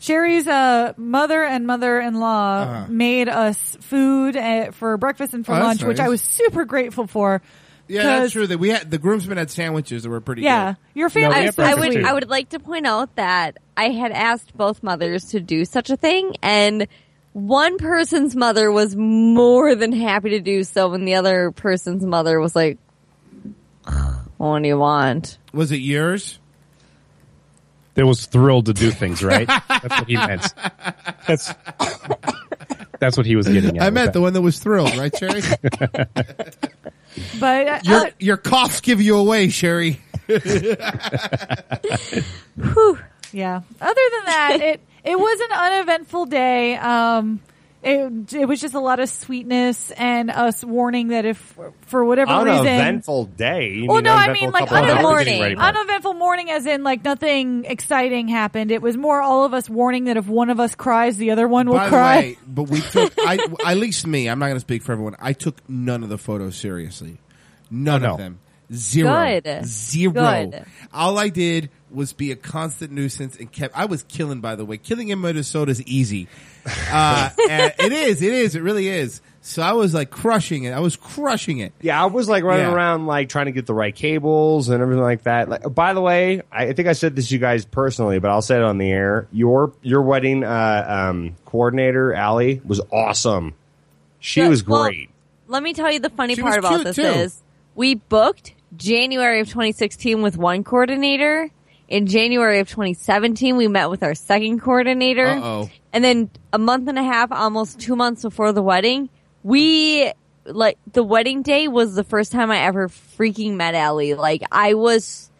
Sherry's uh, mother and mother-in-law
Uh-huh.
made us food uh, for breakfast and for
Oh, that's
lunch, which
nice.
I was super grateful for.
yeah,
'cause-
that's true. That we had the groomsmen had sandwiches that were pretty.
Yeah,
good.
your family.
I,
was so
I would
sweet.
I would like to point out that I had asked both mothers to do such a thing and one person's mother was more than happy to do so and the other person's mother was like what do you want?
Was it yours?
They was thrilled to do things right. that's what he meant. That's that's what he was getting. at.
I
with
meant
that.
the one that was thrilled, right, Sherry?
but uh,
your your coughs give you away, Sherry.
Yeah. Other than that, it it was an uneventful day. Um, it it was just a lot of sweetness and us warning that if for whatever reason.
Uneventful day. You
Well, no, I
uneventful
mean like
couple of hours
uneventful,
getting ready for it.
uneventful morning, as in like nothing exciting happened. It was more all of us warning that if one of us cries, the other one will
By
cry.
the way, but we took I at least me. I'm not going to speak for everyone. I took none of the photos seriously. None of them. Zero.
Good.
Zero.
Good.
All I did was be a constant nuisance and kept. I was killing. By the way, killing in Minnesota is easy. Uh, and it is. It is. It really is. So I was like crushing it. I was crushing it.
Yeah, I was like running
Yeah.
around like trying to get the right cables and everything like that. Like, by the way, I I think I said this to you guys personally, but I'll say it on the air. Your your wedding uh, um, coordinator, Allie, was awesome. She
Good.
was
Well,
great.
Let me tell you the funny
She was
part about
cute,
this
too.
is we booked January of 2016 with one coordinator. In January of 2017, we met with our second coordinator.
Uh-oh.
And then a month and a half, almost two months before the wedding, we like the wedding day was the first time I ever freaking met Ellie. Like I was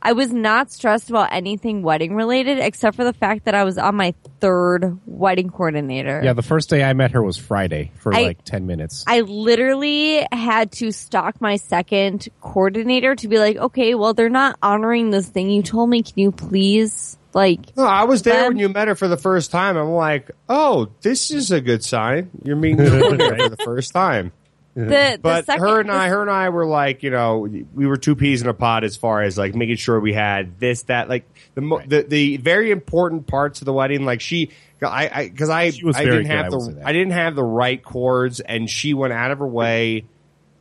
I was not stressed about anything wedding related except for the fact that I was on my third wedding coordinator.
yeah, the first day I met her was Friday for
I-
like ten minutes.
I literally had to stalk my second coordinator to be like, okay, well, they're not honoring this thing you told me. Can you please, like,
No, I was there
Um,
when you met her for the first time. I'm like, oh, this is a good sign. You're meeting your coordinator for the first time.
the, the
But
second,
her and I, her and I were like, you know, we were two peas in a pod as far as like making sure we had this, that, like the mo the, the very important parts of the wedding. Like she, I, I, because I,
She was
I
very
didn't
good, I
have
will say
the,
that.
I didn't have the right chords, and she went out of her way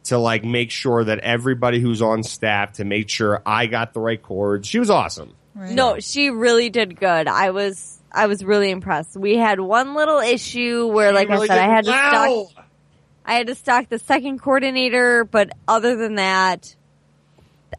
to like make sure that everybody who's on staff to make sure I got the right chords. She was awesome.
no, she really did good. I was, I was really impressed. We had one little issue where, like
really
I said, I
did
had to
well.
stalk, I had to stalk the second coordinator, but other than that,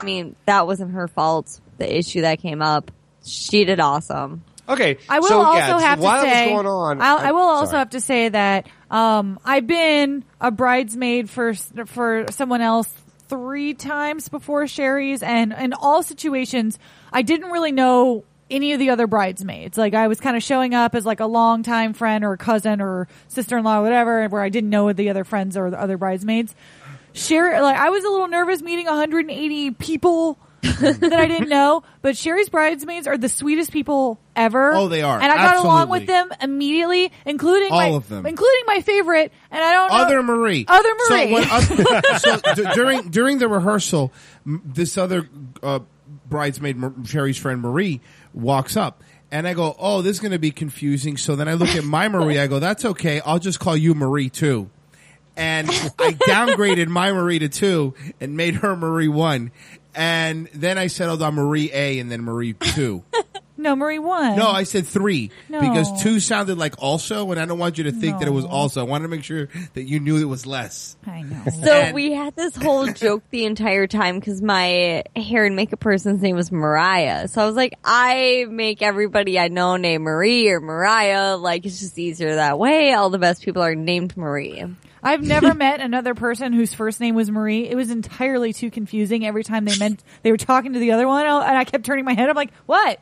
I mean, that wasn't her fault. The issue that came up, she did awesome.
Okay,
I will
so,
also
yeah,
have to
while that was
say.
going on,
I'll, I will also
sorry.
have to say that um, I've been a bridesmaid for s- for someone else three times before Sherry's, and in all situations, I didn't really know any of the other bridesmaids. Like I was kind of showing up as like a longtime friend or cousin or sister in law, or whatever, where I didn't know the other friends or the other bridesmaids. Sherry, like I was a little nervous meeting 180 people that I didn't know, but Sherry's bridesmaids are the sweetest people ever.
Oh, they are.
and I got along
Absolutely.
with them immediately, including
All
my,
of them.
including my favorite. And I don't know
Other Marie.
other
So
Marie.
when us- so d- during during the rehearsal, m- this other uh, bridesmaid, Mar- Sherry's friend Marie, walks up, and I go, "Oh, this is going to be confusing." So then I look at my Marie. I go, "That's okay. I'll just call you Marie too." And I downgraded my Marie to two and made her Marie one, and then I settled on Marie A and then Marie two.
no, Marie won.
No, I said three
No.
because two sounded like also, and I don't want you to think that it was also. I wanted to make sure that you knew it was less.
I know.
So we had this whole joke the entire time because my hair and makeup person's name was Mariah. So I was like, I make everybody I know named Marie or Mariah. Like it's just easier that way. All the best people are named Marie.
I've never met another person whose first name was Marie. It was entirely too confusing every time they meant they were talking to the other one, and I kept turning my head. I'm like, "What?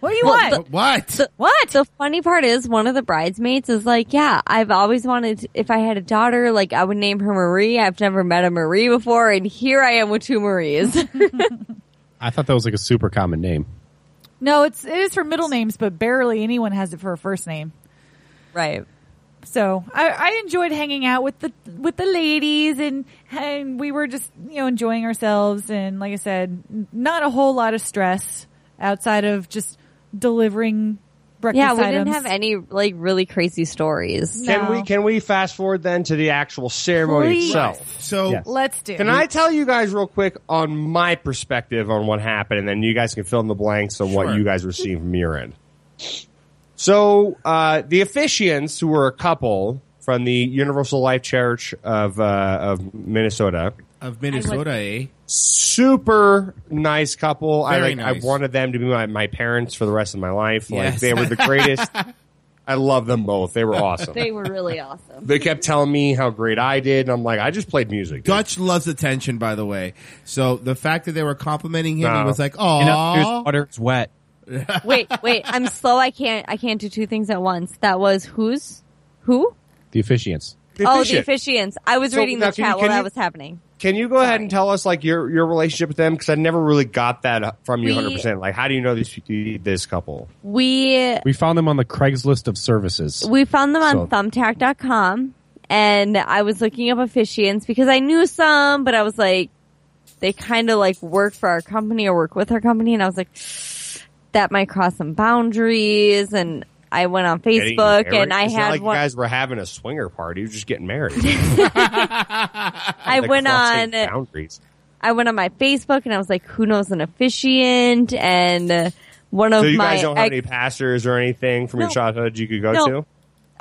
What do you
Well,
want?"
the-
what?
The,
what?
The funny part is one of the bridesmaids is like, yeah, I've always wanted, to- if I had a daughter, like I would name her Marie. I've never met a Marie before. And here I am with two Maries.
I thought that was like a super common name.
No, it's it is for middle names, but barely anyone has it for a first name.
Right.
So I, I enjoyed hanging out with the with the ladies, and and we were just you know enjoying ourselves, and like I said, n- not a whole lot of stress outside of just delivering breakfast
yeah, we didn't
items.
have any like really crazy stories.
Can we can we fast forward then to the actual ceremony
Please.
itself?
So
Let's do.
Can I tell you guys real quick on my perspective on what happened, and then you guys can fill in the blanks on what you guys were seeing from your end. So uh, the officiants, who were a couple from the Universal Life Church of uh, of Minnesota,
Of Minnesota, eh?
super nice couple. I
Very
like.
nice.
I wanted them to be my, my parents for the rest of my life. Like
Yes.
they were the greatest. I love them both. They were awesome.
They were really awesome.
They kept telling me how great I did, and I'm like, I just played music.
Dutch loves attention, by the way. So the fact that they were complimenting him, he
No.
was like,
And upstairs,
"Oh,
water is wet.
wait, wait, I'm slow. I can't, I can't do two things at once. That was who's, who?
The officiants.
Oh, the officiants. I was
So,
reading the
now, can you-
chat while
can
that
you-
was happening.
Can you go ahead and tell us like your your relationship with them? Because I never really got that from you
We-
100. percent Like, how do you know this this couple?
We,
We found them on the Craigslist of services.
We found them on
So-
thumbtack.com and I was looking up officiants because I knew some, but I was like, they kind of like work for our company or work with our company. And I was like, that might cross some boundaries. And I went on
Getting
Facebook
married?
and I
it's not
had
like
one.
you guys were having a swinger party. You were just getting married.
I
Like,
went on,
crossing boundaries.
I went on my Facebook and I was like, who knows an officiant? And uh, one of
so you
my,
guys don't have
ex-
any pastors or anything from your
No.
childhood you could go
No.
to?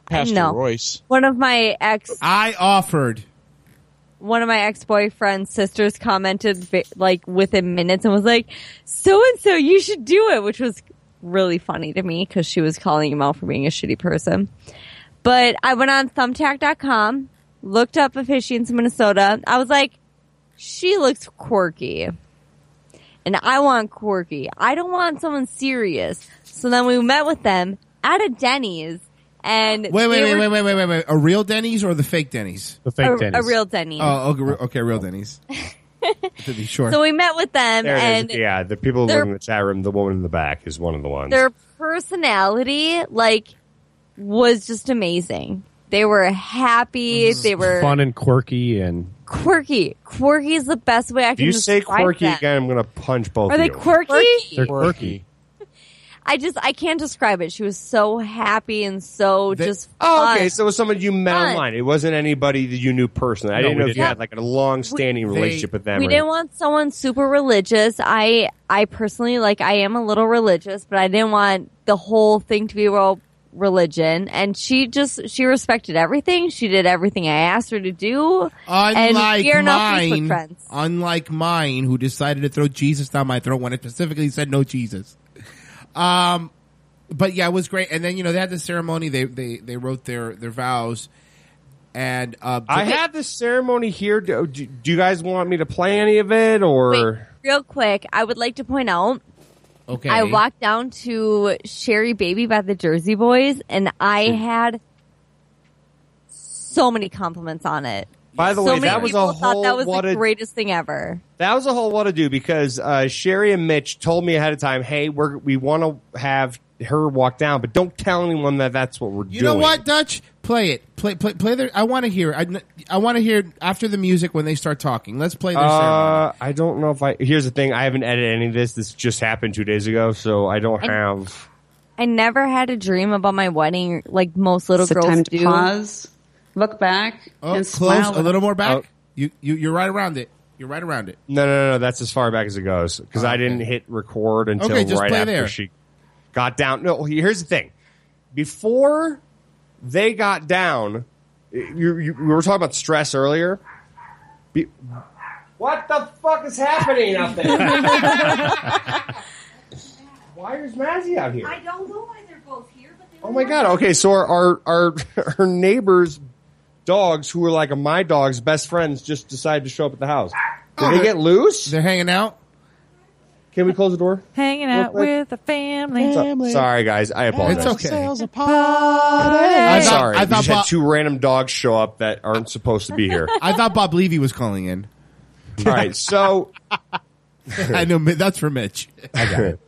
Pastor No.
Royce.
one of my ex
I offered."
one of my ex boyfriend's sisters commented vi- like within minutes and was like, "So and so, you should do it," which was really funny to me because she was calling him out for being a shitty person. But I went on Thumbtack.com, looked up officiants in Minnesota. I was like, "She looks quirky," and I want quirky. I don't want someone serious. So then we met with them at a Denny's, and
Wait, wait,
they
wait,
were-
wait, wait, wait, wait, wait. A real Denny's or the fake Denny's?
The
fake A- a Denny's. real Denny's.
Oh, okay, re- okay real Denny's. to be sure.
So we met with them,
There it
and
is. Yeah, the people
they're-
in the chat room, the woman in the back is one of the ones.
their personality like was just amazing. They were happy. They were
Fun and quirky and
quirky. Quirky is the best way I
If
can
you say
describe
quirky
them.
again, I'm going to punch both
Are
of
they
you.
quirky? Quirky.
they're quirky.
I just I can't describe it. She was so happy and so just
Oh, okay.
fun.
So it was someone you met
Fun.
online. It wasn't anybody that you knew personally. I
No,
didn't
we
know if you
didn't.
had like a long-standing
We-
relationship with them.
we
or-
didn't want someone super religious. I I personally like I am a little religious, but I didn't want the whole thing to be real religion. And she just she respected everything. She did everything I asked her to do. and
Unlike
we are now Facebook
mine,
friends.
unlike mine, who decided to throw Jesus down my throat when I specifically said no Jesus. Um, but yeah, it was great. And then you know they had the ceremony. They they they wrote their their vows, and uh,
I have this ceremony here. Do, do, do you guys want me to play any of it or?
Real quick, I would like to point out
okay.
I walked down to Sherry Baby by the Jersey
Mm.
Boys, and I had so many compliments on it.
By the
so
way,
many
that was
people
a
thought that
whole
was
lot
the
of-
greatest thing ever.
That was a whole lot to do because uh, Sherry and Mitch told me ahead of time, "Hey, we're, we want to have her walk down, but don't tell anyone that that's what we're doing."
You know what, Dutch? Play it. Play play play their. I want to hear. I, I want to hear after the music when they start talking. Let's play their. ceremony.
Uh, I don't know if I. Here's the thing: I haven't edited any of this. This just happened two days ago, so I don't
And-
have.
I never had a dream about my wedding like most little
It's a
girls
time to
do.
pause,
look back,
Oh, close
uh,
a little more
Oh.
back. You you you're right around it. You're right around it.
No, no, no, no. That's as far back as it goes because I didn't hit record until
Okay, just
right
play
after
there.
she got down. No, here's the thing: before they got down, you, you, we were talking about stress earlier. Be- What the fuck is happening up Why is Mazzy out here?
don't know why they're both here, but
Oh my god! Okay, so our our our, our neighbors' dogs, who were like my dog's best friends, just decided to show up at the house. Did
Oh,
they
they're-
get loose?
They're hanging out.
Can we close the door?
Hanging out
Look like-
with the family.
So- sorry, guys. I apologize.
It's okay.
I'm
I thought-
sorry.
I
we
thought
just had
Bob-
two random dogs show up that aren't supposed to be here.
I thought Bob Levy was calling in.
All right, so
I know Mi- that's for Mitch. I got it.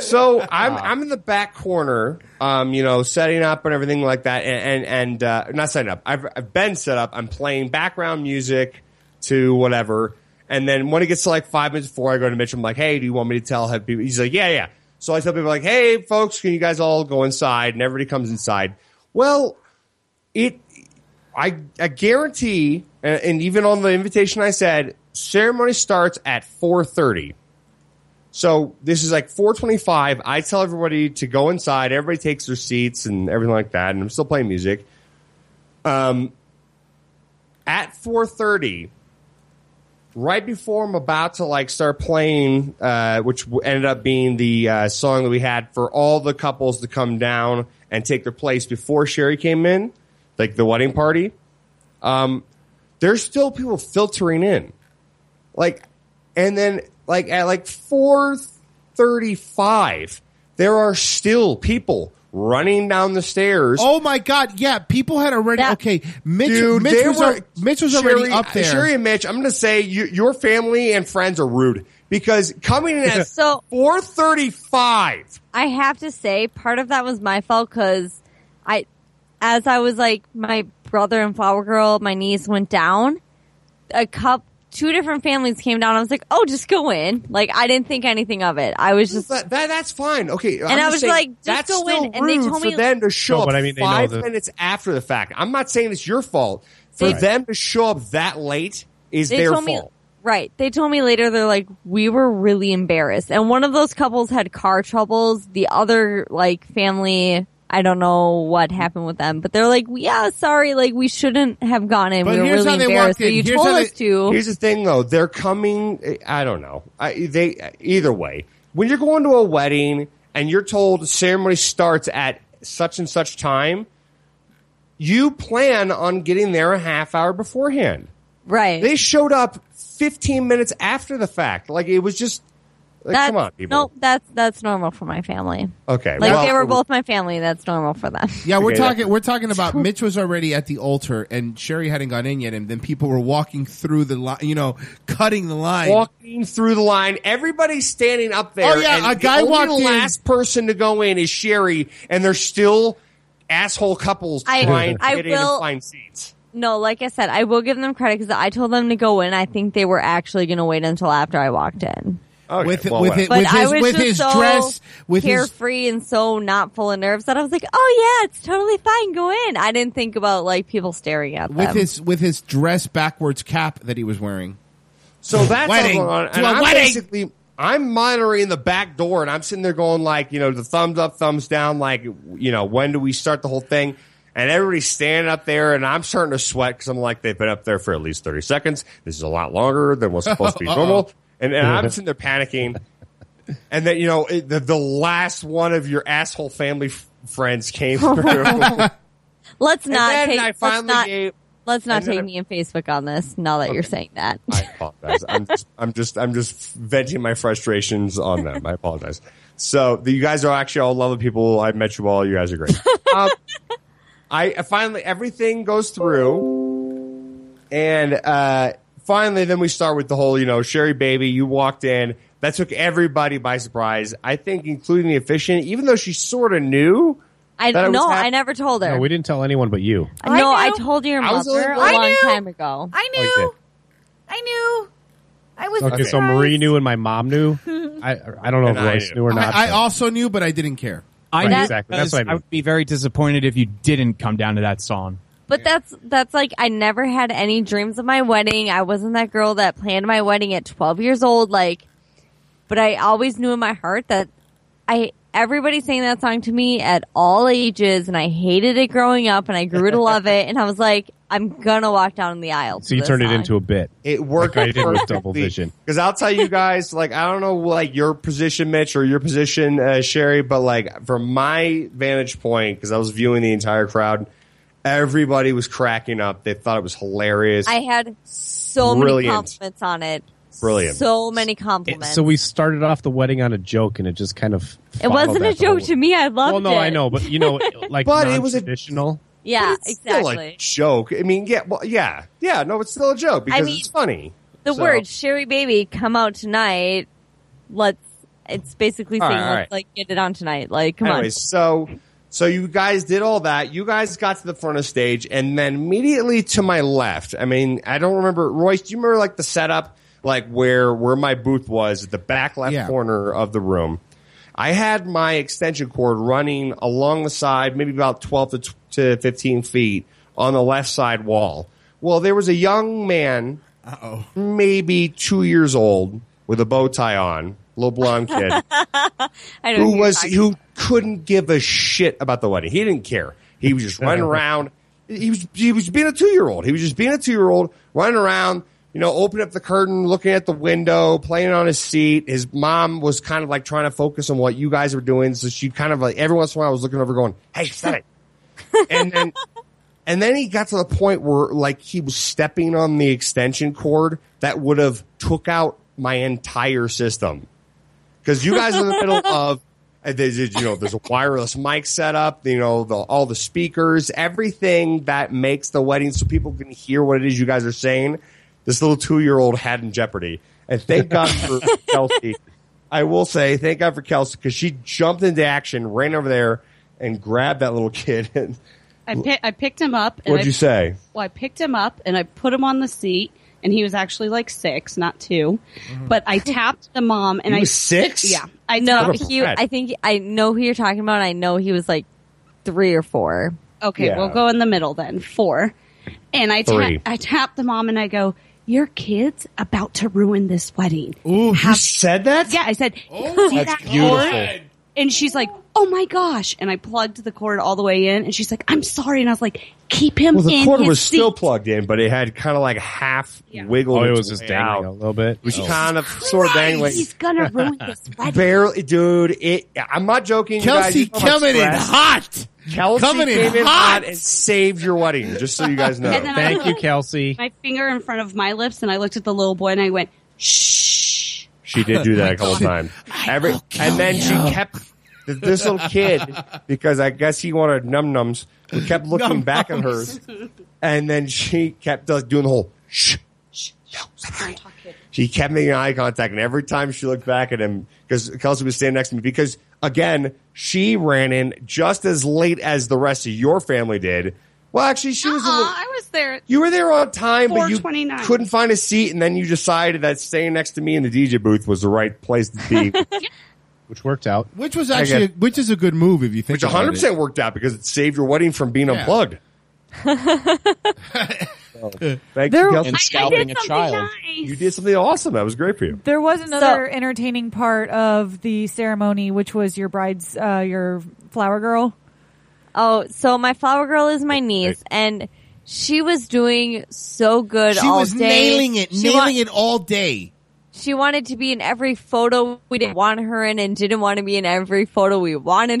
So I'm I'm in the back corner, um, you know, setting up and everything like that, and and, and uh, not setting up. I've I've been set up. I'm playing background music to whatever, and then when it gets to like five minutes before I go to Mitch, I'm like, hey, do you want me to tell have people? He's like, yeah, yeah. So I tell people like, hey, folks, can you guys all go inside? And everybody comes inside. Well, it I, I guarantee, and, and even on the invitation, I said ceremony starts at four thirty. So this is like four twenty five. I tell everybody to go inside. Everybody takes their seats and everything like that. And I'm still playing music. Um, at four thirty, right before I'm about to like start playing, uh, which w- ended up being the uh, song that we had for all the couples to come down and take their place before Sherry came in, like the wedding party. Um, there's still people filtering in, like, and then like at like four thirty-five, there are still people running down the stairs.
Oh my god! Yeah, people had already. okay, Mitch.
Dude,
Mitch,
they
was
were-
al- Mitch was already
Sherry-
up there.
Sherry and Mitch, I'm going to say you, your family and friends are rude because coming in at
So-
4:35.
I have to say, part of that was my fault because I, as I was like, my brother and Flower Girl, my niece went down. A cup, two different families came down. I was like, oh, just go in. Like, I didn't think anything of it. I was just.
That, that's fine. Okay.
And
I'm
I
just
was
saying,
like, just
that's
go
still
in. And they
rude
told
for
me.
them to show
No,
up
but I mean, they know
five
the-
minutes after the fact. I'm not saying it's your fault. For
They-
them to show up that late is
they
their
told
fault.
me right they told me later they're like we were really embarrassed and one of those couples had car troubles the other like family i don't know what happened with them but they're like yeah sorry like we shouldn't have gone in we were really embarrassed so you told us to
Here's the thing, though. They're coming. I don't know. I, they either way. When you're going to a wedding and you're told ceremony starts at such and such time, you plan on getting there a half hour beforehand.
Right.
They showed up 15 minutes after the fact. Like it was just. Like,
that's,
come on, people.
no that's that's normal for my family
Okay.
like
well-
they were both my family that's normal for them
Yeah, we're
Okay,
talking.
that-
We're talking about Mitch was already at the altar, and Sherry hadn't gone in yet, and then people were walking through the line. You know, cutting the line.
walking through the line. Everybody's standing up there.
Oh, yeah,
and
a guy
the only
walked in.
last person to go in is Sherry, and they're still asshole couples
I-
trying to
I
get in
will-
and find seats.
no like i said i will give them credit because i told them to go in i think they were actually going to wait until after i walked in
with
well,
with, his,
But
with
I
his
was
with
just
his
so
dress with his
carefree and so not full of nerves that I was like, "Oh yeah, it's totally fine. Go in." I didn't think about like people staring at
with
them.
his with his dress backwards cap that he was wearing.
So that's
Wedding.
all going on.
To
And
a
I'm
wedding.
basically I'm monitoring the back door and I'm sitting there going like, you know, the thumbs up, thumbs down, like you know, when do we start the whole thing? And everybody's standing up there, and I'm starting to sweat because I'm like, they've been up there for at least 30 seconds. This is a lot longer than what's supposed to be
Uh-oh.
normal. And, and I'm sitting there panicking. And then, you know, it, the, the last one of your asshole family f- friends came through.
let's
And
not
then
take.
I
let's
finally
not,
gave-
let's not
and then
take
I-
me and Facebook on this. Now that you're saying that,
I apologize. I'm just, I'm just, I'm just venting my frustrations on them. I apologize. So the, you guys are actually all lovely people. I met you all. You guys are great. Um, I I finally everything goes through, And uh, finally, then we start with the whole, you know, Sherry Baby, you walked in. That took everybody by surprise. I think, including the officiant, even though she sort of knew.
I
that it was
no,
hap-
I never told her.
No, we didn't tell anyone but you.
I know. I told your
I was the
mother a
only one.
long
I knew.
time ago.
I
Oh, you
knew. I knew. I was
Okay, so
surprised.
Marie knew and my mom knew. I I don't know
And
if
I
Royce
knew.
knew or not.
I, I
but-
also knew, but I didn't care.
I
Right,
knew
exactly. That's
because
what I mean.
would be very disappointed if you didn't come down to that song.
But that's that's like I never had any dreams of my wedding. I wasn't that girl that planned my wedding at 12 years old like but I always knew in my heart that I everybody sang that song to me at all ages and I hated it growing up and I grew to love it and I was like I'm gonna walk down the aisle.
so you turned it into a bit.
It worked
Like I did with double vision.
Because I'll tell you guys, like I don't know, like your position, Mitch, or your position, uh, Sherry, but like from my vantage point, because I was viewing the entire crowd, everybody was cracking up. They thought it was hilarious.
I had so
Brilliant.
many compliments on it.
Brilliant.
So many compliments.
So we started off the wedding on a joke, and it just kind of.
it wasn't a joke to me. I loved
Well, Oh, no,
it.
I know, but you know, like,
But it was a-
traditional.
Yeah,
Still
exactly.
a joke. I mean, yeah, well, yeah, yeah. No, it's still a joke because
mean,
it's funny.
the
So-
words "Sherry Baby" come out tonight. Let's. It's basically
All
saying
right, all right.
let's like get it on tonight. Like, come
Anyways, so so you guys did all that. You guys got to the front of stage, and then immediately to my left. I mean, I don't remember Royce. Do you remember like the setup, like where where my booth was at the back left
Yeah.
corner of the room? I had my extension cord running along the side, maybe about twelve to, t- to fifteen feet on the left side wall. Well, there was a young man, maybe two years old, with a bow tie on, little blonde kid
on. I don't
who
know
was who couldn't give a shit about the wedding. He didn't care. He was just running around. He was he was being a two year old. He was just being a two year old running around. You know, opening up the curtain, looking at the window, playing on his seat. His mom was kind of like trying to focus on what you guys were doing, so she kind of like every once in a while was looking over, going, "Hey, set it." and then and then he got to the point where like he was stepping on the extension cord that would have took out my entire system because you guys are in the middle of uh, there's you know there's a wireless mic setup you know the, all the speakers everything that makes the wedding so people can hear what it is you guys are saying this little two year old had in jeopardy and thank god for kelsey i will say thank god for kelsey because she jumped into action ran over there and grabbed that little kid and
I, pi- I picked him up. And
what'd
I-
you say
Well, I picked him up and I put him on the seat, and he was actually like six, not 2 But I tapped the mom,
Mm-hmm.
and
He
I
was six?
Yeah, I
No,
tapped-
he. I think I know who you're talking about. I know he was like three or four.
Okay,
Yeah.
we'll go in the middle then. Four. And I ta-
Three.
I tap the mom and I go, "Your kid's about to ruin this wedding."
Ooh, you said that?
Yeah, I said,
Oh,
"See
That's
that cord?"
beautiful.
And she's like, "Oh my gosh!" And I plugged the cord all the way in, and she's like, "I'm sorry." And I was like, "Keep him
well the
in
cord
his
was
seat."
still plugged in but it had kind of like half wiggled
Oh, it
its
was just
way
dangling
out.
a little bit.
It was
Oh.
kind of sort of dangling.
He's gonna ruin this wedding.
Barely, dude. It. I'm not joking. you guys.
Kelsey
You know how much
coming in
stress-
hot.
Kelsey
coming in
came in
hot.
hot and saved your wedding. Just so you guys know.
And then I Thank you,
Kelsey.
My finger in front of my lips, and I looked at the little boy, and I went,
She did do that a couple times. Every, and then she kept th- this little kid because I guess he wanted num nums. We kept looking back at hers, and then she kept uh, doing the whole shh. She kept making eye contact, and every time she looked back at him, because Kelsey was standing next to me, because again, she ran in just as late as the rest of your family did. Well, actually, she was. A little,
I was there.
you were there on time, but you
429.
couldn't find a seat, and then you decided that staying next to me in the DJ booth was the right place to be,
which worked out.
Which was actually, which is a good move if you think
which 100 percent worked out because it saved your wedding from being unplugged. So, thank
There-
you, Kelsey.
And I- I scalping did a something child. nice.
You did something awesome. That was great for you.
There was another entertaining part of the ceremony, which was your bride's, uh, your flower girl.
Oh, so my flower girl is my niece, and she was doing so good
She
all
was
day.
nailing it,
She
nailing
wa-
it all day.
She wanted to be in every photo we didn't want her in, and didn't want to be in every photo we wanted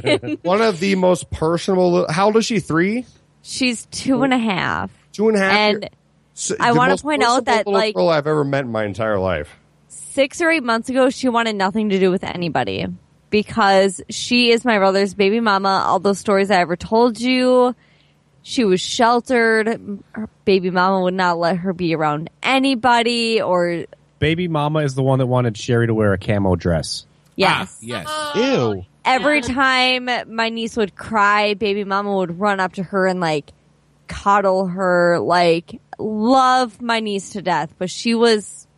in.
One of the most personable. How old is she? Three,
She's two and a half.
two and a half.
And
So,
I
the
wanna
most
point
personable
out that,
little
like-
girl I've ever met in my entire life.
six or eight months ago, she wanted nothing to do with anybody because she is my brother's baby mama. All those stories I ever told you. She was sheltered. Her baby mama would not let her be around anybody or
Baby Mama is the one that wanted Sherry to wear a camo dress.
yes.
yes.
Ew.
Every time my niece would cry, baby mama would run up to her and like coddle her, like love my niece to death. But she was,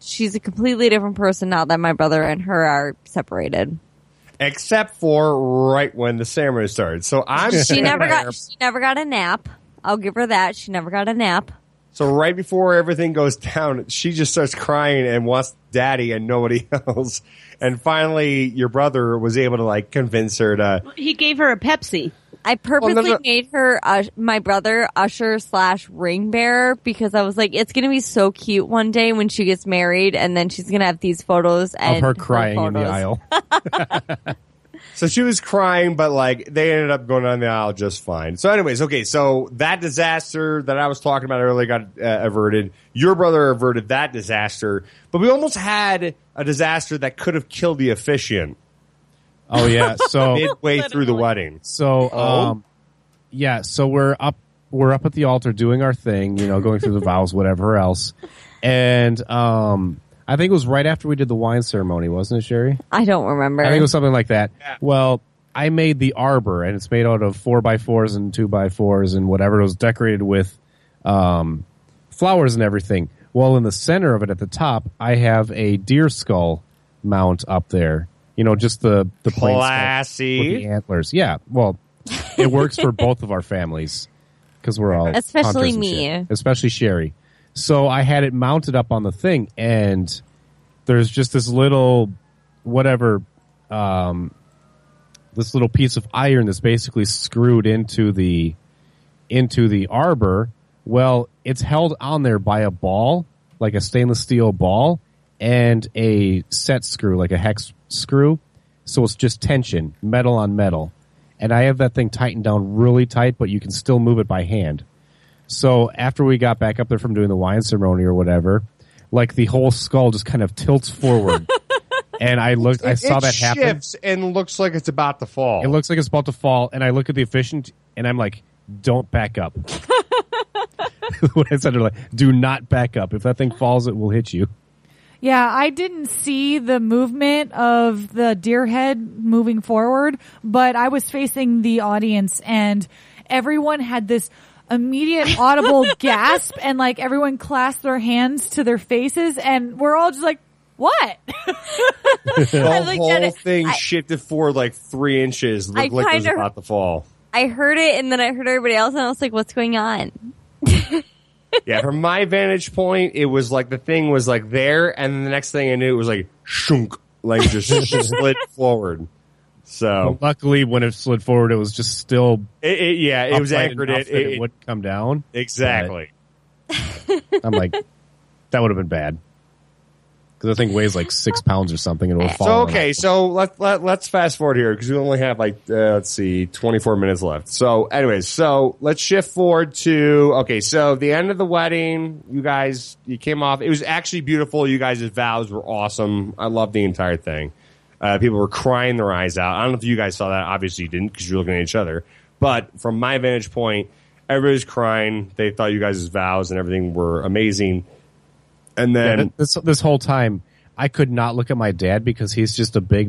she's a completely different person now that my brother and her are separated.
except for right when the ceremony started. So I'm
she
sitting
never
there.
got, she never got a nap. I'll give her that. She never got a nap.
So right before everything goes down, she just starts crying and wants daddy and nobody else. And finally, your brother was able to like convince her to.
He gave her a Pepsi.
I purposely
no.
made her uh, my brother usher slash ring bearer because I was like, it's gonna be so cute one day when she gets married, and then she's gonna have these photos and
Of her crying in the
photos.
aisle.
So she was crying, but like they ended up going down the aisle just fine. So, anyways, okay, so that disaster that I was talking about earlier got uh, averted. Your brother averted that disaster, but we almost had a disaster that could have killed the officiant.
Oh yeah, so
midway through the wedding.
So um, yeah, so we're up we're up at the altar doing our thing, you know, going through the vows, whatever else. And um, I think it was right after we did the wine ceremony, wasn't it, Sherry?
I don't remember.
I think it was something like that. Well, I made the arbor, and it's made out of four by fours and two by fours and whatever. It was decorated with um, flowers and everything. Well, in the center of it, at the top, I have a deer skull mount up there. You know, just the the plain skull
Classy.
with the antlers. Yeah. Well, it works for both of our families because we're all
Especially
hunters and
me.
shit. especially Sherry. So I had it mounted up on the thing, and there's just this little whatever um, this little piece of iron that's basically screwed into the into the arbor. Well, it's held on there by a ball, like a stainless steel ball, and a set screw, like a hex screw. So it's just tension, metal on metal. And I have that thing tightened down really tight, but you can still move it by hand. So after we got back up there from doing the wine ceremony or whatever, like the whole skull just kind of tilts forward. and I looked, I
It-
saw
it
that happen.
shifts and looks like it's about to fall.
It looks like it's about to fall, and I look at the efficient, and I'm like, "Don't back up." what I said, I'm like, "Do not back up. If that thing falls, it will hit you."
Yeah, I didn't see the movement of the deer head moving forward, but I was facing the audience and everyone had this immediate audible gasp and like everyone clasped their hands to their faces and we're all just like, what?
I
the
looked
whole
at it.
thing
I-
shifted forward like three inches.
I
Looked like it was
kinda-
about to fall.
I heard it, and then I heard everybody else, and I was like, what's going on?
yeah, from my vantage point, it was like the thing was like there, and then the next thing I knew, it was like shunk, like just, just slid forward. So
luckily, when it slid forward, it was just still.
it, it- yeah, it was
upright
anchored.
enough
It,
that
it,
would come down.
exactly.
But I'm like, that would have been bad because the thing weighs like six pounds or something, and it
Eh.
would fall.
So
on
okay, so let, let let's fast forward here because we only have like uh, let's see, twenty four minutes left. So, anyways, so let's shift forward to okay. So the end of the wedding, you guys, you came off. It was actually beautiful. You guys' vows were awesome. I love the entire thing. Uh, people were crying their eyes out. I don't know if you guys saw that. Obviously, you didn't because you're looking at each other. But from my vantage point, everybody's crying. They thought you guys' vows and everything were amazing. And
Yeah,
then
th- this this whole time. I could not look at my dad because he's just a big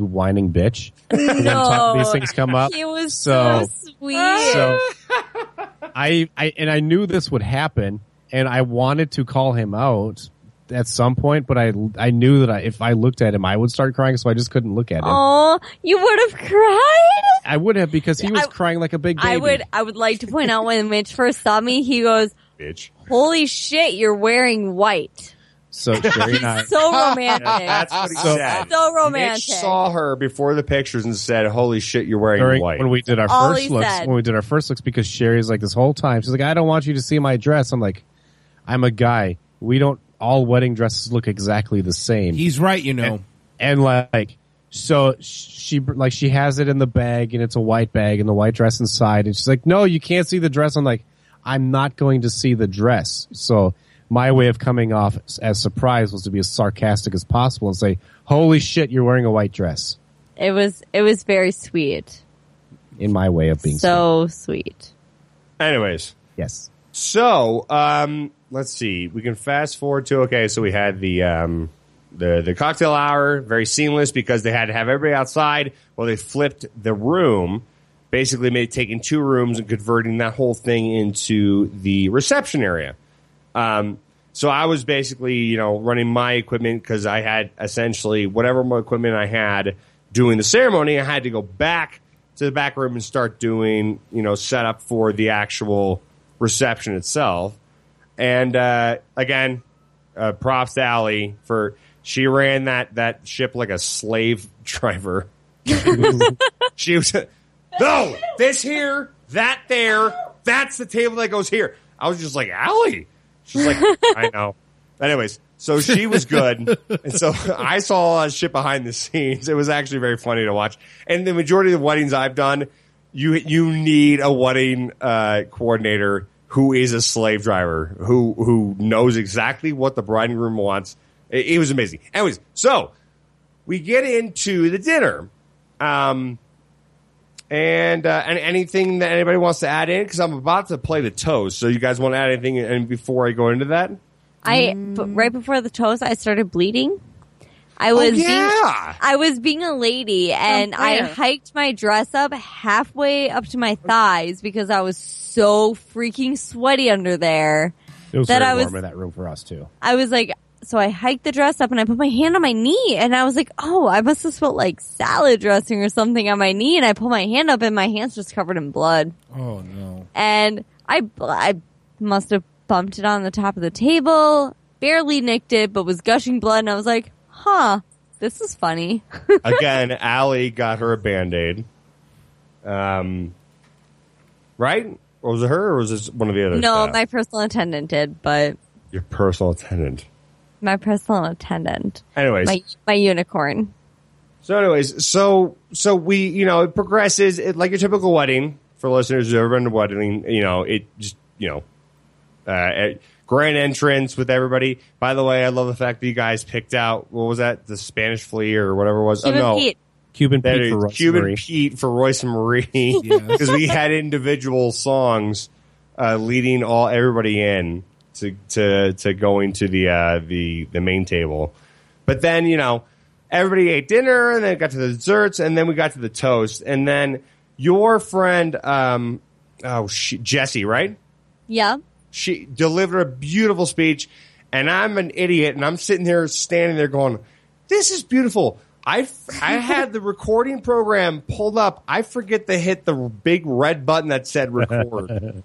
whining bitch. When
No.
these things come up,
He was
so
so, sweet.
So I, I and I knew this would happen, and I wanted to call him out at some point, but I I knew that I, if I looked at him, I would start crying, so I just couldn't look at him.
Oh, you would have cried.
I would have because he was
I-
crying like a big baby.
I would. I would like to point out when Mitch first saw me, he goes,
bitch.
"Holy shit, you're wearing white."
So Sherry and I,
So romantic.
That's what he said.
So romantic.
Mitch saw her before the pictures and said, "Holy shit, you're wearing
during-
white."
when we did our
All
first
he
looks,
said.
when we did our first looks, because Sherry's like this whole time, she's like, I don't want you to see my dress. I'm like, I'm a guy. We don't all wedding dresses look exactly the same.
He's right, you know.
and, and, like so sh- she br- like she has it in the bag and it's a white bag and the white dress inside and she's like no you can't see the dress i'm like i'm not going to see the dress so my way of coming off s- as surprised was to be as sarcastic as possible and say holy shit you're wearing a white dress
It was. It was very sweet.
in my way of being
So sweet.
Anyways,
yes.
So um, let's see. We can fast forward to okay. So we had the um, the the cocktail hour, very seamless because they had to have everybody outside. Well, they flipped the room, basically made taking two rooms and converting that whole thing into the reception area. Um, so I was basically you know running my equipment because I had essentially whatever my equipment I had doing the ceremony. I had to go back to the back room and start doing you know setup for the actual reception itself. And uh, again, uh, props to Allie for she ran that that ship like a slave driver. she was no this here, that there, that's the table that goes here. I was just like Allie. She's like, I know. Anyways, so she was good, and so I saw a shit behind the scenes. It was actually very funny to watch. And the majority of the weddings I've done, you you need a wedding uh, coordinator who is a slave driver who who knows exactly what the bride and groom wants. It, it was amazing. Anyways, so we get into the dinner, um, and uh, and anything that anybody wants to add in because I'm about to play the toast. So you guys want to add anything? And before I go into that,
I but right before the toast, I started bleeding. I was
yeah.
being, I was being a lady and I hiked my dress up halfway up to my thighs because I was so freaking sweaty under there
It was
that
very
I was
warm in that room for us too.
I was like so I hiked the dress up and I put my hand on my knee and I was like, "Oh, I must have spilled like salad dressing or something on my knee." And I pulled my hand up and my hand's just covered in blood.
Oh no.
And I bl- I must have bumped it on the top of the table, barely nicked it, but was gushing blood and I was like, "Huh, this is funny."
again, Allie got her a band aid. Um, right? Or was it her, or was this one of the other?
no,
staff?
my personal attendant did, but
your personal attendant.
my personal attendant.
Anyways,
My my unicorn.
So, anyways, so so we, you know, it progresses it, like your typical wedding for listeners who've ever been to a wedding. You know, it just, you know, uh, eh, grand entrance with everybody. By the way, I love the fact that you guys picked out what was that, the Spanish flea or whatever it was.
Cuban
oh, no.
Pete.
Cuban
That
Pete
is
for Royce
Cuban
Marie.
Pete for Royce and Marie because we had individual songs uh, leading all everybody in to to to going to the uh, the the main table. But then you know everybody ate dinner and then it got to the desserts and then we got to the toast and then your friend um oh she, Jesse right
Yeah.
she delivered a beautiful speech, and I'm an idiot, and I'm sitting there, standing there, going, "This is beautiful." I f- I had the recording program pulled up. I forget to hit the big red button that said record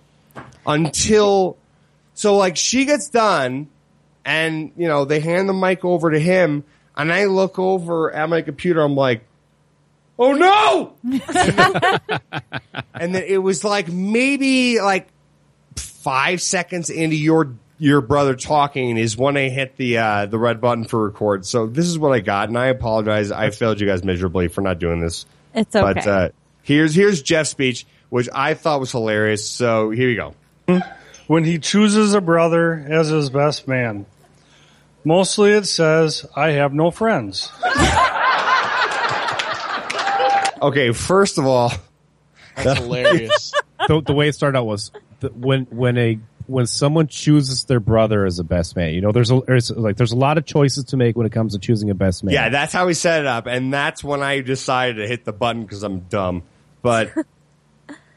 until so like she gets done, and you know they hand the mic over to him, and I look over at my computer. I'm like. Oh no! and then it was like maybe like five seconds into your your brother talking is when I hit the uh, the red button for record. So this is what I got, and I apologize. I failed you guys miserably for not doing this.
It's
But
okay.
uh, here's here's Jeff's speech, which I thought was hilarious. So here you go.
when he chooses a brother as his best man. Mostly it says, I have no friends.
Okay, first of all,
That's hilarious.
the, the way it started out was th when when a when someone chooses their brother as a best man, you know, there's a there's like there's a lot of choices to make when it comes to choosing a best man.
Yeah, that's how we set it up, and that's when I decided to hit the button because I'm dumb. But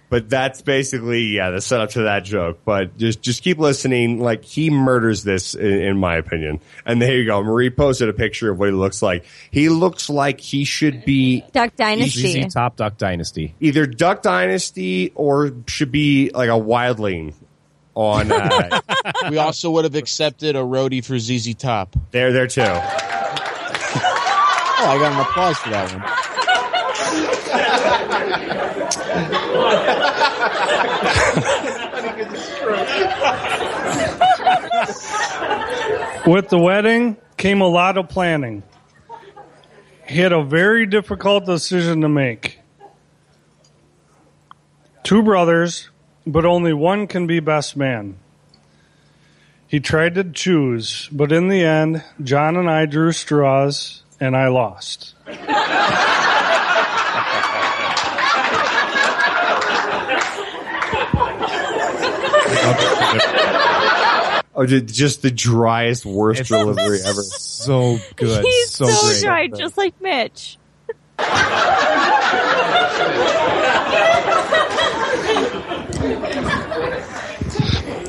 but that's basically yeah the setup to that joke. But just just keep listening. Like he murders this, in, in my opinion. And there you go. Marie posted a picture of what he looks like. He looks like he should be
Duck
ZZ
Dynasty.
Top Duck Dynasty.
either Duck Dynasty or should be like a wildling on. Uh,
we also would have accepted a roadie for ZZ Top.
there there too.
Oh, I got an applause for that one.
With the wedding came a lot of planning. He had a very difficult decision to make. Two brothers, but only one can be best man. He tried to choose, but in the end, John and I drew straws and I lost.
Oh, ju- just the driest, worst delivery ever.
So good.
He's so,
great.
dry, just like Mitch.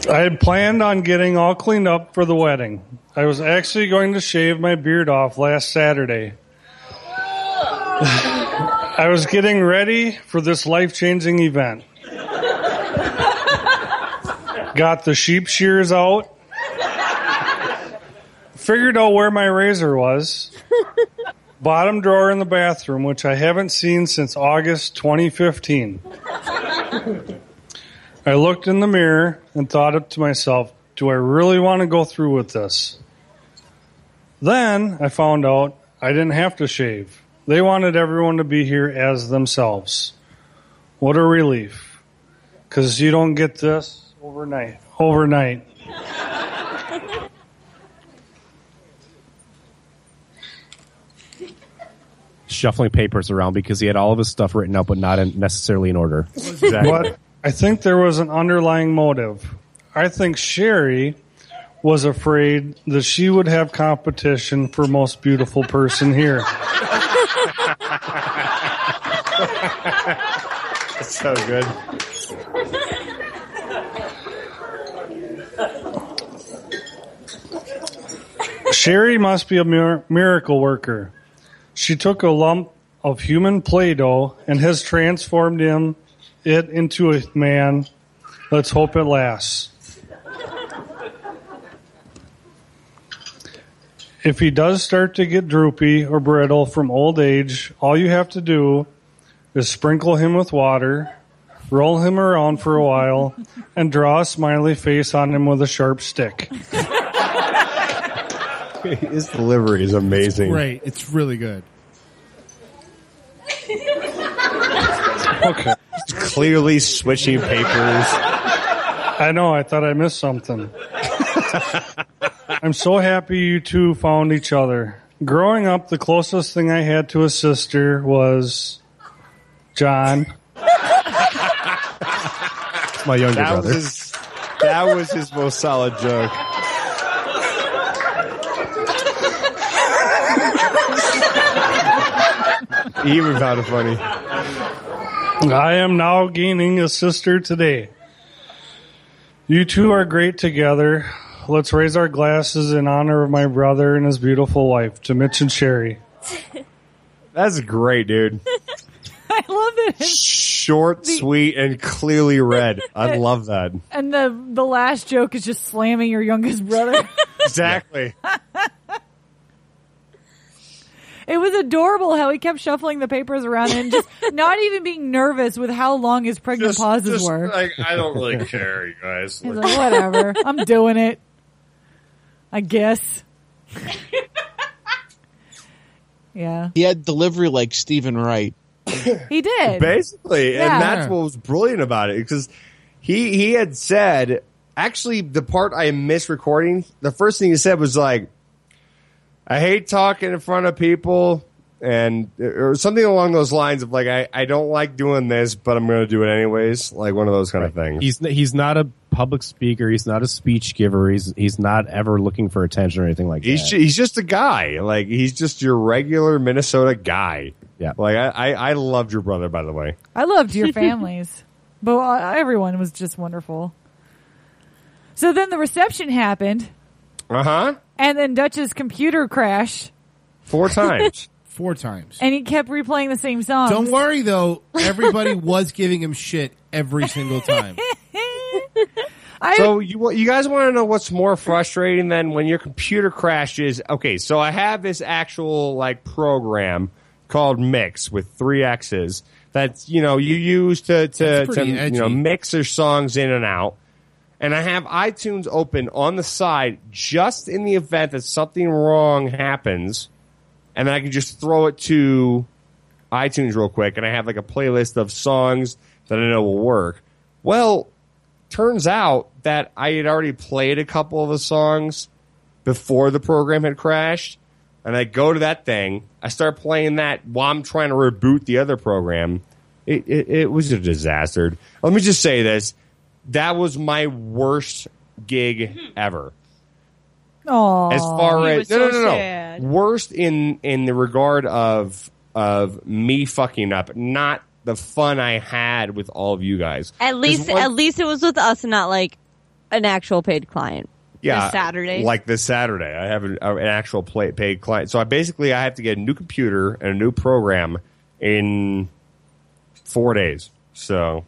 I had planned on getting all cleaned up for the wedding. I was actually going to shave my beard off last Saturday. I was getting ready for this life changing event. Got the sheep shears out. Figured out where my razor was. Bottom drawer in the bathroom, which I haven't seen since August 2015. I looked in the mirror and thought to myself, do I really want to go through with this? Then I found out I didn't have to shave. They wanted everyone to be here as themselves. What a relief. Because you don't get this overnight. Overnight.
Shuffling papers around because he had all of his stuff written up, but not in, necessarily in order.
But I think there was an underlying motive. I think Sherry was afraid that she would have competition for most beautiful person here.
That's so good.
Sherry must be a mir- miracle worker. She took a lump of human Play Doh and has transformed him, it into a man. Let's hope it lasts. If he does start to get droopy or brittle from old age, all you have to do is sprinkle him with water, roll him around for a while, and draw a smiley face on him with a sharp stick.
His delivery is amazing.
Great. It's really good.
Okay.
Clearly switching papers.
I know. I thought I missed something. I'm so happy you two found each other. Growing up, the closest thing I had to a sister was John.
It's my younger
that
brother.
Was his, that was his most solid joke. he even found it funny.
I am now gaining a sister today. You two are great together. Let's raise our glasses in honor of my brother and his beautiful wife, to Mitch and Sherry.
That's great, dude.
I love that. his-
Short, sweet, and clearly red. I love that.
And the the last joke is just slamming your youngest brother.
Exactly.
It was adorable how he kept shuffling the papers around and just not even being nervous with how long his pregnant pauses were.
Like, I don't really care, you guys.
He's like, whatever, I'm doing it. I guess. yeah,
He had delivery like Stephen Wright.
he did.
Basically,
Yeah.
and that's what was brilliant about it because he he had said actually the part I missed recording. The first thing he said was like, "I hate talking in front of people." And or something along those lines of like I, I don't like doing this, but I'm going to do it anyways, like one of those kind of things.
He's he's not a public speaker. He's not a speech giver. He's he's not ever looking for attention or anything like that.
He's ju- he's just a guy. Like he's just your regular Minnesota guy.
Yeah.
Like I, I, I loved your brother by the way.
I loved your families, but uh, everyone was just wonderful. So then the reception happened,
Uh huh.
and then Dutch's computer crashed,
Four times.
Four times.
and he kept replaying the same song.
Don't worry though, everybody was giving him shit every single time.
I,
so you wa- you guys want to know what's more frustrating than when your computer crashes? Okay, so I have this actual like program called Mix with three X's that you know you use to to,
That's
to
pretty
you
edgy.
know mix your songs in and out. And I have iTunes open on the side just in the event that something wrong happens, and then I can just throw it to iTunes real quick, and I have like a playlist of songs that I know will work. Well, turns out that I had already played a couple of the songs before the program had crashed. And I go to that thing, I start playing that while I'm trying to reboot the other program. It, it, it was a disaster. Let me just say this that was my worst gig ever.
Oh,
as far as no, no, no, no, worst in in the regard of of me fucking up, not the fun I had with all of you guys.
At least, at least it was with us, and not like an actual paid client.
Yeah, like this Saturday, I have an, uh, an actual play, paid client. So I basically I have to get a new computer and a new program in four days. So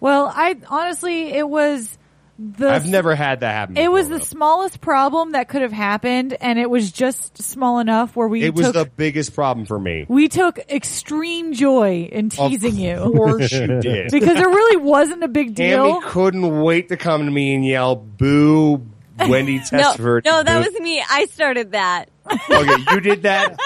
Well, I honestly, it was the.
I've never had that happen.
It was the smallest problem that could have happened, and it was just small enough where we
it was
took
the biggest problem for me.
we took extreme joy in teasing you.
Of course you did.
because it really wasn't a big
Tammy
deal.
couldn't wait to come to me and yell, "Boo, Wendy Testford!"
no, no, that
Boo."
was me. I started that.
okay, you did that.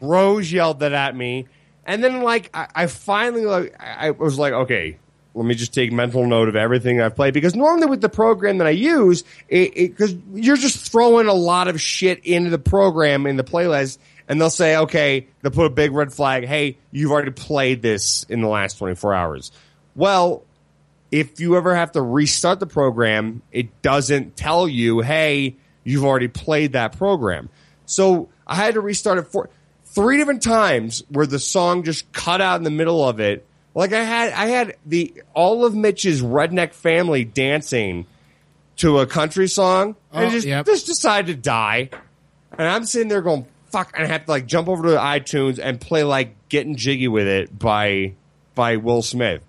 Rose yelled that at me, and then like I, I finally like I I was like, okay, let me just take mental note of everything I've played because normally with the program that I use, it because you're just throwing a lot of shit into the program in the playlist, and they'll say, okay, they'll put a big red flag. Hey, you've already played this in the last 24 hours. Well, if you ever have to restart the program, it doesn't tell you, hey, you've already played that program. So I had to restart it for three different times where the song just cut out in the middle of it. Like I had I had the all of Mitch's redneck family dancing to a country song and
Oh,
just,
yep.
just decided to die. And I'm sitting there going, fuck, and I have to like jump over to iTunes and play like Getting Jiggy with It by by Will Smith.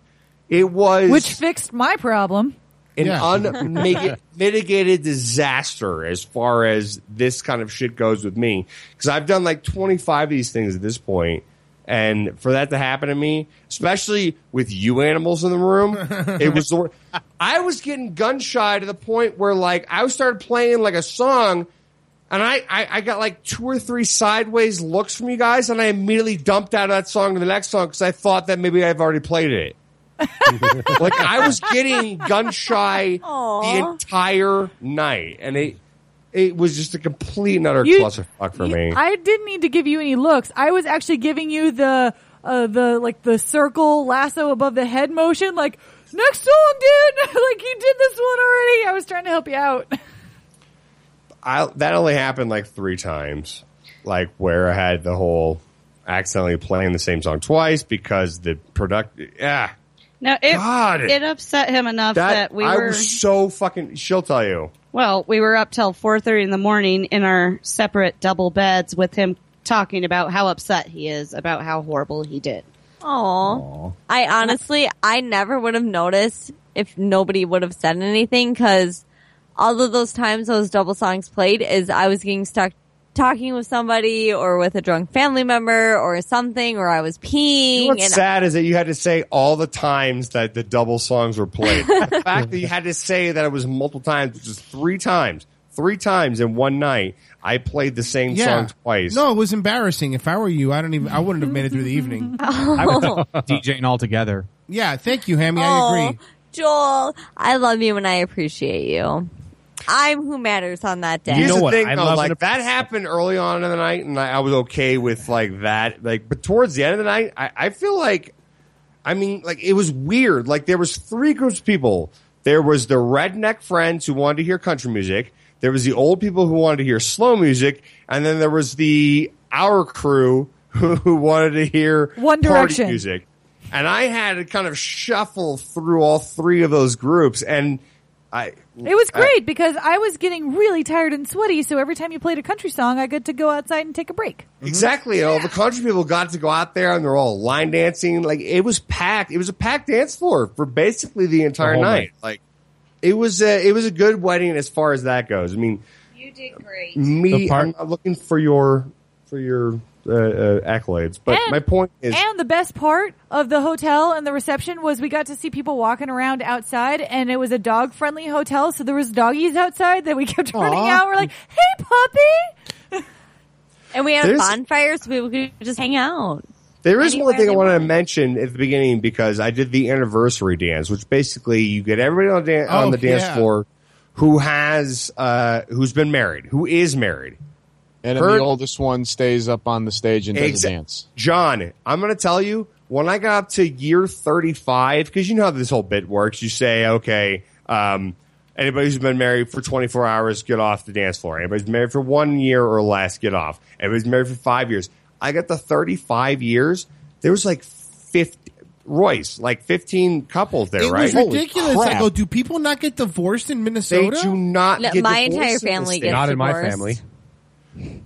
It was
which fixed my problem.
an
Yeah.
unmitigated disaster as far as this kind of shit goes with me because I've done like 25 of these things at this point and for that to happen to me especially with you animals in the room it was the wor- I was getting gun shy to the point where like I started playing like a song and I, I, I got like two or three sideways looks from you guys and I immediately dumped out of that song to the next song because I thought that maybe I've already played it like I was getting gun shy the entire night, and it it was just a complete and utter
You-
clusterfuck for me.
I didn't need to give you any looks. I was actually giving you the uh, the like the circle lasso above the head motion, like next song, dude. like you did this one already. I was trying to help you out.
I that only happened like three times, like where I had the whole accidentally playing the same song twice because the product. Yeah,
No, it
God.
it upset him enough that, we
I
were
was so fucking. She'll tell you.
well, we were up till four thirty in the morning in our separate double beds with him talking about how upset he is about how horrible he did.
Oh, I honestly, I never would have noticed if nobody would have said anything because all of those times those double songs played is I was getting stuck talking with somebody or with a drunk family member or something or I was peeing.
What's
and
sad is that you had to say all the times that the double songs were played. the fact that you had to say that it was multiple times, which is three times, three times in one night. I played the same
Yeah.
song twice.
No, it was embarrassing. If I were you, I don't even. I wouldn't have made it through the evening.
I was DJing altogether.
Yeah, thank you, Hammy. I agree.
Joel, I love you and I appreciate you. I'm who matters on that day.
Here's the thing, though, like that happened early on in the night, and I, I was okay with like that. Like, but towards the end of the night, I, I feel like, I mean, like it was weird. Like there was three groups of people. There was the redneck friends who wanted to hear country music. There was the old people who wanted to hear slow music, and then there was the our crew who, who wanted to hear
One
party
Direction.
music. And I had to kind of shuffle through all three of those groups, and I
It was
I-
great because I was getting really tired and sweaty. So every time you played a country song, I got to go outside and take a break.
Exactly. and All the country people got to go out there and they're all line dancing. Like it was packed. It was a packed dance floor for basically the entire
whole
night.
night.
Like it was a it was a good wedding as far as that goes. I mean,
You did great.
me
The part-
I'm not looking for your for your uh, uh, accolades, but
And-
my point is
and the best part of the hotel and the reception was we got to see people walking around outside, and it was a dog friendly hotel, so there was doggies outside that we kept running
Aw.
out. We're like, "Hey, puppy!"
and we had
There's-
bonfires. We could just hang out.
There is one
Anywhere
thing I
they
wanted to mention at the beginning because I did the anniversary dance, which basically you get everybody on, dan-
Oh,
on the dance
yeah.
floor who has uh, who's been married, who is married,
And then the oldest one stays up on the stage and does a
Exa-
dance.
John, I'm going to tell you, When I got up to year 35, because you know how this whole bit works, you say, okay, um, anybody who's been married for 24 hours, get off the dance floor. Anybody's married for one year or less, get off. Anybody's married for five years. I got to 35 years. There was like 50, Royce, like 15 couples there,
It
right?
was
Holy
ridiculous.
crap.
I go, do people not get divorced in Minnesota?
do not
No, get my divorced entire in this family state. gets
Not in my
divorced.
family.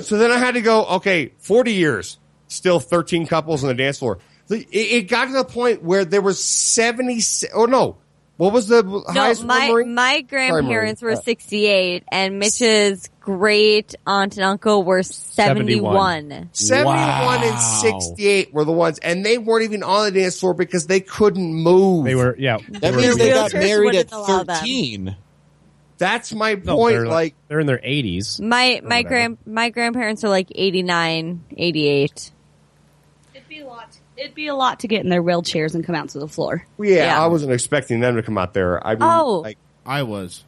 so then I had to go, okay, 40 years, still 13 couples on the dance floor. The- It, it got to the point where there was 70, oh no, what was the
No,
highest
my
number?
my grandparents
Sorry, Marie.
were 68, and Mitch's great aunt and uncle were 71.
71 and
Wow.
68 were the ones, and they weren't even on the dance floor because they couldn't move. They were,
yeah.
That means they got married at 13.
That's my point.
No, they're
like,
they're in their 80s.
My
Or
my
whatever.
grand my grandparents are like 89, 88.
It'd be a lot. It'd be a lot to get in their wheelchairs and come out to the floor.
yeah, I wasn't expecting them to come out there. I mean,
Oh.
like,
I was.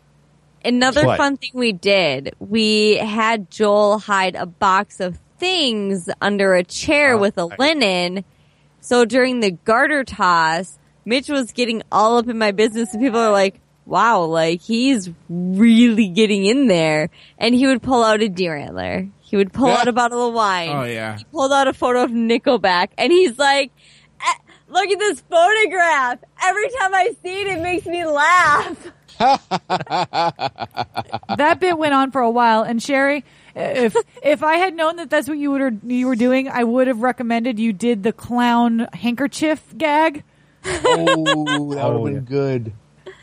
Another
What?
fun thing we did, we had Joel hide a box of things under a chair with a linen. So during the garter toss, Mitch was getting all up in my business and people are like, wow, like he's really getting in there. And he would pull out a deer antler. He would pull out a bottle of wine.
Oh, yeah.
He pulled out a photo of Nickelback and he's like, "Eh, look at this photograph. Every time I see it, it makes me laugh.
Oh,
that bit went on for a while. And Sherry, if if I had known that that's what you were you were doing, I would have recommended you did the clown handkerchief gag.
Oh, that
Oh,
would have been good.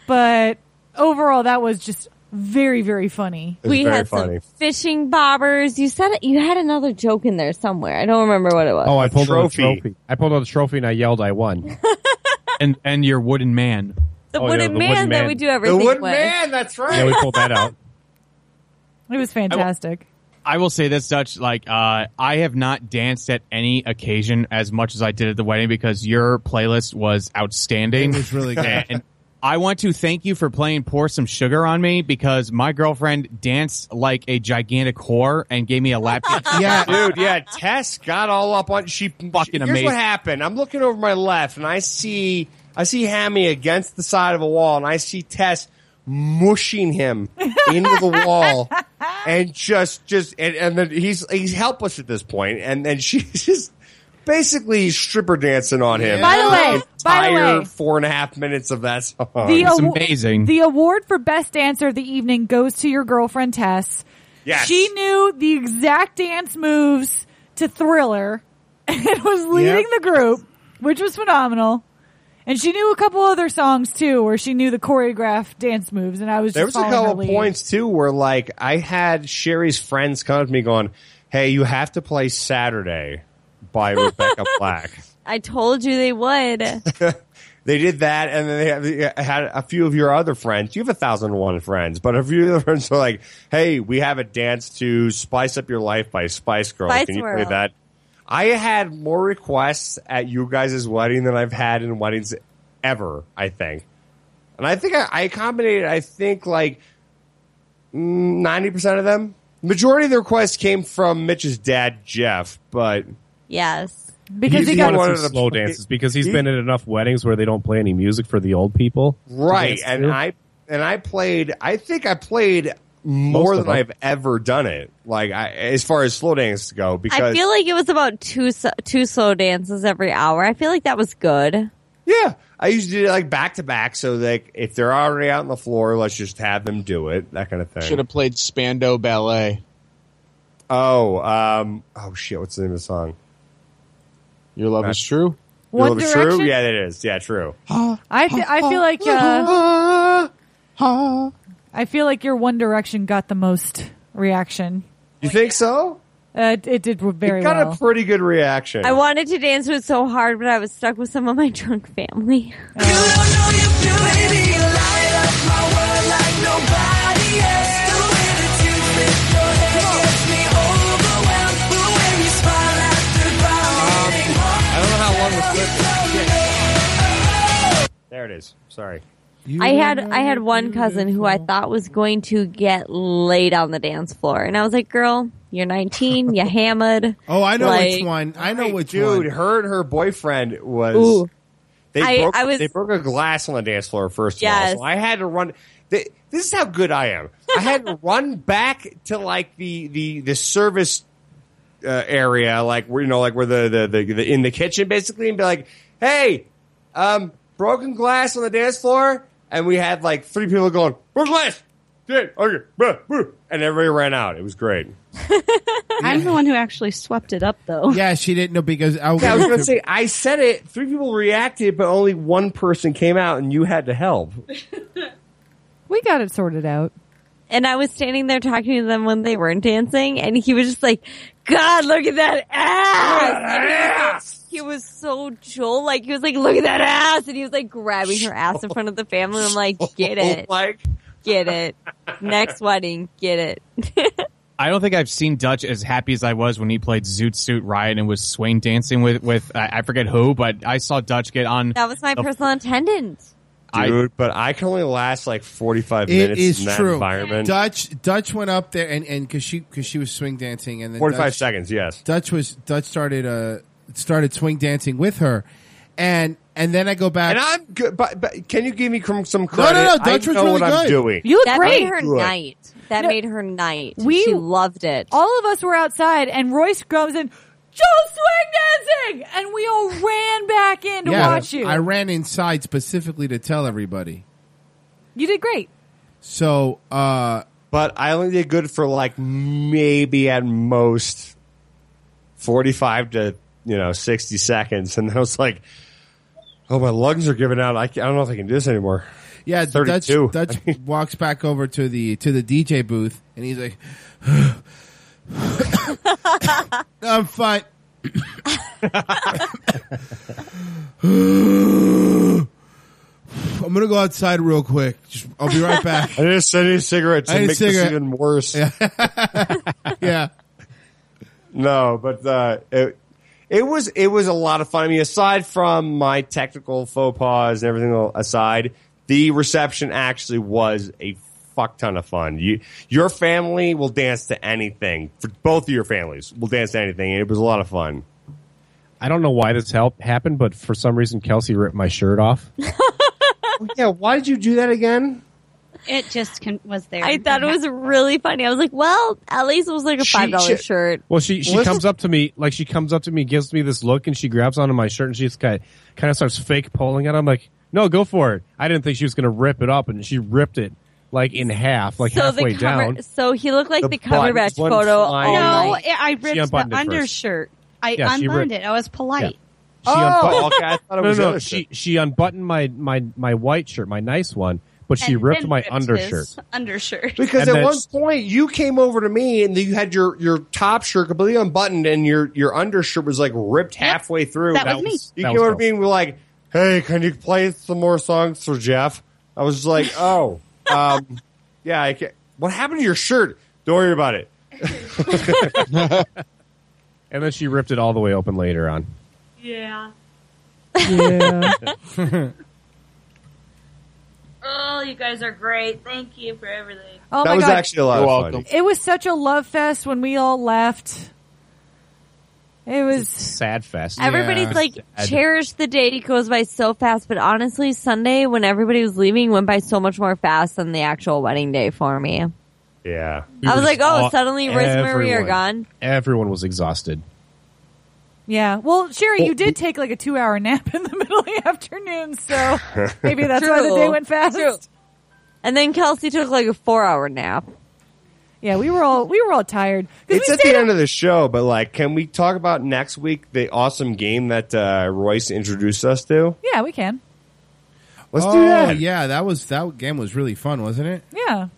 But overall, that was just very very funny.
we had some fishing bobbers. You said it, you had another joke in there somewhere. I don't remember what it was.
Oh, I pulled out a trophy. I pulled out a trophy and I yelled, "I won!"
and and your wooden man.
The
Oh, yeah,
wooden
the
man
wooden
that
man.
we do
The
everything
wooden
with.
man, that's right.
Yeah, we pulled that out.
It was fantastic.
I will say this, Dutch. Like, uh, I have not danced at any occasion as much as I did at the wedding because your playlist was outstanding.
It was really good.
And I want to thank you for playing "Pour Some Sugar on Me" because my girlfriend danced like a gigantic whore and gave me a lap dance.
Yeah.
dude. Yeah, Tess got all up on. She fucking Here's
amazing.
what happened. I'm looking over my left, and I see I see Hammy against the side of a wall, and I see Tess mushing him into the wall, and just just and and then he's he's helpless at this point, and then she's just basically stripper dancing on him.
By the way, by the
entire
way.
four and a half minutes of that song.
awa- The award for best dancer of the evening goes to your girlfriend Tess.
Yes.
She knew the exact dance moves to Thriller and was leading the group, which was phenomenal. And she knew a couple other songs too, where she knew the choreographed dance moves. And I was just
there was a
following her
couple
lead.
points too where like I had Sherry's friends come to me going, "Hey, you have to play Saturday by Rebecca Black."
I told you they would.
They did that, and then they had- they had a few of your other friends. You have a thousand and one friends, but a few of your friends were like, "Hey, we have a dance to Spice Up Your Life by Spice Girls.
Spice
Can you play
World.
that?" I had more requests at you guys' wedding than I've had in weddings ever. I think, and I think I, I accommodated. I think like ninety percent of them. Majority of the requests came from Mitch's dad, Jeff, but
yes.
Because
He's
he
the
got
one
Wanted
wanted
some
to
slow
play-
dances because he's
he-
been at enough weddings where they don't play any music for the old people. to
right
dance
and
to.
i and i played i think i played more
Most of
than i've
them.
ever done it like I, as far as slow dance go
I
because
feel like it was about two so- two slow dances every hour. I feel like that was good.
yeah i usually do it like back to back so like if they're already out on the floor let's just have them do it that kind of thing
Should have played Spando Ballet.
oh um oh shit what's the name of the song
your love is true
your
One
love is
Direction?
true yeah that is yeah true
I, fe- I feel like uh, I feel like your One Direction got the most reaction.
you think so
Uh, it- it did very
it got
well.
a pretty good reaction
I wanted to dance with it so hard, but I was stuck with some of my drunk family.
i don't know how long this clip- Shit. there it is sorry
I had I had one cousin who I thought was going to get laid on the dance floor, and I was like, "Girl, You're 19. you hammered.
Oh, I know
Like-
which one. I know which
dude,
one.
her and her boyfriend was.
Ooh.
They
I-
broke.
I was-
they broke a glass on the dance floor first.
Yes.
Of all, so I had to run. Th this is how good I am. I had to run back to like the the the service uh, area, like where you know, like where the the, the the in the kitchen basically, and be like, "Hey, um, broken glass on the dance floor," and we had like three people going, "Broken glass." Yeah, okay, bruh, bruh," and everybody ran out. It was great.
I'm the one who actually swept it up, though.
Yeah, she didn't know because I
Yeah, I was going to say, I said it. Three people reacted, but only one person came out, and you had to help.
We got it sorted out.
And I was standing there talking to them when they weren't dancing, and he was just like, "God, look at that ass!" And he was so Joel, like he was like, "Look at that ass!" And he was like grabbing her ass in front of the family. I'm like,
Oh
"Get it,
like,
get it. Next wedding, get it."
I don't think I've seen Dutch as happy as I was when he played Zoot Suit Riot and was swing dancing with with uh, I forget who, but I saw Dutch get on.
That was my
the-
personal attendant.
Dude, but I can only last like 45
It
minutes
is
in that
true.
environment.
Dutch Dutch went up there and and because she because she was swing dancing and then
45
Dutch,
seconds, yes.
Dutch was Dutch started uh started swing dancing with her, and and then I go back
And I'm good, but, but can you give me cr- some
no
credit?
no no
I
Dutch
know
was really
what
good.
I'm doing.
that made her
Good.
night. That made her night.
We-
she loved it.
All of us were outside, and Royce comes in, Joe swing dancing, and we all ran back in to
yeah,
watch you.
I ran inside specifically to tell everybody.
you did great.
So, uh,
but I only did good for like maybe at most 45 to, you know, 60 seconds. And then I was like, oh, my lungs are giving out. I, can, I don't know if I can do this anymore.
Yeah, Dutch,
32.
Dutch walks back over to the to the DJ booth and he's like, "I'm fine." I'm gonna go outside real quick. Just, I'll be right back.
I just sent you cigarettes
I
to
need a
make
cigarette.
this even worse.
yeah.
No, but uh, it it was it was a lot of fun. I mean, aside from my technical faux pas and everything el- aside, the reception actually was a fuck ton of fun. You your family will dance to anything. For both of your families will dance to anything. It was a lot of fun.
I don't know why this help happened, but for some reason Kelsey ripped my shirt off.
yeah, why did you do that again?
It just con- was there.
I thought it was really funny. I was like, "Well, at least it was like a five dollar shirt."
Well, she she
Listen-
comes up to me like she comes up to me, gives me this look, and she grabs onto my shirt and she just kind of, kind of starts fake pulling it. I'm like, no, go for it. I didn't think she was going to rip it up, and she ripped it like in half, like halfway
the cover,
down.
So he looked like
The
the, cover batch
buttons wouldn't
photo. Oh
fly.
all
No,
night.
it, Oh, I
She
ripped
unbuttoned
the
it first.
undershirt. Oh. I
Yeah, she
unbuttoned
ripped-
it. I was polite.
She unbuttoned.
Oh, okay, I thought it
no,
was
no,
the other
she she unbuttoned my my my white shirt, my nice one, but she
And
ripped
then
my
his
undershirt.
undershirt.
Because
And
at
then
one
she-
point you came over to me and you had your, your top shirt completely unbuttoned and your, your undershirt was like ripped halfway through.
that was That me. was-
You
that
came
was
over to
Kelsey.
me and were like, "Hey, can you play some more songs for Jeff?" I was just like, "Oh, um, yeah." I can What happened to your shirt? Don't worry about it.
And then she ripped it all the way open later on.
Yeah.
Yeah.
Oh, you guys are great. Thank you for everything.
Oh
that
my
was
God.
actually a lot
You're
of
welcome.
fun.
It was such a love fest when we all left. It was.
Sad fest.
Everybody's like,
Sad.
cherish the day. It goes by so fast. But honestly, Sunday, when everybody was leaving, went by so much more fast than the actual wedding day for me.
Yeah.
I was like, oh,
All-
suddenly Royce and Marie are
everyone-
gone.
Everyone was exhausted.
Yeah. Well, Sherry, you did take like a two hour nap in the middle of the afternoon, so maybe that's why the day
True.
went fast.
True. And then Kelsey took like a four hour nap.
Yeah, we were all we were all tired. 'Cause
It's
we
at the
stayed
end of the show, but like, can we talk about next week the awesome game that uh, Royce introduced us to?
up- yeah, we can.
Let's
oh,
do that.
Yeah, that was that game was really fun, wasn't it?
Yeah.
It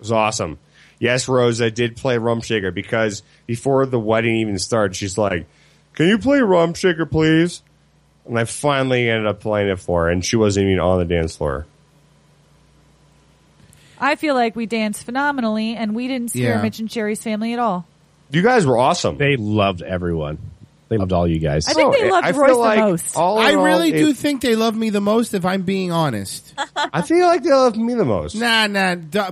was awesome. Yes, Rosa did play Rum Shaker because before the wedding even started, she's like, Can you play Rum Shaker, please? And I finally ended up playing it for her, and she wasn't even on the dance floor.
I feel like we danced phenomenally and we didn't scare
Yeah.
Mitch and Sherry's family at all.
You guys were awesome. Oh,
They loved everyone. They loved all you guys.
I think they loved Royce the most.
I really do think they love me the most. If I'm being honest,
I feel like they love me the most.
Nah, nah. d- uh,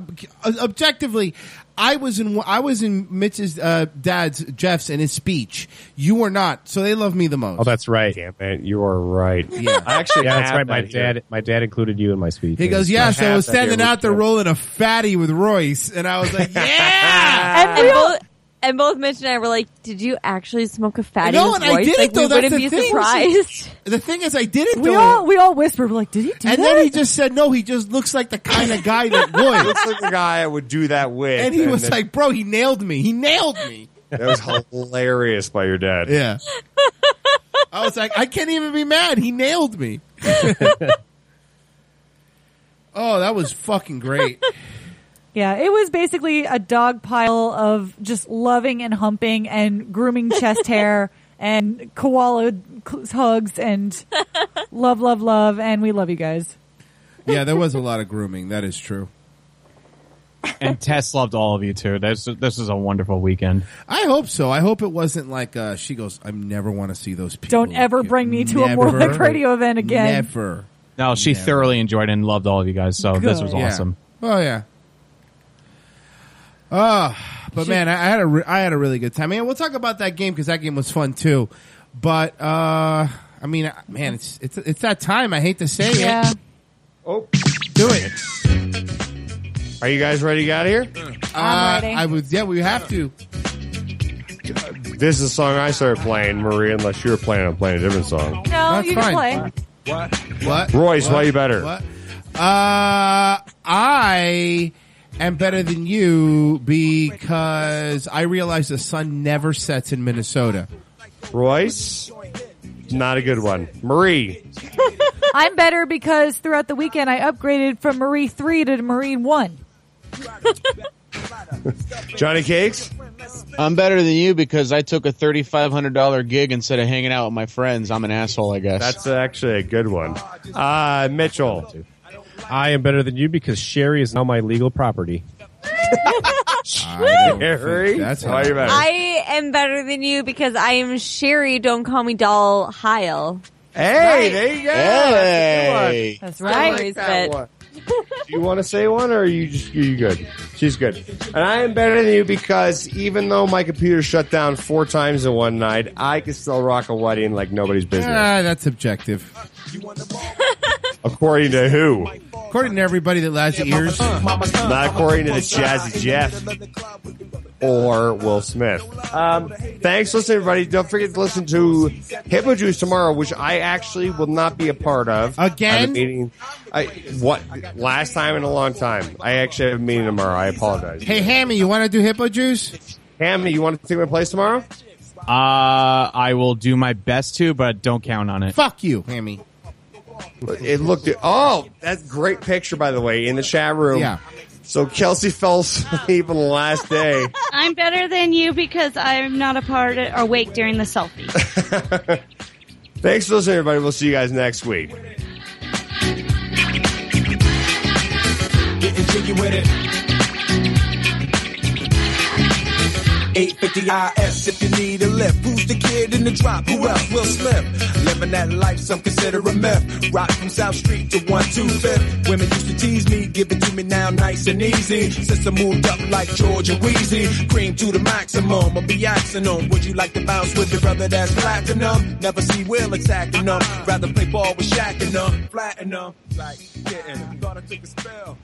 objectively, I was in I was in Mitch's uh, dad's Jeff's and his speech. You were not, so they love me the most.
Oh, that's right.
Damn it, you are right.
Yeah.
I actually
yeah, that's
have
right. My
that here.
dad, my dad included you in my speech.
He goes, yeah. So I was standing out there rolling a fatty with Royce, and I was like, yeah.
and, both, and both Mitch and I were like, "Did you actually smoke a fatty?"
No,
with
and I
Royce?
did it,
Like,
though.
We
That's
wouldn't be
the thing.
surprised.
The thing is, I did it.
We
though.
all we all whispered, we're like, "Did he do
and
that?"
then he just said, no. He just looks like the kind of guy that would.
Looks like the guy I would do that with.
and he was
that-
like, bro, he nailed me. He nailed me.
that was hilarious by your dad.
Yeah. I was like, I can't even be mad. He nailed me. oh, that was fucking great.
Yeah, it was basically a dog pile of just loving and humping and grooming chest hair and koala c- hugs and love, love, love, and we love you guys.
Yeah, there was a lot of grooming. That is true.
and Tess loved all of you too. This this was a wonderful weekend.
I hope so. I hope it wasn't like uh, she goes, I never want to see those people.
Don't ever bring me to a
Never.
Morlock radio event again.
Never.
No, she thoroughly enjoyed it and loved all of you guys. So this was
Good. Yeah.
awesome.
Oh yeah. Ah, but man, I, I had a re- I had a really good time. Man, we'll talk about that game because that game was fun too. But uh, I mean, I- man, it's it's it's that time. I hate to say
Yeah.
it.
Oh.
Do it.
Are you guys ready to get out of here?
Uh, I would. Yeah, we have to.
This is a song I started playing, Marie, unless you were planning on playing a different song.
No,
Oh,
That's
you can
fine.
play.
What? What?
Royce,
what?
why you better?
What? Uh, I am better than you because I realize the sun never sets in Minnesota. Ah,
Royce, not a good one. Marie,
I'm better because throughout the weekend I upgraded from Marie three to Marine one.
Johnny Cakes.
I'm better than you because I took a $3,500 gig instead of hanging out with my friends. I'm an asshole, I guess.
That's actually a good one. Uh, Mitchell.
I am better than you because Sherry is now my legal property.
Harry,
that's
why
how-
you better?
I am better than you because I am Sherry. Don't call me Doll Heil.
Hey, there you go. That's a good one.
That's right.
that one. Do you want to say one, or are you just are you good? She's good, and I am better than you because even though my computer shut down four times in one night, I can still rock a wedding like nobody's business.
Ah, that's subjective.
According to who?
According to everybody that has ears.
Not according to the Jazzy Jeff or Will Smith. Um, thanks for listening, everybody. Don't forget to listen to Hypno Juice tomorrow, which I actually will not be a part of.
Again?
I have a meeting. I, what? Last time in a long time. I actually have a meeting tomorrow. I apologize.
Hey, Hammy, you want to do hippo juice?
Hammy, you want to take my place tomorrow?
Uh, I will do my best to, but don't count on it.
Fuck you, Hammy.
It looked. Oh, that's a great picture, by the way, in the chat room.
Yeah.
So Kelsey fell asleep on the last day.
I'm better than you because I'm not a part of, awake during the selfie.
Thanks for listening, everybody. We'll see you guys next week.
Getting jiggy with it. 850 IS if you need a lift. Who's the kid in the drop? Who else will slip? Living that life, some consider a myth. Rock from South Street to 125th. Women used to tease me, give it to me now nice and easy. Since I moved up like Georgia Wheezy, cream to the maximum. I'll be axing 'em. Would you like to bounce with your brother that's platinum? Never see Will attacking them. Rather play ball with Shaq and them. Flatten them. Like, getting. Thought I took a spell.